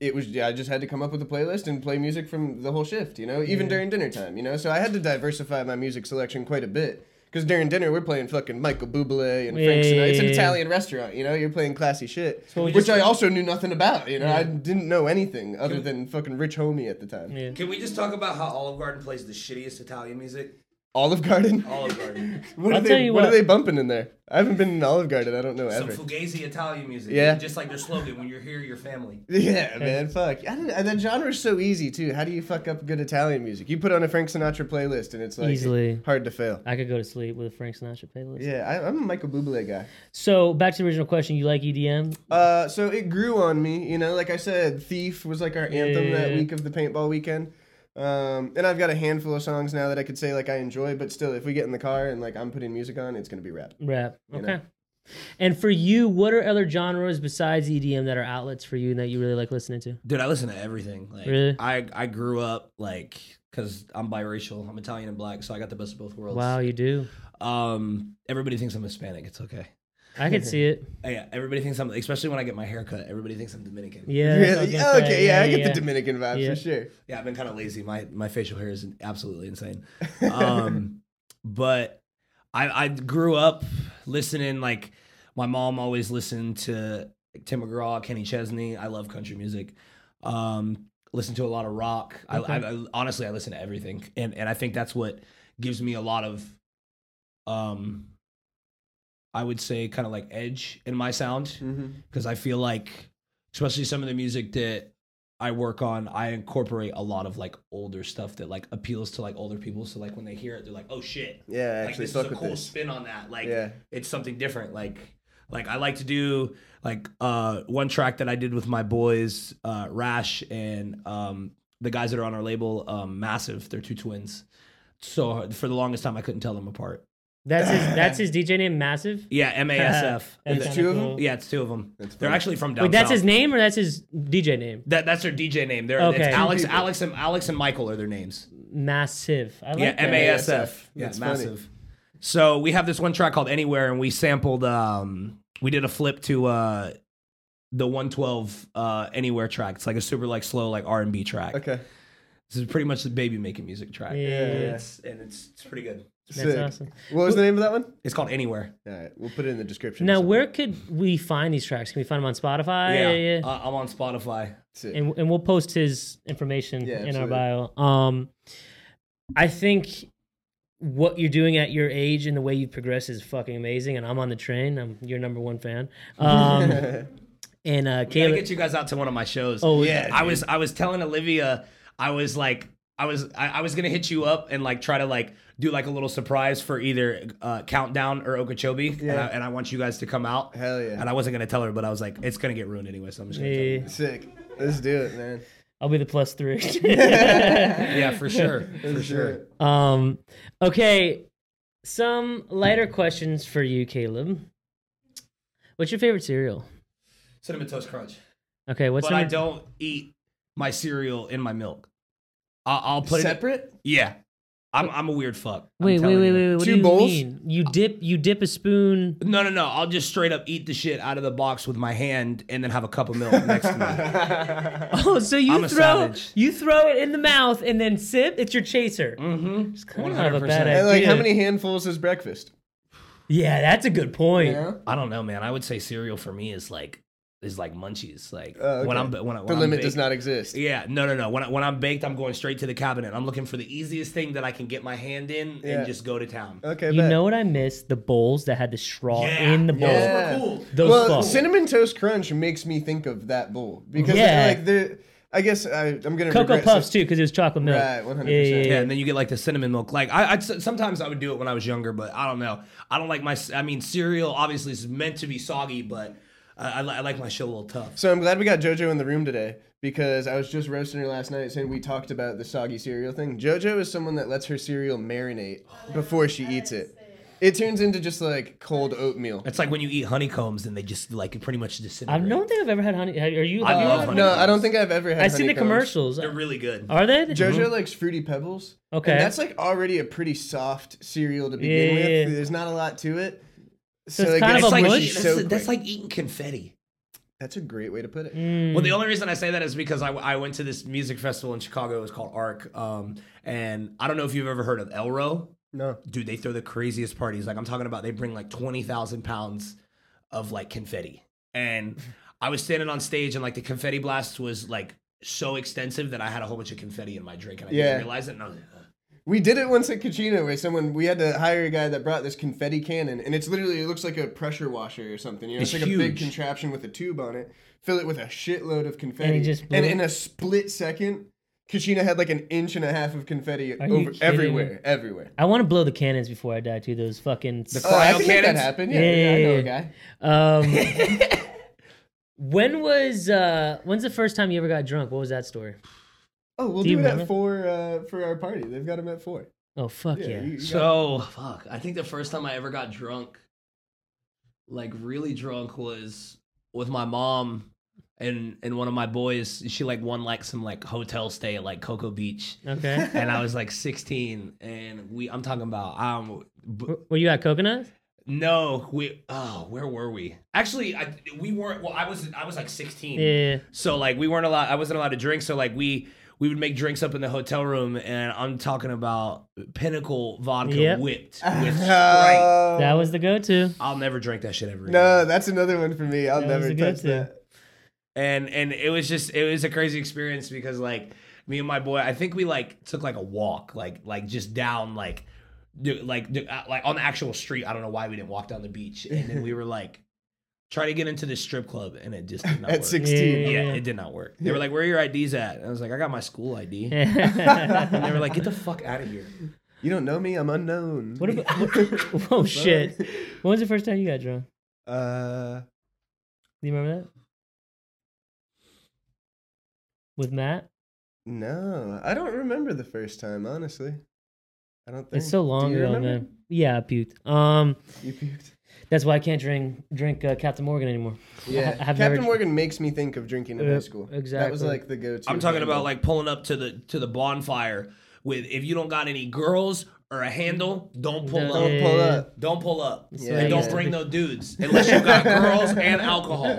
Speaker 2: it was yeah, I just had to come up with a playlist and play music from the whole shift, you know, even during dinner time, you know. So I had to diversify my music selection quite a bit because during dinner we're playing fucking Michael Bublé and Frank
Speaker 1: Yeah,
Speaker 2: Sinatra.
Speaker 1: yeah,
Speaker 2: It's an
Speaker 1: yeah, yeah.
Speaker 2: Italian restaurant, you know. You're playing classy shit,
Speaker 1: So we
Speaker 2: which
Speaker 1: just-
Speaker 2: I also knew nothing about, you know. I didn't know anything other than fucking Rich Homie at the time.
Speaker 1: Yeah.
Speaker 3: Can we just talk about how Olive Garden plays the shittiest Italian music?
Speaker 2: Olive Garden.
Speaker 3: Olive Garden.
Speaker 2: What
Speaker 1: I'll
Speaker 2: are they?
Speaker 1: tell you
Speaker 2: what,
Speaker 1: what.
Speaker 2: are they bumping in there? I haven't been in Olive Garden. I don't know
Speaker 3: Some
Speaker 2: ever.
Speaker 3: fugazi Italian music.
Speaker 2: Yeah.
Speaker 3: Just like their slogan, when you're here, you're family.
Speaker 2: Yeah, man, fuck. I don't, and that genre's so easy too. How do you fuck up good Italian music? You put on a Frank Sinatra playlist, and it's like
Speaker 1: Easily.
Speaker 2: hard to fail.
Speaker 1: I could go to sleep with a Frank Sinatra playlist.
Speaker 2: Yeah, I, I'm a Michael Bublé guy.
Speaker 1: So back to the original question. You like E EDM?
Speaker 2: Uh, so it grew on me, you know. Like I said, "Thief" was like our anthem that
Speaker 1: Yeah.
Speaker 2: week of the paintball weekend. Um, and I've got a handful of songs now that I could say like I enjoy, but still, if we get in the car and like I'm putting music on, it's gonna be rap.
Speaker 1: Rap.
Speaker 2: You
Speaker 1: Okay.
Speaker 2: know.
Speaker 1: And for you, what are other genres besides EDM that are outlets for you and that you really like listening to?
Speaker 3: Dude, I listen to everything. Like,
Speaker 1: Really?
Speaker 3: I I grew up like because I'm biracial. I'm Italian and black, so I got the best of both worlds.
Speaker 1: Wow, you do.
Speaker 3: Um, everybody thinks I'm Hispanic. It's okay.
Speaker 1: I can see it.
Speaker 3: Uh, Yeah, everybody thinks I'm, especially when I get my hair cut. Everybody thinks I'm Dominican. Yeah,
Speaker 1: Yeah. that's what I was
Speaker 2: Really?
Speaker 1: gonna
Speaker 2: Yeah,
Speaker 1: say.
Speaker 2: okay, yeah, I get
Speaker 1: yeah.
Speaker 2: the Dominican vibe
Speaker 1: Yeah.
Speaker 2: for sure.
Speaker 3: I've been kind of lazy. My my facial hair is absolutely insane. Um, but I I grew up listening like my mom always listened to Tim McGraw, Kenny Chesney. I love country music. Um, listen to a lot of rock. I, I, I honestly I listen to everything, and and I think that's what gives me a lot of, um, I would say kind of like edge in my sound
Speaker 2: hmm
Speaker 3: because I feel like, especially some of the music that I work on, I incorporate a lot of like older stuff that like appeals to like older people. So like when they hear it, they're like, "Oh shit!"
Speaker 2: Yeah, I
Speaker 3: Like
Speaker 2: actually,
Speaker 3: this is
Speaker 2: fuck
Speaker 3: a
Speaker 2: with
Speaker 3: cool
Speaker 2: this.
Speaker 3: spin on that. Like
Speaker 2: Yeah.
Speaker 3: it's something different. Like like I like to do like uh one track that I did with my boys uh Rash and um the guys that are on our label um Massive. They're two twins. So for the longest time, I couldn't tell them apart.
Speaker 1: That's his. That's his DJ name. Massive. Uh,
Speaker 3: Yeah, M A S F.
Speaker 1: That's
Speaker 2: There's
Speaker 1: kinda
Speaker 2: two of 'em?
Speaker 1: cool.
Speaker 3: Yeah, it's two of them.
Speaker 2: That's
Speaker 3: They're
Speaker 2: funny.
Speaker 3: actually from down
Speaker 1: Wait, that's
Speaker 3: south.
Speaker 1: his name or that's his DJ name?
Speaker 3: That that's their DJ name. They're
Speaker 1: Okay.
Speaker 3: it's Alex,
Speaker 2: Two people.
Speaker 3: Alex, and Alex and Michael are their names.
Speaker 1: Massive. I like
Speaker 3: yeah,
Speaker 1: that.
Speaker 3: M A S F. Yeah,
Speaker 2: That's funny.
Speaker 3: massive. So we have this one track called Anywhere, and we sampled. Um, we did a flip to uh, the 112 uh, Anywhere track. It's like a super like slow like R and B track.
Speaker 2: Okay.
Speaker 3: This is pretty much the baby making music track.
Speaker 1: Yeah.
Speaker 3: And it's, and it's, it's pretty good.
Speaker 1: That's
Speaker 2: Sick.
Speaker 1: awesome.
Speaker 2: What was the name of that one?
Speaker 3: It's called Anywhere.
Speaker 2: All right, we'll put it in the description.
Speaker 1: Now,
Speaker 2: or something.
Speaker 1: where could we find these tracks? Can we find them on Spotify?
Speaker 3: Uh, I'm on Spotify.
Speaker 2: Sick.
Speaker 1: and and we'll post his information
Speaker 2: Yeah,
Speaker 1: in our bio. Um, I think what you're doing at your age and the way you progress is fucking amazing. And I'm on the train. I'm your number one fan. Um, and uh,
Speaker 3: Gotta
Speaker 1: Caleb,
Speaker 3: get you guys out to one of my shows.
Speaker 1: oh
Speaker 2: yeah,
Speaker 3: I was I was telling Olivia I was like I was I, I was gonna hit you up and like try to like do like a little surprise for either uh, countdown or Okeechobee and, I,
Speaker 2: Yeah.
Speaker 3: and I want you guys to come out.
Speaker 2: Hell yeah.
Speaker 3: And I wasn't gonna tell her, but I was like, it's gonna get ruined anyway, so I'm just gonna.
Speaker 1: yeah,
Speaker 2: Sick. Let's do it, man.
Speaker 1: I'll be the plus three.
Speaker 3: Tell her. Yeah, for sure, for
Speaker 2: Let's do
Speaker 3: sure.
Speaker 2: it.
Speaker 1: um, okay, some lighter questions for you, Caleb. What's your favorite cereal?
Speaker 3: Cinnamon toast crunch,
Speaker 1: Okay, what's
Speaker 3: but I
Speaker 1: number-
Speaker 3: don't eat my cereal in my milk. I'll, I'll put it.
Speaker 2: Separate?
Speaker 3: Yeah, I'm I'm a weird fuck. I'm
Speaker 1: Wait, wait,
Speaker 3: telling
Speaker 1: wait,
Speaker 3: you.
Speaker 1: wait, wait. What
Speaker 2: Two
Speaker 1: do you
Speaker 2: bowls?
Speaker 1: mean? You dip, you dip a spoon.
Speaker 3: No, no, no. I'll just straight up eat the shit out of the box with my hand and then have a cup of milk next to me.
Speaker 1: Oh, so you
Speaker 3: I'm a
Speaker 1: throw
Speaker 3: savage.
Speaker 1: you throw it in the mouth and then sip. It's your chaser.
Speaker 3: Mm-hmm.
Speaker 1: It's kind of a bad
Speaker 3: 100%.
Speaker 2: And like,
Speaker 1: idea.
Speaker 2: how many handfuls is breakfast?
Speaker 1: Yeah, that's a good point.
Speaker 2: know?
Speaker 3: I don't know, man. I would say cereal for me is like is like munchies. Like
Speaker 2: Oh, okay.
Speaker 3: when I'm when, I, when
Speaker 2: The
Speaker 3: I'm
Speaker 2: limit
Speaker 3: baked- E-
Speaker 2: does not exist.
Speaker 3: Yeah, no, no, no. When I, when I'm baked, I'm going straight to the cabinet. I'm looking for the easiest thing that I can get my hand in
Speaker 2: Yeah. Oh,
Speaker 3: and just go to town.
Speaker 2: Okay,
Speaker 1: You
Speaker 2: bet.
Speaker 1: know what I miss? The bowls that had the straw
Speaker 3: Yeah.
Speaker 1: in the bowl.
Speaker 2: Yeah.
Speaker 3: cool.
Speaker 1: Those
Speaker 2: well,
Speaker 1: fuck.
Speaker 2: cinnamon toast crunch makes me think of that bowl because
Speaker 1: Yeah.
Speaker 2: like the I guess I, I'm gonna
Speaker 1: Cocoa
Speaker 2: regret
Speaker 1: Puffs
Speaker 2: this.
Speaker 1: too, because it was chocolate milk.
Speaker 2: Right, 100%.
Speaker 1: Yeah, yeah,
Speaker 3: Yeah,
Speaker 1: yeah.
Speaker 3: and then you get like the cinnamon milk. Like I I'd, s- sometimes I would do it when I was younger, but I don't know. I don't like my. c- I mean, cereal obviously is meant to be soggy, but I, I, li- I like my shit a little tough.
Speaker 2: So I'm glad we got JoJo in the room today because I was just roasting her last night saying we talked about the soggy cereal thing. JoJo is someone that lets her cereal marinate before she eats it. It turns into just like cold oatmeal.
Speaker 3: It's like when you eat honeycombs and they just like pretty much disintegrate.
Speaker 1: I don't think I've ever had honey. Are you?
Speaker 3: I
Speaker 1: have you
Speaker 3: love
Speaker 1: had-
Speaker 3: honey.
Speaker 2: No, I don't think I've ever had.
Speaker 1: I've seen the Mm-hmm.
Speaker 2: honeycombs.
Speaker 1: commercials.
Speaker 3: They're really good.
Speaker 1: Are they?
Speaker 2: JoJo likes fruity pebbles.
Speaker 1: Okay.
Speaker 2: And that's like already a pretty soft cereal to begin
Speaker 1: Yeah, yeah, yeah.
Speaker 2: with. There's not a lot to it. So,
Speaker 1: it's
Speaker 2: it
Speaker 1: kind
Speaker 2: gets
Speaker 1: of a
Speaker 2: mushy
Speaker 1: mush?
Speaker 3: that's,
Speaker 2: so
Speaker 3: that's
Speaker 2: quick.
Speaker 3: like eating confetti.
Speaker 2: That's a great way to put it.
Speaker 1: Mm. Hmm.
Speaker 3: Well, the only reason I say that is because I, I went to this music festival in Chicago. It was called ARC. Um, and I don't know if you've ever heard of Elro.
Speaker 2: No.
Speaker 3: Dude, they throw the craziest parties. Like I'm talking about, they bring like twenty thousand pounds of like confetti. And I was standing on stage, and like the confetti blast was like so extensive that I had a whole bunch of confetti in my drink, and I
Speaker 2: Yeah.
Speaker 3: didn't realize it. And I was like, "Ugh."
Speaker 2: We did it once at Kachina where someone we had to hire a guy that brought this confetti cannon and it's literally it looks like a pressure washer or something. You know, it's,
Speaker 3: It's
Speaker 2: like a big
Speaker 3: huge.
Speaker 2: contraption with a tube on it. Fill it with a shitload of confetti.
Speaker 1: just blew
Speaker 2: and
Speaker 1: it?
Speaker 2: in a split second, Kachina had like an inch and a half of confetti
Speaker 1: you
Speaker 2: over
Speaker 1: kidding me?
Speaker 2: everywhere. Everywhere.
Speaker 1: I want to blow the cannons before I die too. Those fucking
Speaker 3: The
Speaker 2: Oh, I
Speaker 3: Cryo
Speaker 2: can make that
Speaker 3: cannons?
Speaker 2: happen. Yeah,
Speaker 1: Yeah,
Speaker 2: yeah, I
Speaker 1: yeah,
Speaker 2: know
Speaker 1: yeah.
Speaker 2: a guy.
Speaker 1: Um, when was uh, when's the first time you ever got drunk? What was that story?
Speaker 2: Oh, we'll
Speaker 1: Do
Speaker 2: do,
Speaker 1: you
Speaker 2: it
Speaker 1: remember?
Speaker 2: at four uh, for our party. They've got him at four.
Speaker 1: Oh fuck yeah!
Speaker 2: you- you got-
Speaker 3: So fuck. I think the first time I ever got drunk, like really drunk, was with my mom and and one of my boys. She like won like some like hotel stay at like Cocoa Beach,
Speaker 1: Okay.
Speaker 3: and I was like 16, and we. I'm talking about um. b-
Speaker 1: W- Were you at Coconut?
Speaker 3: No, we. Oh, where were we? Actually, I we weren't. Well, I was. I was like 16.
Speaker 1: Yeah.
Speaker 3: So like we weren't allowed. I wasn't allowed to drink. So like we we would make drinks up in the hotel room, and I'm talking about Pinnacle vodka
Speaker 1: Yep.
Speaker 3: whipped with Sprite.
Speaker 2: Oh.
Speaker 1: That was the go-to.
Speaker 3: I'll never drink that shit ever.
Speaker 2: No,
Speaker 3: again.
Speaker 2: that's another one for me. I'll
Speaker 1: That was
Speaker 2: never
Speaker 1: a good
Speaker 2: touch
Speaker 1: too.
Speaker 2: that.
Speaker 3: And and it was just it was a crazy experience because like me and my boy, I think we like took like a walk, like like just down like. do- Like, do- uh, like on the actual street. I don't know why we didn't walk down the beach, and then we were like, try to get into the strip club, and it just did not
Speaker 2: At
Speaker 3: work.
Speaker 2: 16.
Speaker 1: Yeah.
Speaker 3: Yeah, it did not work. They were like, "Where are your IDs at?" And I was like, "I got my school ID."
Speaker 1: what
Speaker 3: and they were like, "Get the fuck out of here."
Speaker 2: You don't know me. I'm unknown.
Speaker 1: about? What, oh shit! When was the first time you got drunk?
Speaker 2: Uh,
Speaker 1: Do you remember that? With Matt,
Speaker 2: no, I don't remember the first time. Honestly, I don't think
Speaker 1: it's so
Speaker 2: Oh, Do
Speaker 1: long
Speaker 2: you
Speaker 1: ago,
Speaker 2: remember?
Speaker 1: man. Yeah, I puked. Um,
Speaker 2: You puked.
Speaker 1: that's why I can't drink drink uh, Captain Morgan anymore.
Speaker 2: Yeah,
Speaker 1: I have
Speaker 2: Captain
Speaker 1: never-
Speaker 2: Morgan makes me think of drinking in
Speaker 1: Uh,
Speaker 2: high school. That was
Speaker 1: exactly.
Speaker 2: like the go-to.
Speaker 3: I'm talking about
Speaker 2: handle.
Speaker 3: like pulling up to the to the bonfire with if you don't got any girls or a handle, don't pull
Speaker 1: No.
Speaker 3: up.
Speaker 2: Don't pull up.
Speaker 3: Don't pull up.
Speaker 1: Yeah,
Speaker 3: and
Speaker 1: yeah.
Speaker 3: don't bring no dudes unless you got girls and alcohol.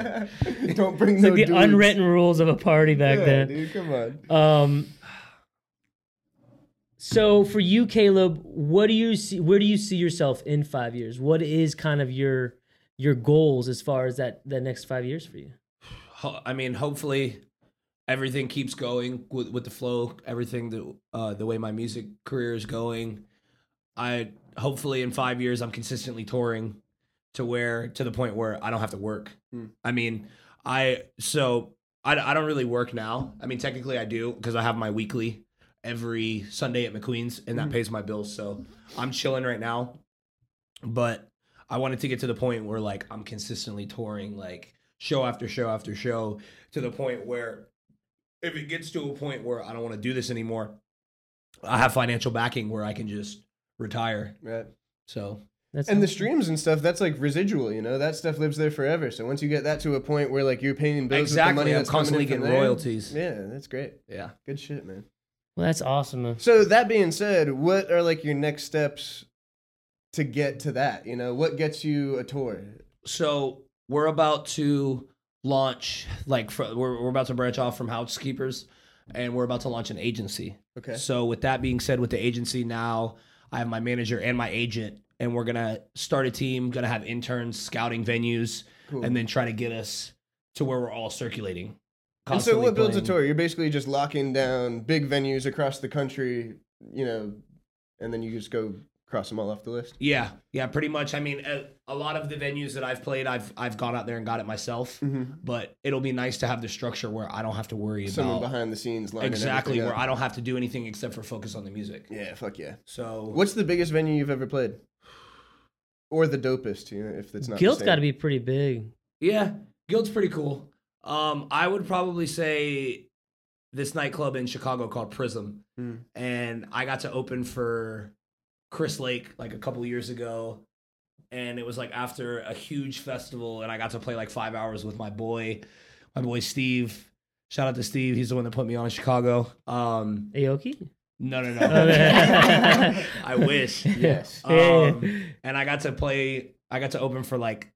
Speaker 2: Don't bring
Speaker 1: It's
Speaker 2: no
Speaker 1: like the
Speaker 2: dudes.
Speaker 1: unwritten rules of a party back
Speaker 2: Yeah,
Speaker 1: then.
Speaker 2: dude, come on.
Speaker 1: Um, So for you, Caleb, what do you see? Where do you see yourself in five years? What is kind of your your goals as far as that that next five years for you?
Speaker 3: ho- I mean, hopefully everything keeps going with, with the flow, everything the uh, the way my music career is going. I hopefully in five years I'm consistently touring to where to the point where I don't have to work.
Speaker 2: Hmm.
Speaker 3: I mean, I so I, I don't really work now. I mean, technically I do because I have my weekly every Sunday at McQueen's and that pays my bills. So I'm chilling right now, but I wanted to get to the point where like I'm consistently touring like show after show after show to the point where if it gets to a point where I don't want to do this anymore, I have financial backing where I can just retire.
Speaker 2: Right.
Speaker 3: So
Speaker 1: That's
Speaker 2: And the streams and stuff, that's like residual, you know? That stuff lives there forever. So once you get that to a point where like you're paying bills with the money
Speaker 3: exactly, I'm
Speaker 2: that's coming in
Speaker 3: constantly
Speaker 2: from
Speaker 3: getting
Speaker 2: there,
Speaker 3: royalties. Yeah.
Speaker 2: Yeah, that's great. Good shit, man.
Speaker 1: well, that's awesome. man.
Speaker 2: So that being said, what are like your next steps to get to that? You know, what gets you a tour?
Speaker 3: So we're about to launch like fr- we're we're about to branch off from housekeepers, and we're about to launch an agency.
Speaker 2: Okay.
Speaker 3: So with that being said, with the agency now, I have my manager and my agent, and we're gonna start a team. Gonna have interns scouting venues,
Speaker 2: Cool.
Speaker 3: and then try to get us to where we're all circulating.
Speaker 2: And so
Speaker 3: constantly
Speaker 2: what builds
Speaker 3: playing.
Speaker 2: a tour? You're basically just locking down big venues across the country, you know, and then you just go cross them all off the list.
Speaker 3: Yeah, yeah, pretty much. I mean, a, a lot of the venues that I've played, I've I've gone out there and got it myself.
Speaker 2: Hmm.
Speaker 3: But it'll be nice to have the structure where I don't have to worry
Speaker 2: Someone
Speaker 3: about
Speaker 2: behind the scenes lining
Speaker 3: exactly
Speaker 2: everything
Speaker 3: where
Speaker 2: up.
Speaker 3: I don't have to do anything except for focus on the music.
Speaker 2: Yeah, fuck yeah.
Speaker 3: So
Speaker 2: What's the biggest venue you've ever played? Or the dopest, you know, if it's not the
Speaker 1: Guilt's
Speaker 2: same.
Speaker 1: got to be pretty big.
Speaker 3: yeah, Guild's pretty cool. Um, I would probably say this nightclub in Chicago called Prism,
Speaker 2: Hmm.
Speaker 3: and I got to open for Chris Lake like a couple years ago, and it was like after a huge festival, and I got to play like five hours with my boy, my boy Steve. Shout out to Steve, he's the one that put me on in Chicago. Um,
Speaker 1: Aoki.
Speaker 3: no, no, no.
Speaker 1: Okay.
Speaker 3: I wish.
Speaker 2: Yes.
Speaker 3: Um, and I got to play. I got to open for like,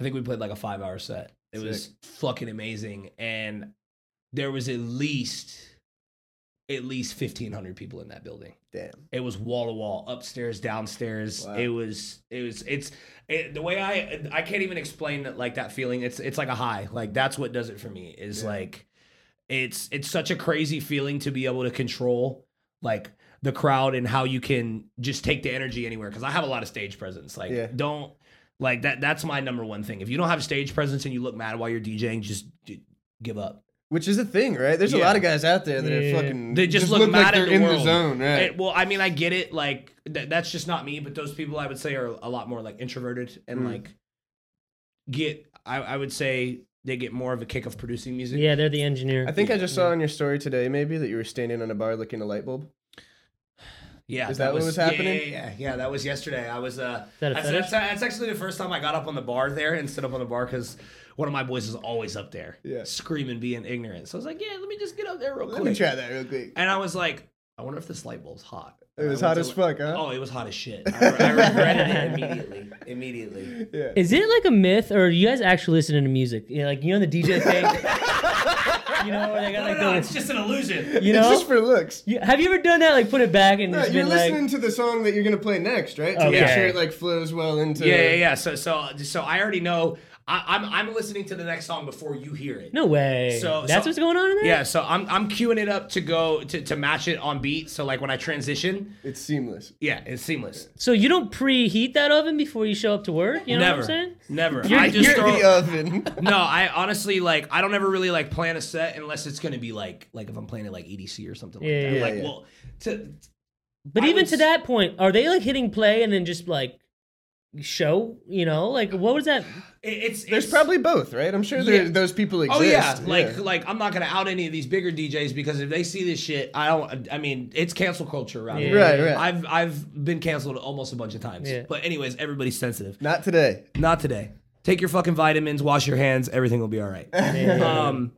Speaker 3: I think we played like a five hour set. It was fucking amazing, and there was at least, at least fifteen hundred people in that building.
Speaker 2: Damn.
Speaker 3: It was wall to wall, upstairs, downstairs.
Speaker 2: Wow.
Speaker 3: It was, it was, it's it, the way I, I can't even explain that like that feeling. It's, it's like a high. Like that's what does it for me. Is
Speaker 2: Yeah.
Speaker 3: like, it's, it's such a crazy feeling to be able to control like the crowd and how you can just take the energy anywhere. Because I have a lot of stage presence. Like,
Speaker 2: Yeah.
Speaker 3: don't like that. That's my number one thing. If you don't have stage presence and you look mad while you're DJing, just d- give up.
Speaker 2: Which is a thing, right? There's a
Speaker 3: Yeah.
Speaker 2: lot of guys out there that
Speaker 1: Yeah.
Speaker 2: are fucking.
Speaker 3: They just look mad
Speaker 2: like
Speaker 3: at
Speaker 2: they're
Speaker 3: the
Speaker 2: in
Speaker 3: world.
Speaker 2: the zone, right?
Speaker 3: It- well, I mean, I get it. Like th- that's just not me. But those people, I would say, are a lot more like introverted and
Speaker 2: Mm.
Speaker 3: like get. I, I would say they get more of a kick of producing music.
Speaker 1: Yeah, they're the engineer.
Speaker 2: I think I just saw on your story today, maybe, that you were standing on a bar looking a light bulb.
Speaker 3: yeah.
Speaker 2: Is that what was
Speaker 3: yeah,
Speaker 2: happening?
Speaker 3: Yeah, yeah, yeah, yeah. That was yesterday. I was. Uh,
Speaker 1: that a
Speaker 3: that's,
Speaker 1: fetish?
Speaker 3: that's, that's actually the first time I got up on the bar there and stood up on the bar because one of my boys is always up there,
Speaker 2: Yeah.
Speaker 3: screaming, being ignorant. So I was like, yeah, let me just get up there real
Speaker 2: Let
Speaker 3: quick.
Speaker 2: me try that real quick.
Speaker 3: And I was like, I wonder if this light bulb's hot.
Speaker 2: It
Speaker 3: And I
Speaker 2: was
Speaker 3: went
Speaker 2: hot
Speaker 3: to
Speaker 2: as
Speaker 3: look-
Speaker 2: fuck, huh?
Speaker 3: Oh, it was hot as shit. I, re- I regretted it immediately. Immediately.
Speaker 2: Yeah.
Speaker 1: Is it like a myth, or are you guys actually listening to music? You know, like you know the DJ thing. you know where they got like the.
Speaker 3: just an illusion.
Speaker 1: You
Speaker 2: It's
Speaker 1: know.
Speaker 2: just for looks.
Speaker 1: You- have you ever done that? Like put it back and
Speaker 2: No,
Speaker 1: it's
Speaker 2: you're
Speaker 1: been like.
Speaker 2: listening to the song that you're gonna play next, right? To make
Speaker 1: Okay.
Speaker 2: sure it like flows well into.
Speaker 3: Yeah, yeah, yeah. So, so, so I already know. I, I'm, I'm listening to the next song before you hear it.
Speaker 1: No way.
Speaker 3: So-
Speaker 1: that's
Speaker 3: so-
Speaker 1: what's going on in there.
Speaker 3: Yeah, so I'm, I'm queuing it up to go to, to match it on beat. So like when I transition,
Speaker 2: It's seamless.
Speaker 3: yeah, it's seamless.
Speaker 1: So you don't preheat that oven before you show up to work. You know
Speaker 3: never,
Speaker 1: what I'm saying?
Speaker 3: never.
Speaker 1: You're-
Speaker 3: I just
Speaker 2: You're
Speaker 3: throw.
Speaker 2: the oven.
Speaker 3: no, I honestly like I don't ever really like plan a set unless it's gonna be like like if I'm playing it like EDC or something
Speaker 1: Yeah,
Speaker 3: like that.
Speaker 1: yeah,
Speaker 3: like
Speaker 2: yeah.
Speaker 3: well, to
Speaker 1: But
Speaker 3: I
Speaker 1: even
Speaker 3: would
Speaker 1: to
Speaker 3: s-
Speaker 1: that point, are they like hitting play and then just like show? You know, like what was that?
Speaker 3: it, it's
Speaker 2: There's
Speaker 3: it's-
Speaker 2: probably both, right? I'm sure there
Speaker 3: Yeah.
Speaker 2: those people exist.
Speaker 3: Oh yeah, like like I'm not gonna out any of these bigger DJs because if they see this shit, I don't. I mean, it's cancel culture around here.
Speaker 2: right, right.
Speaker 3: I've I've been canceled almost a bunch of times.
Speaker 1: Yeah.
Speaker 3: But anyways, everybody's sensitive.
Speaker 2: Not today.
Speaker 3: Not today. Take your fucking vitamins, wash your hands, everything will be all right.
Speaker 1: Yeah.
Speaker 3: um,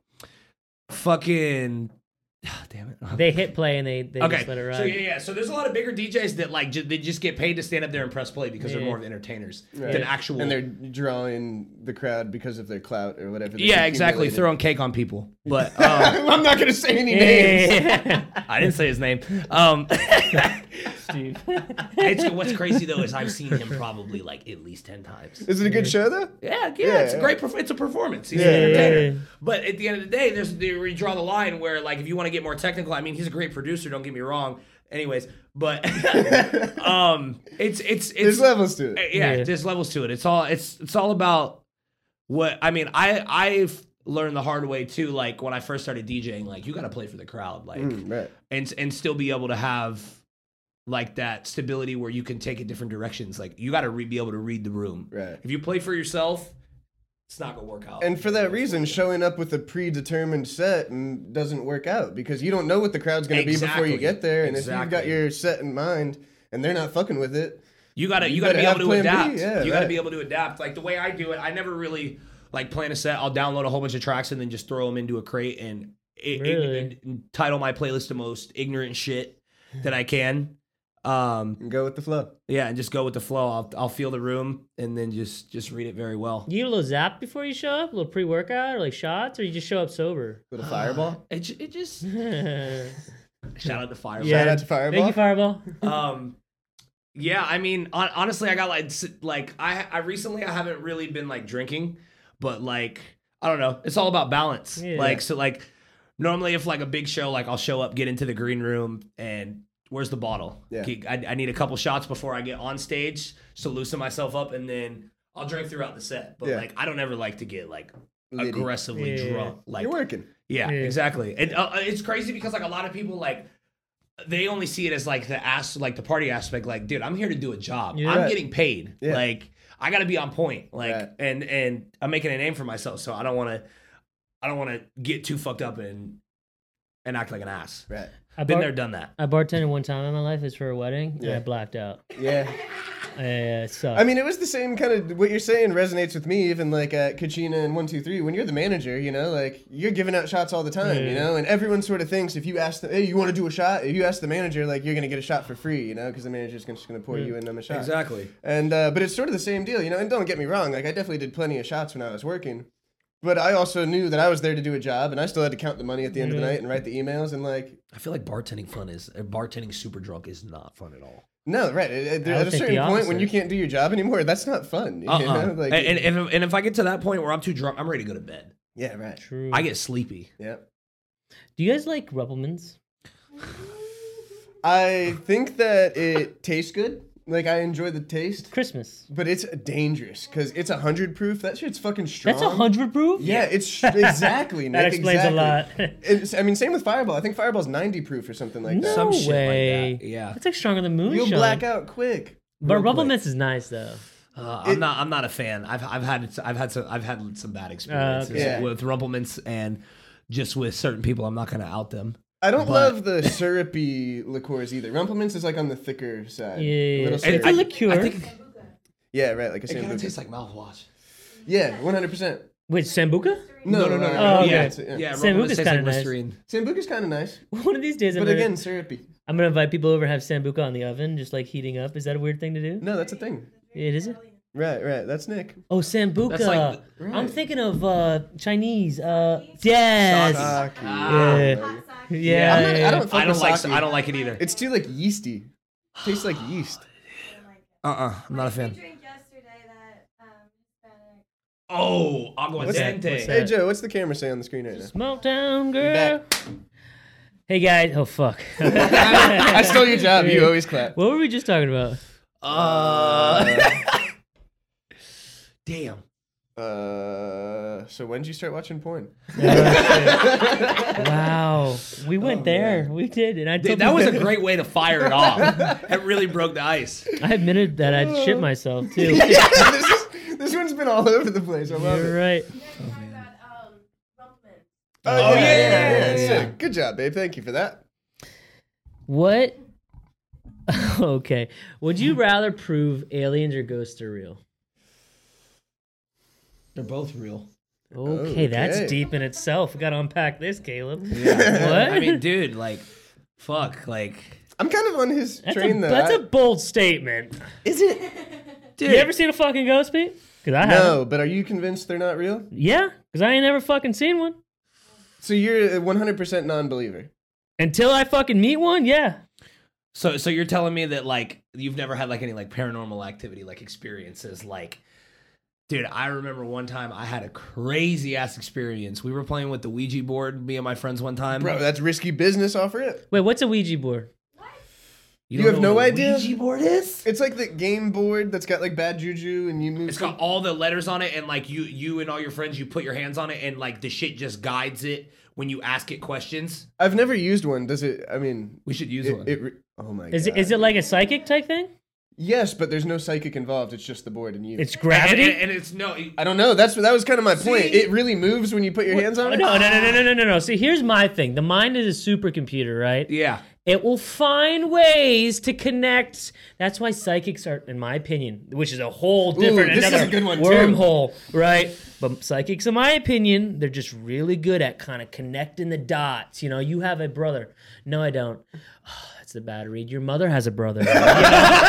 Speaker 3: fucking damn it.
Speaker 1: They hit play and they, they just let it ride.
Speaker 3: So yeah, yeah. So there's a lot of bigger DJs that like ju- they just get paid to stand up there and press play because they're
Speaker 1: Yeah.
Speaker 3: more of entertainers than actual.
Speaker 2: and they're drawing the crowd because of their clout or whatever. they've
Speaker 3: yeah, exactly.
Speaker 2: accumulated.
Speaker 3: Throwing cake on people, but um,
Speaker 2: I'm not gonna say any names.
Speaker 1: Yeah.
Speaker 3: I didn't say his name. Um,
Speaker 1: Steve.
Speaker 3: it's, what's crazy though is I've seen him probably like at least ten times.
Speaker 2: Is it a good show though?
Speaker 3: Yeah, yeah,
Speaker 2: Yeah,
Speaker 3: it's a
Speaker 2: yeah.
Speaker 3: great. Perf- it's a performance. He's
Speaker 2: Yeah,
Speaker 3: an
Speaker 2: yeah,
Speaker 3: entertainer.
Speaker 1: yeah.
Speaker 3: But at the end of the day, there's they redraw the line where like if you want to get more technical, I mean he's a great producer. Don't get me wrong. Anyways, but um, it's it's
Speaker 2: There's
Speaker 3: it's
Speaker 2: levels to it.
Speaker 3: yeah,
Speaker 1: Yeah.
Speaker 3: there's levels to it. It's all it's it's all about what I mean. I I've learned the hard way too. Like when I first started DJing, like you got to play for the crowd. Like
Speaker 2: Mm, right.
Speaker 3: and and still be able to have like that stability where you can take it different directions. Like you got to re- be able to read the room.
Speaker 2: Right.
Speaker 3: If you play for yourself, it's not gonna work out.
Speaker 2: And for that reason, showing up with a predetermined set and doesn't work out because you don't know what the crowd's going to be before
Speaker 3: Exactly.
Speaker 2: you get there. And if you've got
Speaker 3: Exactly.
Speaker 2: your set in mind and they're not fucking with it,
Speaker 3: you gotta you,
Speaker 2: you
Speaker 3: gotta be
Speaker 2: better
Speaker 3: able to
Speaker 2: have plan
Speaker 3: adapt.
Speaker 2: B, yeah,
Speaker 3: you gotta
Speaker 2: right.
Speaker 3: be able to adapt. Like the way I do it, I never really like plan a set. I'll download a whole bunch of tracks and then just throw them into a crate and i-
Speaker 1: Really?
Speaker 3: ig- and title my playlist the most ignorant shit that I can. Um,
Speaker 2: and go with the flow.
Speaker 3: yeah, and just go with the flow. I'll I'll feel the room and then just just read it very well.
Speaker 1: You get a little zap before you show up, a little pre workout or like shots, or you just show up sober.
Speaker 2: With a fireball.
Speaker 3: It, ju- it just
Speaker 1: yeah.
Speaker 3: shout out to Fire.
Speaker 2: Shout out to Fireball.
Speaker 1: Thank you, Fireball.
Speaker 3: Um, yeah, I mean, hon- honestly, I got like s- like I I recently I haven't really been like drinking, but like I don't know, it's all about balance.
Speaker 1: Yeah.
Speaker 3: Like so, like normally if like a big show, like I'll show up, get into the green room, and where's the bottle?
Speaker 2: Yeah.
Speaker 3: Ke- I, I need a couple shots before I get on stage to loosen myself up, and then. I'll drink throughout the set, but
Speaker 2: Yeah.
Speaker 3: like I don't ever like to get like
Speaker 2: Liddy.
Speaker 3: aggressively
Speaker 1: Yeah.
Speaker 3: drunk. Like
Speaker 2: You're working.
Speaker 3: yeah,
Speaker 1: Yeah.
Speaker 3: exactly. And uh, it's crazy because like a lot of people like they only see it as like the ass like the party aspect. Like, dude, I'm here to do a job.
Speaker 1: Yeah.
Speaker 3: I'm
Speaker 2: Right.
Speaker 3: getting paid.
Speaker 2: Yeah.
Speaker 3: Like, I got to be on point. Like,
Speaker 2: Right.
Speaker 3: and and I'm making a name for myself, so I don't want to. I don't want to get too fucked up and and act like an ass.
Speaker 2: Right.
Speaker 1: I,
Speaker 3: Been
Speaker 1: bar-
Speaker 3: there, done that.
Speaker 1: I bartended one time in my life. It's for a wedding. Yeah. And
Speaker 2: Yeah.
Speaker 1: I blacked out.
Speaker 2: Yeah.
Speaker 1: Yeah, it sucked.
Speaker 2: I mean, it was the same kind of what you're saying resonates with me, even like at Kachina and 123. When you're the manager, you know, like you're giving out shots all the time,
Speaker 1: Yeah.
Speaker 2: you know, and everyone sort of thinks if you ask the, hey, you want to do a shot, if you ask the manager, like you're going to get a shot for free, you know, because the manager's gonna- just going to pour you in them a shot. And, uh, but it's sort of the same deal, you know, and don't get me wrong, like I definitely did plenty of shots when I was working. But I also knew that I was there to do a job, and I still had to count the money at the end of the night and write the emails. And like,
Speaker 3: I feel like bartending fun is uh, bartending super drunk is not fun at all.
Speaker 2: no, right? At, at-
Speaker 1: I
Speaker 2: at
Speaker 1: would
Speaker 2: a
Speaker 1: think
Speaker 2: certain
Speaker 1: the
Speaker 2: point, when
Speaker 1: opposite. Uh-uh.
Speaker 2: you can't do your job anymore, that's not fun. You
Speaker 3: Uh uh
Speaker 2: know? Like,
Speaker 3: and, and, if, and if I get to that point where I'm too drunk, I'm ready to go to bed.
Speaker 2: yeah, right.
Speaker 1: True.
Speaker 3: I get sleepy.
Speaker 2: Yeah.
Speaker 1: Do you guys like Ruppelmans?
Speaker 2: I think that it tastes good. Like I enjoy the taste,
Speaker 1: Christmas.
Speaker 2: but it's dangerous because it's a hundred proof. That shit's fucking strong.
Speaker 1: That's a hundred proof.
Speaker 2: Yeah, it's exactly.
Speaker 1: That
Speaker 2: Nick,
Speaker 1: explains a
Speaker 2: exactly.
Speaker 1: lot.
Speaker 2: It's, I mean, same with Fireball. I think Fireball's ninety proof or something like that.
Speaker 1: No
Speaker 3: Some shit like
Speaker 1: way.
Speaker 3: that, yeah.
Speaker 1: That's like stronger than
Speaker 2: You'll
Speaker 1: moonshine.
Speaker 2: black out quick.
Speaker 1: But
Speaker 2: real
Speaker 1: Rubble
Speaker 2: quick.
Speaker 1: Mints is nice though.
Speaker 3: Uh, I'm
Speaker 2: It-
Speaker 3: not. I'm not a fan. I've I've had I've had some I've had some bad experiences
Speaker 1: okay.
Speaker 2: Yeah.
Speaker 3: with rumplements and just with certain people. I'm not gonna out them.
Speaker 2: I don't
Speaker 3: but-
Speaker 2: love the syrupy liqueurs either. Rumplemint's is like on the thicker
Speaker 1: Yeah,
Speaker 2: side. A little
Speaker 1: yeah, yeah. It's a
Speaker 2: syrupy.
Speaker 1: liqueur.
Speaker 3: I think
Speaker 2: yeah, right. Like a
Speaker 3: it kind of
Speaker 2: sambuca.
Speaker 3: tastes like mouthwash.
Speaker 2: yeah, one hundred percent.
Speaker 1: Wait, Sambuca?
Speaker 2: No, no, no.
Speaker 1: Oh, okay.
Speaker 3: yeah,
Speaker 2: it's-
Speaker 3: yeah.
Speaker 2: yeah.
Speaker 3: Rumplemint's
Speaker 1: Sambuca's
Speaker 3: tastes
Speaker 1: kinda nice.
Speaker 3: Listerine.
Speaker 2: Sambuca's kind of nice,
Speaker 1: One of these days, I'm
Speaker 2: but
Speaker 1: gonna,
Speaker 2: again, syrupy.
Speaker 1: I'm gonna invite people over and have sambuca on the oven, just like heating up. Is that a weird thing to do?
Speaker 2: No, that's a thing.
Speaker 1: It is it?
Speaker 2: Right, right. That's Nick.
Speaker 1: Oh, sambuca.
Speaker 3: That's like
Speaker 1: I'm
Speaker 2: Right.
Speaker 1: thinking of uh, Chinese. Uh, yes.
Speaker 3: Sake.
Speaker 2: Sake.
Speaker 3: Ah.
Speaker 1: Yeah. Yeah.
Speaker 3: I'm not-
Speaker 2: I
Speaker 1: yeah.
Speaker 2: don't fuck
Speaker 3: I don't
Speaker 2: with
Speaker 3: like.
Speaker 2: sake.
Speaker 3: I don't like it either.
Speaker 2: It's too like yeasty. Tastes like yeast.
Speaker 3: Uh, uh-uh, uh. i am not a fan.
Speaker 5: drank yesterday that um, Hispanic-
Speaker 3: Oh,
Speaker 1: that? What's
Speaker 3: aguardiente.
Speaker 1: that?
Speaker 2: Hey Joe, what's the camera say on the screen right now?
Speaker 1: Small town girl.
Speaker 2: Back.
Speaker 1: Hey guys. Oh fuck.
Speaker 2: I stole your job. You always clap.
Speaker 1: what were we just talking about?
Speaker 3: Uh, damn.
Speaker 2: Uh, so when did you start watching porn?
Speaker 1: Wow. We went there. We did, and I
Speaker 3: Dude,
Speaker 1: told
Speaker 3: that
Speaker 1: you-
Speaker 3: was a great way to fire it off. It really broke the ice.
Speaker 1: I admitted that I shit myself too.
Speaker 2: this, is, this one's been all over the place. I love
Speaker 1: You're
Speaker 2: it.
Speaker 1: right.
Speaker 5: You
Speaker 3: Oh,
Speaker 5: guys talking about um, Rumpelman.
Speaker 2: Oh,
Speaker 3: yeah, yeah, yeah,
Speaker 2: sick.
Speaker 3: yeah.
Speaker 2: Good job, babe. Thank you for that.
Speaker 1: What? okay. Would you rather prove aliens or ghosts are real?
Speaker 3: They're both real.
Speaker 1: Okay, that's
Speaker 2: Okay.
Speaker 1: deep in itself. We got to unpack this, Caleb. What?
Speaker 3: I mean, dude, like, fuck, like,
Speaker 2: I'm kind of on his
Speaker 1: that's, a,
Speaker 2: train though.
Speaker 1: that's
Speaker 2: I-
Speaker 1: a bold statement.
Speaker 2: is it?
Speaker 3: dude.
Speaker 1: You ever seen a fucking ghost, Pete? Because I haven't.
Speaker 2: No, but are you convinced they're not real?
Speaker 1: Yeah, because I ain't never fucking seen one.
Speaker 2: So you're a 100% non-believer.
Speaker 1: Until I fucking meet one, yeah.
Speaker 3: so, so you're telling me that like you've never had like any like paranormal activity like experiences, like. Dude, I remember one time I had a crazy ass experience. We were playing with the Ouija board, me and my friends one time.
Speaker 2: Bro, that's risky business off rip.
Speaker 1: Wait, what's a Ouija board?
Speaker 3: you,
Speaker 2: you
Speaker 3: don't
Speaker 2: have
Speaker 3: know
Speaker 2: no
Speaker 3: what a
Speaker 2: idea?
Speaker 3: Ouija board is?
Speaker 2: It's like the game board that's got like bad juju and you move
Speaker 3: It's got all the letters on it, and like you, you and all your friends, you put your hands on it, and like the shit just guides it when you ask it questions.
Speaker 2: I've never used one. Does it I mean
Speaker 3: We should use
Speaker 2: it,
Speaker 3: one.
Speaker 2: it re- Oh my
Speaker 1: Is
Speaker 2: god.
Speaker 1: it, is it like a psychic type thing?
Speaker 2: Yes, but there's no psychic involved. It's just the board and you.
Speaker 1: It's
Speaker 3: and,
Speaker 1: gravity?
Speaker 3: and- and it's no.
Speaker 2: I don't know. That's that was kind of my point.
Speaker 3: See?
Speaker 2: It really moves when you put your hands on
Speaker 1: Oh,
Speaker 2: it.
Speaker 1: no, no, no, no, no, no, no, no. See, here's my thing. The mind is a supercomputer, right?
Speaker 3: Yeah.
Speaker 1: It will find ways to connect. That's why psychics are, in my opinion, which is a whole different
Speaker 2: this is
Speaker 1: another
Speaker 2: a good one, too.
Speaker 1: wormhole, right? But psychics, in my opinion, they're just really good at kind of connecting the dots. You know, you have a brother. No, I don't. that's the bad read. Your mother has a brother. You know?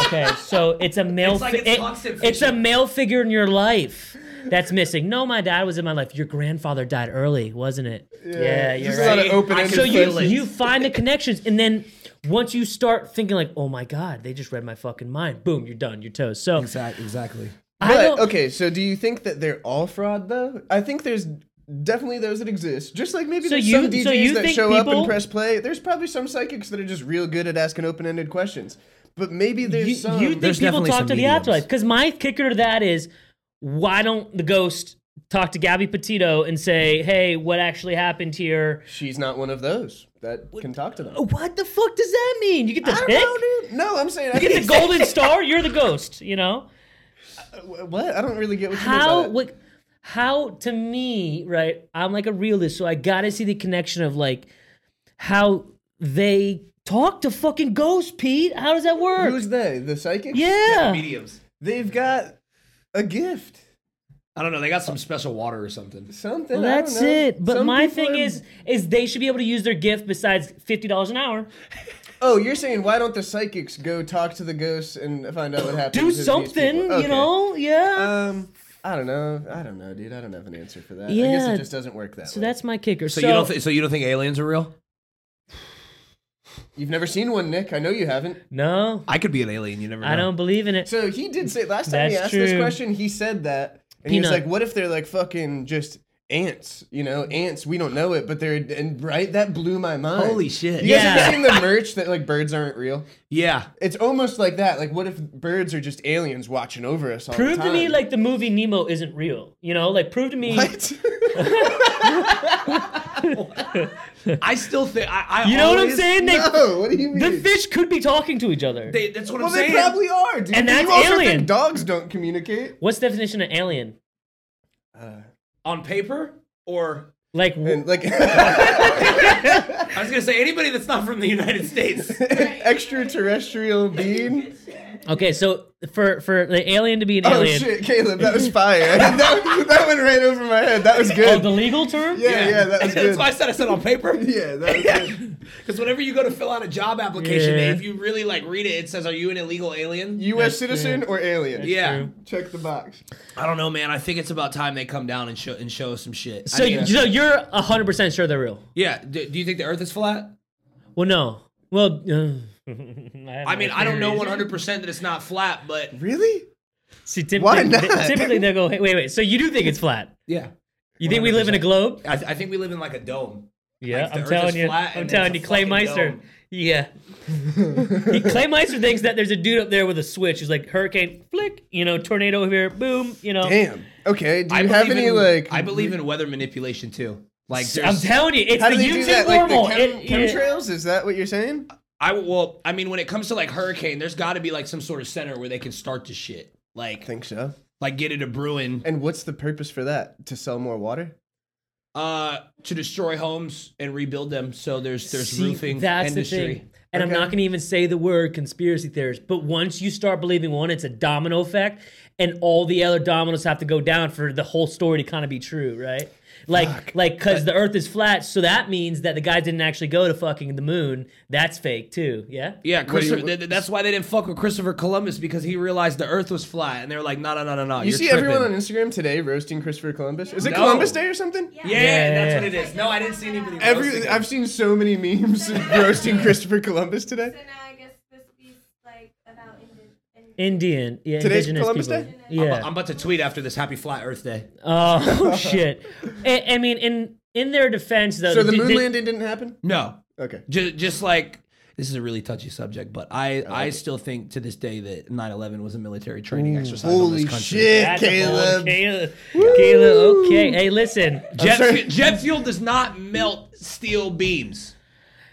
Speaker 1: okay, so it's a male.
Speaker 3: It's like
Speaker 1: fi-
Speaker 3: it's constant
Speaker 1: it's a
Speaker 3: fiction.
Speaker 1: male figure in your life. That's missing. No, my dad was in my life. Your grandfather died early, wasn't it? Yeah, you're
Speaker 2: There's
Speaker 1: right
Speaker 2: a lot of open-ended
Speaker 1: so you
Speaker 2: questions.
Speaker 1: you find the connections, and then once you start thinking like, oh my god, they just read my fucking mind. Boom, you're done. You're toast. So
Speaker 3: Exactly. Exactly.
Speaker 1: I
Speaker 2: But
Speaker 1: don't.
Speaker 2: okay, so do you think that they're all fraud though? I think there's definitely those that exist. Just like maybe
Speaker 1: So
Speaker 2: there's
Speaker 1: you-
Speaker 2: some DJs
Speaker 1: so you
Speaker 2: that
Speaker 1: think
Speaker 2: show up
Speaker 1: people-
Speaker 2: and press play. There's probably some psychics that are just real good at asking open-ended questions. But maybe there's
Speaker 1: you,
Speaker 2: some.
Speaker 1: you think
Speaker 3: There's
Speaker 1: people
Speaker 3: definitely
Speaker 1: talk
Speaker 3: some
Speaker 1: to the
Speaker 3: mediums.
Speaker 1: afterlife? Because my kicker to that is, why don't the ghost talk to Gabby Petito and say, hey, what actually happened here?
Speaker 2: She's not one of those that can talk to them.
Speaker 1: What the fuck does that mean? You get the
Speaker 2: I don't
Speaker 1: pick.
Speaker 2: know, dude. No, I'm saying I
Speaker 1: You get the
Speaker 2: think-
Speaker 1: golden star. You're the ghost. You know
Speaker 2: What? I don't really get what you mean by
Speaker 1: how?
Speaker 2: that.
Speaker 1: Like, how to me, right? I'm like a realist, so I gotta see the connection of like how they talk to fucking ghosts, Pete. How does that work?
Speaker 2: Who's they? The psychics?
Speaker 1: yeah.
Speaker 3: Mediums.
Speaker 2: They've got a gift.
Speaker 3: I don't know. They got some special water or something.
Speaker 2: Something.
Speaker 1: Well,
Speaker 2: I don't
Speaker 1: that's
Speaker 2: know.
Speaker 1: it. But
Speaker 2: Some
Speaker 1: my
Speaker 2: people
Speaker 1: thing
Speaker 2: are-
Speaker 1: is, is they should be able to use their gift besides fifty dollars an hour.
Speaker 2: Oh, you're saying why don't the psychics go talk to the ghosts and find out what happened?
Speaker 1: Do something, you know? Yeah.
Speaker 2: Um, I don't know. I don't know, dude. I don't have an answer for that. I guess
Speaker 1: Yeah.
Speaker 2: it just doesn't work that
Speaker 1: so
Speaker 2: way.
Speaker 1: that's my kicker.
Speaker 3: So, you don't. Th- so you don't think aliens are real?
Speaker 2: You've never seen one, Nick. I know you haven't.
Speaker 1: no,
Speaker 3: I could be an alien. You never. know.
Speaker 1: I don't believe in it.
Speaker 2: So he did say last time he
Speaker 1: That's
Speaker 2: asked this
Speaker 1: true.
Speaker 2: question, he said that, and he was
Speaker 1: Peanut.
Speaker 2: like, "What if they're like fucking just ants? You know, ants. We don't know it, but they're and right. That blew my mind.
Speaker 3: Holy shit.
Speaker 2: You guys
Speaker 1: Yeah.
Speaker 2: ever seen the merch that like birds aren't real?
Speaker 3: Yeah.
Speaker 2: It's almost like that. Like, what if birds are just aliens watching over us all
Speaker 1: Prove
Speaker 2: the
Speaker 1: to
Speaker 2: time?
Speaker 1: me like the movie Nemo isn't real. You know, like prove to me.
Speaker 2: What?
Speaker 3: I still think. I, I
Speaker 1: You know what I'm
Speaker 3: always-
Speaker 1: saying? They,
Speaker 2: no, what do you mean?
Speaker 1: The fish could be talking to each other.
Speaker 3: They, that's what
Speaker 2: well,
Speaker 3: I'm
Speaker 2: they
Speaker 3: saying.
Speaker 2: probably are, dude.
Speaker 1: And
Speaker 2: Do
Speaker 1: that's
Speaker 2: you also
Speaker 1: alien.
Speaker 2: Think dogs don't communicate.
Speaker 1: What's the definition of alien?
Speaker 3: on paper or
Speaker 1: Like, w-
Speaker 2: And like
Speaker 3: I was gonna say anybody that's not from the United States.
Speaker 2: extraterrestrial being.
Speaker 1: okay, so for for the alien to be an
Speaker 2: Oh
Speaker 1: alien,
Speaker 2: shit, Caleb, that was fire. that, that went right over my head. That was
Speaker 1: oh,
Speaker 2: good.
Speaker 1: the legal term.
Speaker 2: yeah, yeah, that was
Speaker 3: that's
Speaker 2: good.
Speaker 3: why I said I said on paper.
Speaker 2: Yeah, that was good.
Speaker 3: Because whenever you go to fill out a job application,
Speaker 1: Yeah.
Speaker 3: if you really like read it, it says, "Are you an illegal alien?"
Speaker 2: U.S. citizen or alien?
Speaker 3: yeah.
Speaker 1: true.
Speaker 2: Check the box.
Speaker 3: I don't know, man. I think it's about time they come down and show and show us some shit.
Speaker 1: So,
Speaker 3: I mean,
Speaker 1: you, so you're hundred percent sure they're real?
Speaker 3: yeah. Do, do you think the Earth is flat?
Speaker 1: Well, no. Well, uh,
Speaker 3: I mean, I don't know 100 percent that it's not flat, but
Speaker 2: Really?
Speaker 1: See, typically,
Speaker 2: Why not?
Speaker 1: typically they'll go, hey, wait, wait. So you do think it's flat?
Speaker 3: yeah.
Speaker 1: You think we live in a globe?
Speaker 3: I, th- I think we live in like a dome.
Speaker 1: Yeah,
Speaker 3: Like, the
Speaker 1: I'm
Speaker 3: Earth
Speaker 1: telling
Speaker 3: is
Speaker 1: you.
Speaker 3: flat
Speaker 1: I'm
Speaker 3: and
Speaker 1: telling
Speaker 3: it's
Speaker 1: you,
Speaker 3: a
Speaker 1: Clay
Speaker 3: fucking
Speaker 1: Meister.
Speaker 3: dome.
Speaker 1: Yeah. He- Clay Meister thinks that there's a dude up there with a switch. He's like hurricane, flick, you know, tornado over here, boom, you know.
Speaker 2: Damn. Okay. Do you
Speaker 3: I
Speaker 2: have
Speaker 3: believe
Speaker 2: any
Speaker 3: in,
Speaker 2: like?
Speaker 3: I believe in weather manipulation too. Like
Speaker 1: I'm
Speaker 3: there's-
Speaker 1: telling you, it's
Speaker 2: How
Speaker 1: the
Speaker 2: do they do that?
Speaker 1: YouTube
Speaker 2: Like
Speaker 1: normal.
Speaker 2: the chem, chemtrails? Is that what you're saying?
Speaker 3: I well, I mean, when it comes to like hurricane, there's got to be like some sort of center where they can start the shit, like
Speaker 2: think so.
Speaker 3: like get it a brewing.
Speaker 2: And what's the purpose for that? To sell more water?
Speaker 3: Uh, to destroy homes and rebuild them. So there's there's
Speaker 1: See,
Speaker 3: roofing
Speaker 1: that's
Speaker 3: industry.
Speaker 1: the thing. And I'm not going to even say the word conspiracy theorist, but once you start believing one, it's a domino effect, and all the other dominoes have to go down for the whole story to kind of be true, right? Like, like, because the Earth is flat, so that means that the guys didn't actually go to fucking the moon. That's fake too. Yeah.
Speaker 3: Yeah,
Speaker 2: do you-
Speaker 3: Christopher, th- th- that's why they didn't fuck with Christopher Columbus because he realized the Earth was flat, and they were like, no, no, no, no, no.
Speaker 2: You
Speaker 3: you're
Speaker 2: see
Speaker 3: tripping.
Speaker 2: everyone on Instagram today roasting Christopher Columbus. Is it
Speaker 3: No.
Speaker 2: Columbus Day or something?
Speaker 3: Yeah,
Speaker 1: Yeah.
Speaker 3: that's what it is. No, I didn't see anybody. roasting
Speaker 2: Every
Speaker 3: him.
Speaker 2: I've seen so many memes roasting Christopher Columbus today.
Speaker 5: So now I guess this is like about Indian. and
Speaker 1: Indian. Yeah.
Speaker 2: Today's
Speaker 1: indigenous
Speaker 2: Columbus
Speaker 1: people.
Speaker 2: Day?
Speaker 1: Yeah.
Speaker 3: I'm about to tweet after this. Happy Flat Earth Day.
Speaker 1: Oh shit! I, I mean, in in their defense, though,
Speaker 2: So the
Speaker 1: did-
Speaker 2: moon
Speaker 1: did-
Speaker 2: landing didn't happen.
Speaker 3: No,
Speaker 2: Okay.
Speaker 3: just, just like this is a really touchy subject, but I, I, still think to this day that 9/11 was a military training exercise. on
Speaker 2: Holy
Speaker 3: this country.
Speaker 2: shit,
Speaker 1: That's a bold
Speaker 2: Caleb.
Speaker 1: Caleb, Caleb. Okay. Hey, listen.
Speaker 3: Jet,
Speaker 2: sorry.
Speaker 3: fu- jet fuel does not melt steel beams.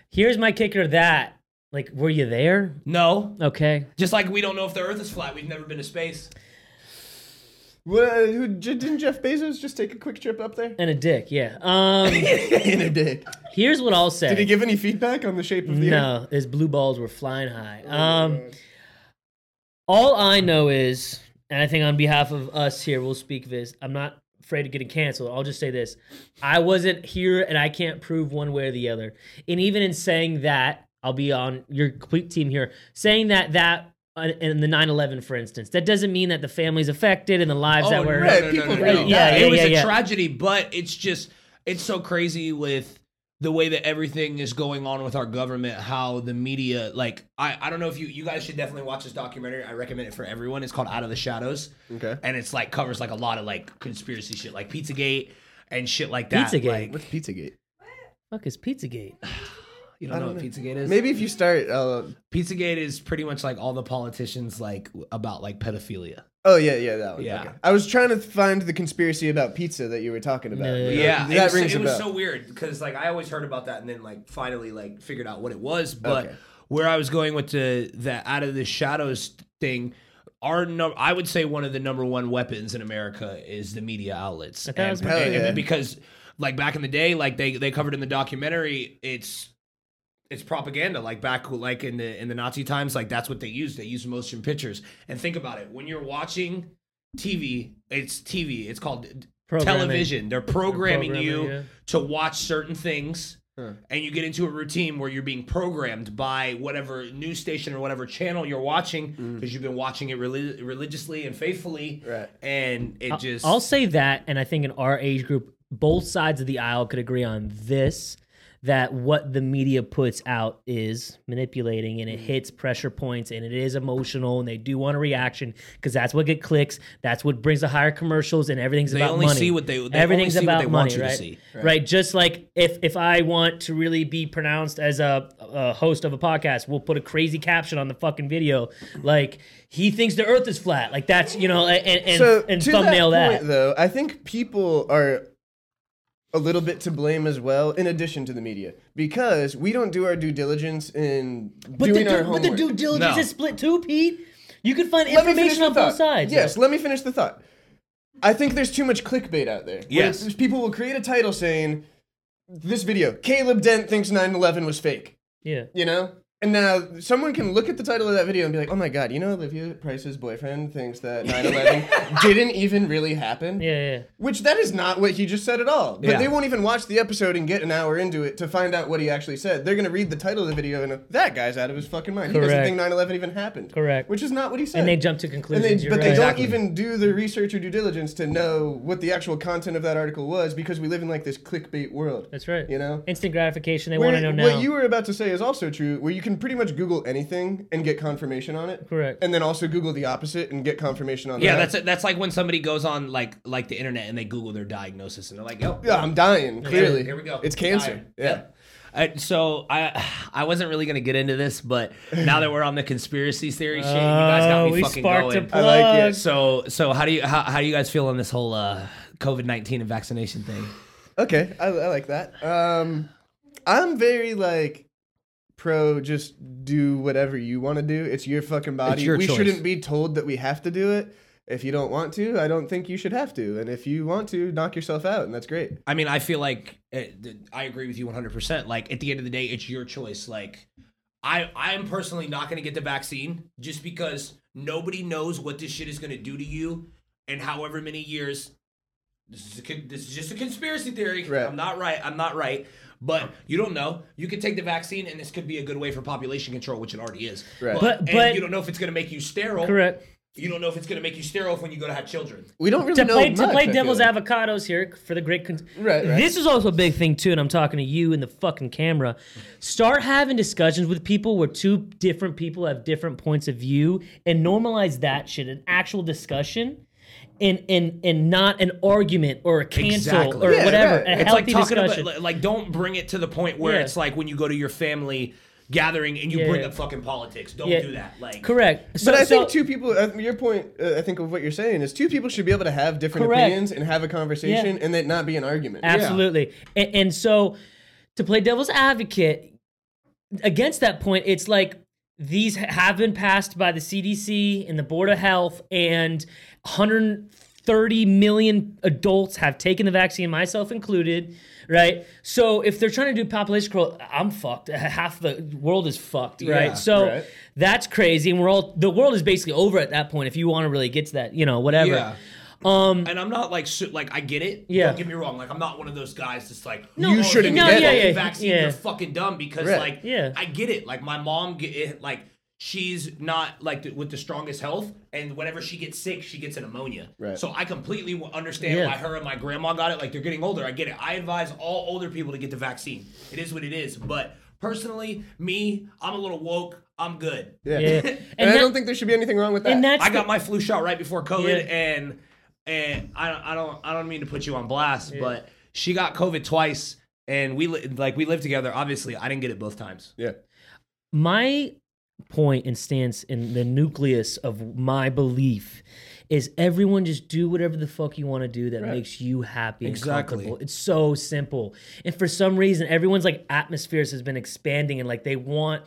Speaker 1: Here's my kicker. to That like, were you there?
Speaker 3: No,
Speaker 1: Okay.
Speaker 3: just like we don't know if the Earth is flat. We've never been to space.
Speaker 2: What, uh, who, j- didn't Jeff Bezos just take a quick trip up there?
Speaker 1: And a dick. Yeah. Um.
Speaker 2: In a day.
Speaker 1: here's what I'll say.
Speaker 2: Did he give any feedback on the shape of the Oh, earth?
Speaker 1: no, his blue balls were flying high. Um. All I know is, and I think on behalf of us here, we'll speak this. I'm not afraid of getting canceled. I'll just say this: I wasn't here, and I can't prove one way or the other. And even in saying that, I'll be on your complete team here. Saying that that uh, in the 9/11, for instance, that doesn't mean that the families affected and the lives
Speaker 3: Oh,
Speaker 1: that were.
Speaker 2: Oh, right. people really
Speaker 1: Yeah, died. yeah,
Speaker 3: it was
Speaker 1: yeah,
Speaker 3: a
Speaker 1: yeah.
Speaker 3: tragedy, but it's just it's so crazy with the way that everything is going on with our government, how the media like I, I don't know if you you guys should definitely watch this documentary. I recommend it for everyone. It's called Out of the Shadows.
Speaker 2: Okay.
Speaker 3: And it's like covers like a lot of like conspiracy shit like Pizzagate and shit like that.
Speaker 1: Pizzagate?
Speaker 3: Like,
Speaker 2: What's Pizzagate?
Speaker 1: Fuck is PizzaGate?
Speaker 3: you don't,
Speaker 2: I
Speaker 3: know
Speaker 2: don't
Speaker 3: what
Speaker 2: know.
Speaker 3: Pizzagate is?
Speaker 2: Maybe if you start. Uh,
Speaker 3: Pizzagate is pretty much like all the politicians like w- about like pedophilia.
Speaker 2: oh yeah, yeah, that one.
Speaker 3: Yeah.
Speaker 2: Okay. I was trying to find the conspiracy about pizza that you were talking about.
Speaker 1: No.
Speaker 2: That-
Speaker 3: Yeah,
Speaker 2: that
Speaker 3: it was,
Speaker 2: rings
Speaker 3: it
Speaker 2: a
Speaker 3: was
Speaker 2: bell.
Speaker 3: so weird because like I always heard about that and then like finally like figured out what it was. But
Speaker 2: Okay.
Speaker 3: where I was going with the the out of the shadows thing, our num- I would say one of the number one weapons in America is the media outlets.
Speaker 1: I thought it was
Speaker 2: Hell yeah.
Speaker 3: because like back in the day, like they they covered in the documentary, it's it's propaganda like back like in the in the nazi times like that's what they used they used motion pictures and think about it when you're watching tv it's tv it's called
Speaker 1: Programming.
Speaker 3: television they're programming,
Speaker 1: programming,
Speaker 3: you
Speaker 1: yeah.
Speaker 3: to watch certain things and you get into a routine where you're being programmed by whatever news station or whatever channel you're watching
Speaker 1: Mm.
Speaker 3: because you've been watching it reli- religiously and faithfully
Speaker 2: Right.
Speaker 3: and it
Speaker 1: I'll-
Speaker 3: just
Speaker 1: I'll say that, and I think in our age group, both sides of the aisle could agree on this: that what the media puts out is manipulating, and
Speaker 3: Mm.
Speaker 1: it hits pressure points, and it is emotional, and they do want a reaction because that's what get clicks, that's what brings the higher commercials, and everything's
Speaker 3: They
Speaker 1: about
Speaker 3: only
Speaker 1: money.
Speaker 3: see what they- they only
Speaker 1: everything's
Speaker 3: see what
Speaker 1: about
Speaker 3: they want
Speaker 1: money,
Speaker 3: you to
Speaker 1: right?
Speaker 3: see.
Speaker 1: right? Just like if if I want to really be pronounced as a, a host of a podcast, we'll put a crazy caption on the fucking video, like. He thinks the Earth is flat. Like that's you know, and, and
Speaker 2: so
Speaker 1: and
Speaker 2: to
Speaker 1: thumbnail
Speaker 2: that,
Speaker 1: that.
Speaker 2: Point, though i think people are a little bit to blame as well in addition to the media because we don't do our due diligence in
Speaker 1: But the,
Speaker 2: doing
Speaker 1: due-
Speaker 2: our
Speaker 1: but
Speaker 2: homework
Speaker 1: the due diligence
Speaker 3: No.
Speaker 1: is split too, Pete. You can find
Speaker 2: Let me finish
Speaker 1: information
Speaker 2: the
Speaker 1: on both
Speaker 2: thought.
Speaker 1: sides.
Speaker 2: yes let me finish the thought i think there's too much clickbait out there where
Speaker 3: Yes.
Speaker 2: people will create a title saying this video caleb dent thinks 9-11 was fake
Speaker 1: Yeah.
Speaker 2: you know and now someone can look at the title of that video and be like oh my god you know olivia price's boyfriend thinks that 9-11 didn't even really happen
Speaker 1: Yeah. yeah.
Speaker 2: Which that is not what he just said at all. But
Speaker 3: Yeah.
Speaker 2: they won't even watch the episode and get an hour into it to find out what he actually said. They're gonna read the title of the video and uh, that guy's out of his fucking mind. He doesn't
Speaker 1: Correct.
Speaker 2: think 9/11 even happened.
Speaker 1: Correct.
Speaker 2: Which is not what he said.
Speaker 1: And they jump to
Speaker 2: And they-
Speaker 1: conclusions. you're
Speaker 2: but
Speaker 1: right.
Speaker 2: they don't even do the research or due diligence to know what the actual content of that article was because we live in like this clickbait world.
Speaker 1: That's right.
Speaker 2: You know.
Speaker 1: instant gratification. They
Speaker 2: Where-
Speaker 1: want to know now.
Speaker 2: What you were about to say is also true, where you can pretty much Google anything and get confirmation on it.
Speaker 1: Correct.
Speaker 2: And then also Google the opposite and get confirmation on
Speaker 3: Yeah,
Speaker 2: that.
Speaker 3: that's it. That's like when somebody goes on like like the internet and they Google their diagnosis and they're like, "Oh." "Yo,
Speaker 2: Yeah, I'm dying. Clearly,
Speaker 3: here we go,
Speaker 2: It's cancer.
Speaker 3: Dying.
Speaker 2: Yeah.
Speaker 3: I, so I I wasn't really gonna get into this, but now that we're on the conspiracy theory shit, you guys got
Speaker 1: Oh,
Speaker 3: me
Speaker 1: we
Speaker 3: fucking
Speaker 1: sparked a
Speaker 3: going.
Speaker 2: I
Speaker 1: plug.
Speaker 2: like it.
Speaker 3: so so how do you how, how do you guys feel on this whole uh, COVID nineteen and vaccination thing?
Speaker 2: Okay, I, I like that. Um, I'm very like pro. Just do whatever you want to do. It's your fucking body.
Speaker 3: your
Speaker 2: we
Speaker 3: choice.
Speaker 2: shouldn't be told that we have to do it. If you don't want to, I don't think you should have to. And if you want to, knock yourself out, and that's great.
Speaker 3: I mean, I feel like it, th- I agree with you 100%. Like at the end of the day, it's your choice. Like I I am personally not going to get the vaccine just because nobody knows what this shit is going to do to you and however many years this is a, con- this is just a conspiracy theory.
Speaker 2: Right.
Speaker 3: I'm not right. I'm not right. But you don't know. You could take the vaccine, and this could be a good way for population control, which it already is.
Speaker 2: Right.
Speaker 1: But-
Speaker 3: and
Speaker 1: but-
Speaker 3: you don't know if it's going to make you sterile.
Speaker 1: Correct.
Speaker 3: You don't know if it's going to make you sterile when you go to have children.
Speaker 2: We don't really
Speaker 1: to
Speaker 2: know
Speaker 1: play to
Speaker 2: much, I
Speaker 1: play
Speaker 2: feel
Speaker 1: devil's
Speaker 2: like.
Speaker 1: avocados here for the great. Con-
Speaker 2: Right, right.
Speaker 1: This is also a big thing too, and I'm talking to you and the fucking camera. Start having discussions with people where two different people have different points of view, and normalize that shit. An actual discussion. And, and, and not an argument or a cancel
Speaker 3: Exactly.
Speaker 1: or
Speaker 3: Yeah,
Speaker 1: whatever.
Speaker 2: right.
Speaker 1: A
Speaker 3: it's like
Speaker 1: healthy
Speaker 3: talking
Speaker 1: discussion.
Speaker 3: about like don't bring it to the point where
Speaker 1: Yeah.
Speaker 3: it's like when you go to your family gathering and you
Speaker 1: Yeah,
Speaker 3: bring
Speaker 1: yeah.
Speaker 3: up fucking politics. Don't
Speaker 1: Yeah.
Speaker 3: do that. Like
Speaker 1: Correct. So,
Speaker 2: But I think
Speaker 1: so-
Speaker 2: two people. uh, Your point, uh, I think, of what you're saying is two people should be able to have different
Speaker 1: Correct.
Speaker 2: opinions and have a conversation, and that not be an argument.
Speaker 1: Absolutely. And, and so to play devil's advocate against that point, it's like these ha- have been passed by the CDC and the Board of Health, and 130 million adults have taken the vaccine, myself included. Right. So if they're trying to do population control, I'm fucked. Half the world is fucked. Right.
Speaker 3: Yeah,
Speaker 1: so
Speaker 2: right.
Speaker 1: that's crazy. And we're all, the world is basically over at that point if you want to really get to that, you know, whatever.
Speaker 3: Yeah. Um, and I'm not like su- like I get it.
Speaker 1: Mm. Yeah.
Speaker 3: Don't get me wrong. Like I'm not one of those guys that's like "Oh,
Speaker 2: You shouldn't
Speaker 1: no,
Speaker 2: get
Speaker 1: yeah,
Speaker 2: it.
Speaker 1: yeah,
Speaker 3: vaccine.
Speaker 1: yeah.
Speaker 3: You're fucking dumb because
Speaker 2: Right.
Speaker 3: like
Speaker 1: Yeah.
Speaker 3: I get it. Like my mom get it, like she's not like th- with the strongest health and whenever she gets sick she gets an pneumonia
Speaker 2: Right.
Speaker 3: so i completely w- understand
Speaker 1: Yeah.
Speaker 3: why her and my grandma got it like they're getting older i get it i advise all older people to get the vaccine it is what it is but personally me i'm a little woke i'm good
Speaker 2: Yeah.
Speaker 1: Yeah.
Speaker 2: And,
Speaker 1: And
Speaker 2: I
Speaker 1: that-
Speaker 2: don't think there should be anything wrong with that.
Speaker 1: And that's
Speaker 3: I
Speaker 1: the-
Speaker 3: got my flu shot right before COVID,
Speaker 1: Yeah.
Speaker 3: and and I don't I don't I don't mean to put you on blast, but she got COVID twice, and we li- like we lived together. Obviously, I didn't get it both times.
Speaker 2: yeah.
Speaker 1: my point and stance in the nucleus of my belief is everyone just do whatever the fuck you want to do that makes you happy
Speaker 3: Exactly.
Speaker 1: and comfortable. It's so simple. And for some reason everyone's like atmospheres has been expanding and like they want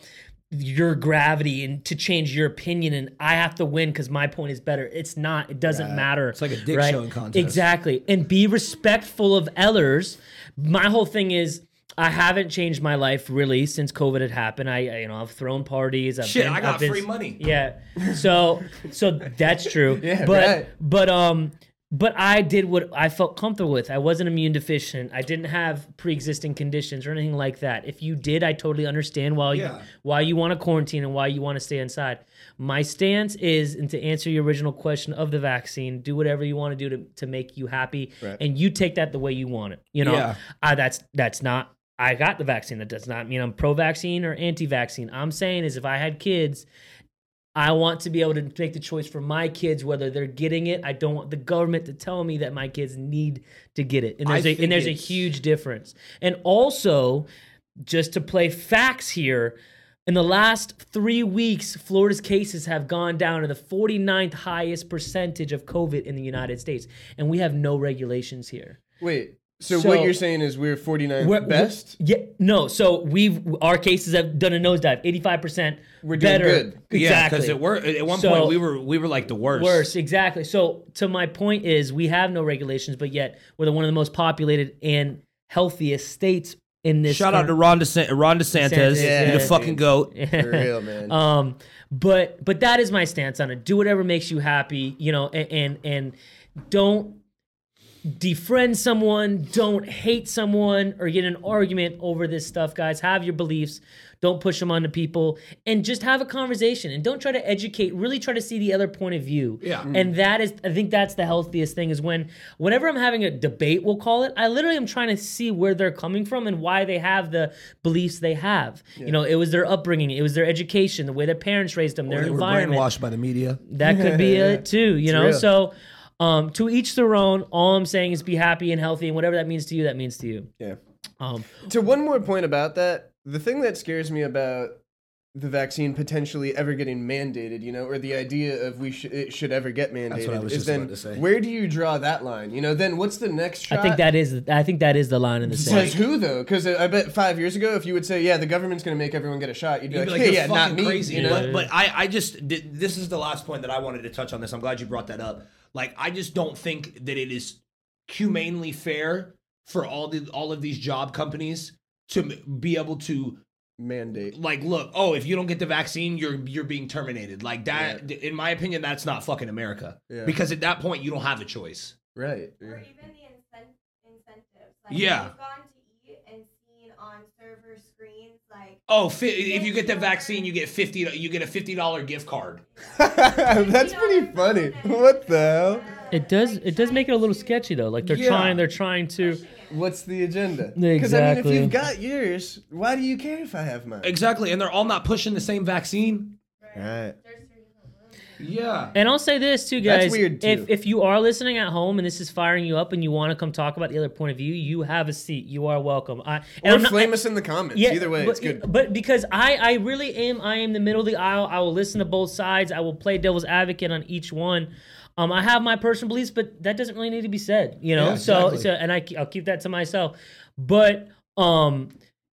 Speaker 1: your gravity and to change your opinion and I have to win cuz my point is better. It's not it doesn't matter. It's
Speaker 3: like a dick showing contest.
Speaker 1: Exactly. And be respectful of others. My whole thing is I haven't changed my life really since COVID had happened. I, I- you know, I've thrown parties. I've
Speaker 3: Shit,
Speaker 1: been-
Speaker 3: I got
Speaker 1: I've been-
Speaker 3: free money.
Speaker 1: Yeah. So, so that's true.
Speaker 2: Yeah,
Speaker 1: But,
Speaker 2: right.
Speaker 1: but, um, but I did what I felt comfortable with. I wasn't immune deficient. I didn't have pre-existing conditions or anything like that. If you did, I totally understand why
Speaker 3: Yeah.
Speaker 1: you why you want to quarantine and why you want to stay inside. My stance is, and to answer your original question of the vaccine, do whatever you want to do to, to make you happy, and you take that the way you want it. You know,
Speaker 3: Yeah.
Speaker 1: I, that's that's not. I got the vaccine. That does not mean I'm pro-vaccine or anti-vaccine. I'm saying is if I had kids, I want to be able to make the choice for my kids whether they're getting it. I don't want the government to tell me that my kids need to get it. And
Speaker 3: I
Speaker 1: there's a,
Speaker 3: think
Speaker 1: and there's a
Speaker 3: it's-
Speaker 1: huge difference. And also, just to play facts here, in the last three weeks, Florida's cases have gone down to the 49th highest percentage of COVID in the United States. And we have no regulations here.
Speaker 2: Wait. So,
Speaker 1: So-
Speaker 2: what you're saying is we're 49th
Speaker 1: We're-
Speaker 2: best?
Speaker 1: Yeah, no. So we've our cases have done a nosedive, eighty five percent.
Speaker 2: We're doing
Speaker 1: better.
Speaker 2: good.
Speaker 1: Exactly.
Speaker 3: Yeah, because it were at one
Speaker 1: So-
Speaker 3: point we were we were like the worst.
Speaker 1: Worse, exactly. So, to my point is, we have no regulations, but yet we're the one of the most populated and healthiest states in this.
Speaker 3: Shout out to
Speaker 1: coun-
Speaker 3: Ron, DeSant- Ron DeSantis,
Speaker 1: Yeah,
Speaker 3: you the
Speaker 1: dude.
Speaker 3: fucking goat.
Speaker 2: For real, man.
Speaker 1: um, but but that is my stance on it. Do whatever makes you happy, you know, and and, and don't defriend someone, don't hate someone, or get in an argument over this stuff, guys. Have your beliefs. Don't push them onto people, and just have a conversation, and don't try to educate. Really try to see the other point of view.
Speaker 3: Yeah. Mm.
Speaker 1: and that is, I think that's the healthiest thing is when, whenever I'm having a debate, we'll call it. I literally am trying to see where they're coming from and why they have the beliefs they have. You know, it was their upbringing, it was their education, the way their parents raised them, their
Speaker 3: They were
Speaker 1: environment.
Speaker 3: brainwashed by the media.
Speaker 1: That could be it too, you know.
Speaker 2: real.
Speaker 1: So, um, to each their own. All I'm saying is be happy and healthy, and whatever that means to you, that means to you.
Speaker 2: yeah.
Speaker 1: Um,
Speaker 3: uh,
Speaker 2: To one more point about that, the thing that scares me about the vaccine potentially ever getting mandated, you know, or the idea of we sh- it should ever get mandated.
Speaker 3: I was
Speaker 2: is
Speaker 3: just
Speaker 2: then
Speaker 3: about to say.
Speaker 2: Where do you draw that line? You know, then what's the next shot?
Speaker 1: I think that is I think that is the line in the sand.
Speaker 2: Says who though? Because I bet five years ago, if you would say, "Yeah, the government's going to make everyone get a shot," you'd be,
Speaker 3: You'd
Speaker 2: like,
Speaker 3: be like,
Speaker 2: "Hey,
Speaker 3: "You're
Speaker 2: yeah, not
Speaker 3: fucking
Speaker 2: me."
Speaker 3: crazy.
Speaker 2: You know?
Speaker 3: But, but I, I just th- this is the last point that I wanted to touch on. This I'm glad you brought that up. Like I just don't think that it is humanely fair for all the all of these job companies to m- be able to
Speaker 2: Mandate.
Speaker 3: like look. Oh, if you don't get the vaccine, you're you're being terminated. Like that. In my opinion, that's not fucking America.
Speaker 2: Yeah.
Speaker 3: Because at that point, you don't have a choice.
Speaker 2: Right.
Speaker 5: Or even the incent- incentives. Like,
Speaker 3: Yeah.
Speaker 5: I've gone to eat and seen on server screens, like,
Speaker 3: Oh, fi- if you get the vaccine, you get fifty. You get a fifty dollar gift card.
Speaker 2: That's pretty funny. What the hell?
Speaker 1: It does it does make it a little sketchy though. Like they're
Speaker 2: Yeah.
Speaker 1: trying they're trying to
Speaker 2: What's the agenda? I mean, if
Speaker 1: Exactly.
Speaker 2: you've got yours, why do you care if I have mine?
Speaker 3: Exactly, and they're all not pushing the same vaccine.
Speaker 2: Right.
Speaker 3: Yeah.
Speaker 1: And I'll say this too, guys.
Speaker 2: That's weird, too.
Speaker 1: If if you are listening at home and this is firing you up and you want to come talk about the other point of view, you have a seat. You are welcome. I, and
Speaker 2: Or
Speaker 1: I'm not-
Speaker 2: flame us in the comments. Either way,
Speaker 1: but,
Speaker 2: it's good.
Speaker 1: But because I, I really am, I am the middle of the aisle. I will listen to both sides. I will play devil's advocate on each one. Um, I have my personal beliefs, but that doesn't really need to be said, you know.
Speaker 3: Yeah,
Speaker 1: So,
Speaker 3: exactly.
Speaker 1: so, and I, ke- I'll keep that to myself. But um,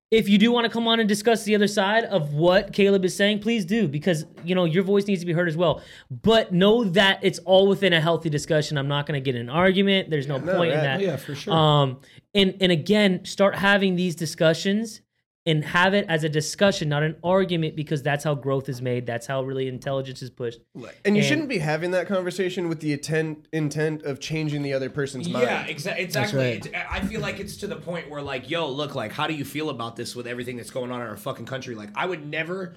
Speaker 1: if you do want to come on and discuss the other side of what Caleb is saying, please do because you know your voice needs to be heard as well. But know that it's all within a healthy discussion. I'm not going to get in an argument. There's no point in
Speaker 2: right.
Speaker 1: that.
Speaker 3: Yeah, for sure.
Speaker 1: Um, and and again, start having these discussions and have it as a discussion, not an argument, because that's how growth is made. That's how really intelligence is pushed.
Speaker 2: And you
Speaker 1: And-
Speaker 2: shouldn't be having that conversation with the intent intent of changing the other person's mind.
Speaker 3: Yeah, exa- exactly.
Speaker 1: right.
Speaker 3: It's- I feel like it's to the point where, like, yo, look, like, how do you feel about this with everything that's going on in our fucking country? Like, I would never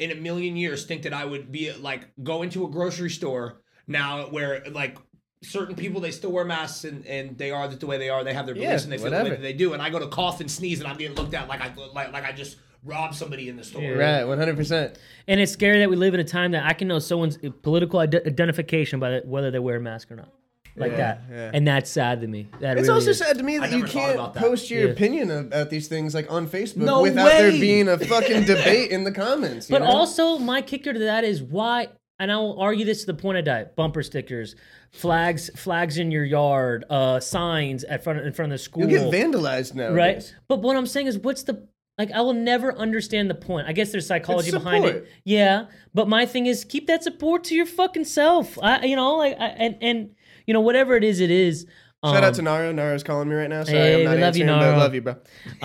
Speaker 3: in a million years think that I would be like go into a grocery store now where like certain people they still wear masks and, and they are the way they are they have their beliefs
Speaker 2: Yeah,
Speaker 3: and they feel the
Speaker 2: whatever.
Speaker 3: way that they do and I go to cough and sneeze and I'm getting looked at like I like, like I just robbed somebody in the store
Speaker 2: Right, one hundred percent.
Speaker 1: And it's scary that we live in a time that I can know someone's political ide- identification by the, whether they wear a mask or not, like that. And that's sad to me. That
Speaker 2: It's
Speaker 1: really
Speaker 2: also
Speaker 1: is.
Speaker 2: sad to me that you
Speaker 3: never thought
Speaker 2: can't
Speaker 3: about that.
Speaker 2: post your
Speaker 1: Yeah.
Speaker 2: opinion about these things like on Facebook
Speaker 3: No
Speaker 2: without there
Speaker 3: way!
Speaker 2: being a fucking debate in the comments. you
Speaker 1: But
Speaker 2: know?
Speaker 1: also, my kicker to that is why, and I will argue this to the point I die: bumper stickers, flags, flags in your yard, uh, signs at front in front of the school.
Speaker 2: you'll get vandalized now,
Speaker 1: right? But what I'm saying is, what's the like? I will never understand the point. I guess there's psychology
Speaker 2: It's
Speaker 1: behind it.
Speaker 2: support.
Speaker 1: Yeah, but my thing is, keep that support to your fucking self. I, you know, like, I, and and you know, whatever it is, it is. Um,
Speaker 2: Shout out to Naro. Naro's calling me right now. Sorry,
Speaker 1: Hey,
Speaker 2: I'm not
Speaker 1: we love you,
Speaker 2: answering, but I
Speaker 1: Naro.
Speaker 2: love you, bro.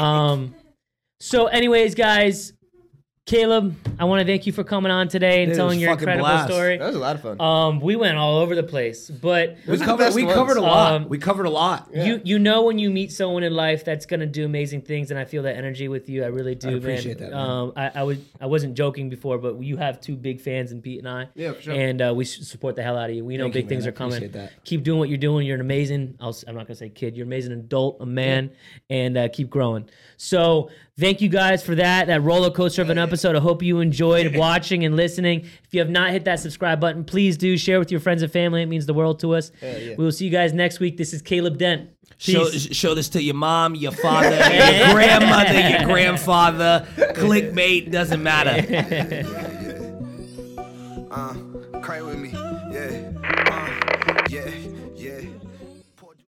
Speaker 1: Um, so, anyways, guys, Caleb, I want to thank you for coming on today and
Speaker 3: Dude, it was
Speaker 1: telling your
Speaker 3: fucking
Speaker 1: incredible
Speaker 3: blast.
Speaker 1: story.
Speaker 2: That was a lot of fun.
Speaker 1: Um, we went all over the place, but
Speaker 3: we
Speaker 2: the
Speaker 3: covered
Speaker 2: best
Speaker 3: we
Speaker 2: ones.
Speaker 3: covered a lot
Speaker 1: Um,
Speaker 3: we covered a lot
Speaker 1: you you know when you meet someone in life that's gonna do amazing things, and I feel that energy with you. I really do,
Speaker 3: appreciate
Speaker 1: man.
Speaker 3: that, man.
Speaker 1: Um, I, I was I wasn't joking before, but you have two big fans in Pete and I.
Speaker 2: Yeah, for sure.
Speaker 1: And uh, we s- support the hell out of you. We know
Speaker 3: Thank you,
Speaker 1: big
Speaker 3: man.
Speaker 1: things
Speaker 3: I
Speaker 1: are coming.
Speaker 3: appreciate that.
Speaker 1: Keep doing what you're doing. You're an amazing. I'll, s- I'm not gonna say kid. You're an amazing adult, a man, and uh, keep growing. So thank you guys for that. That roller coaster of an episode. I hope you enjoyed watching and listening. If you have not hit that subscribe button, please do share with your friends and family. It means the world to us. We will see you guys next week. This is Caleb Dent.
Speaker 3: Show,
Speaker 1: Peace.
Speaker 3: show this to your mom, your father, your grandmother, your grandfather. Clickbait doesn't matter.
Speaker 4: Uh, cry with me. Uh,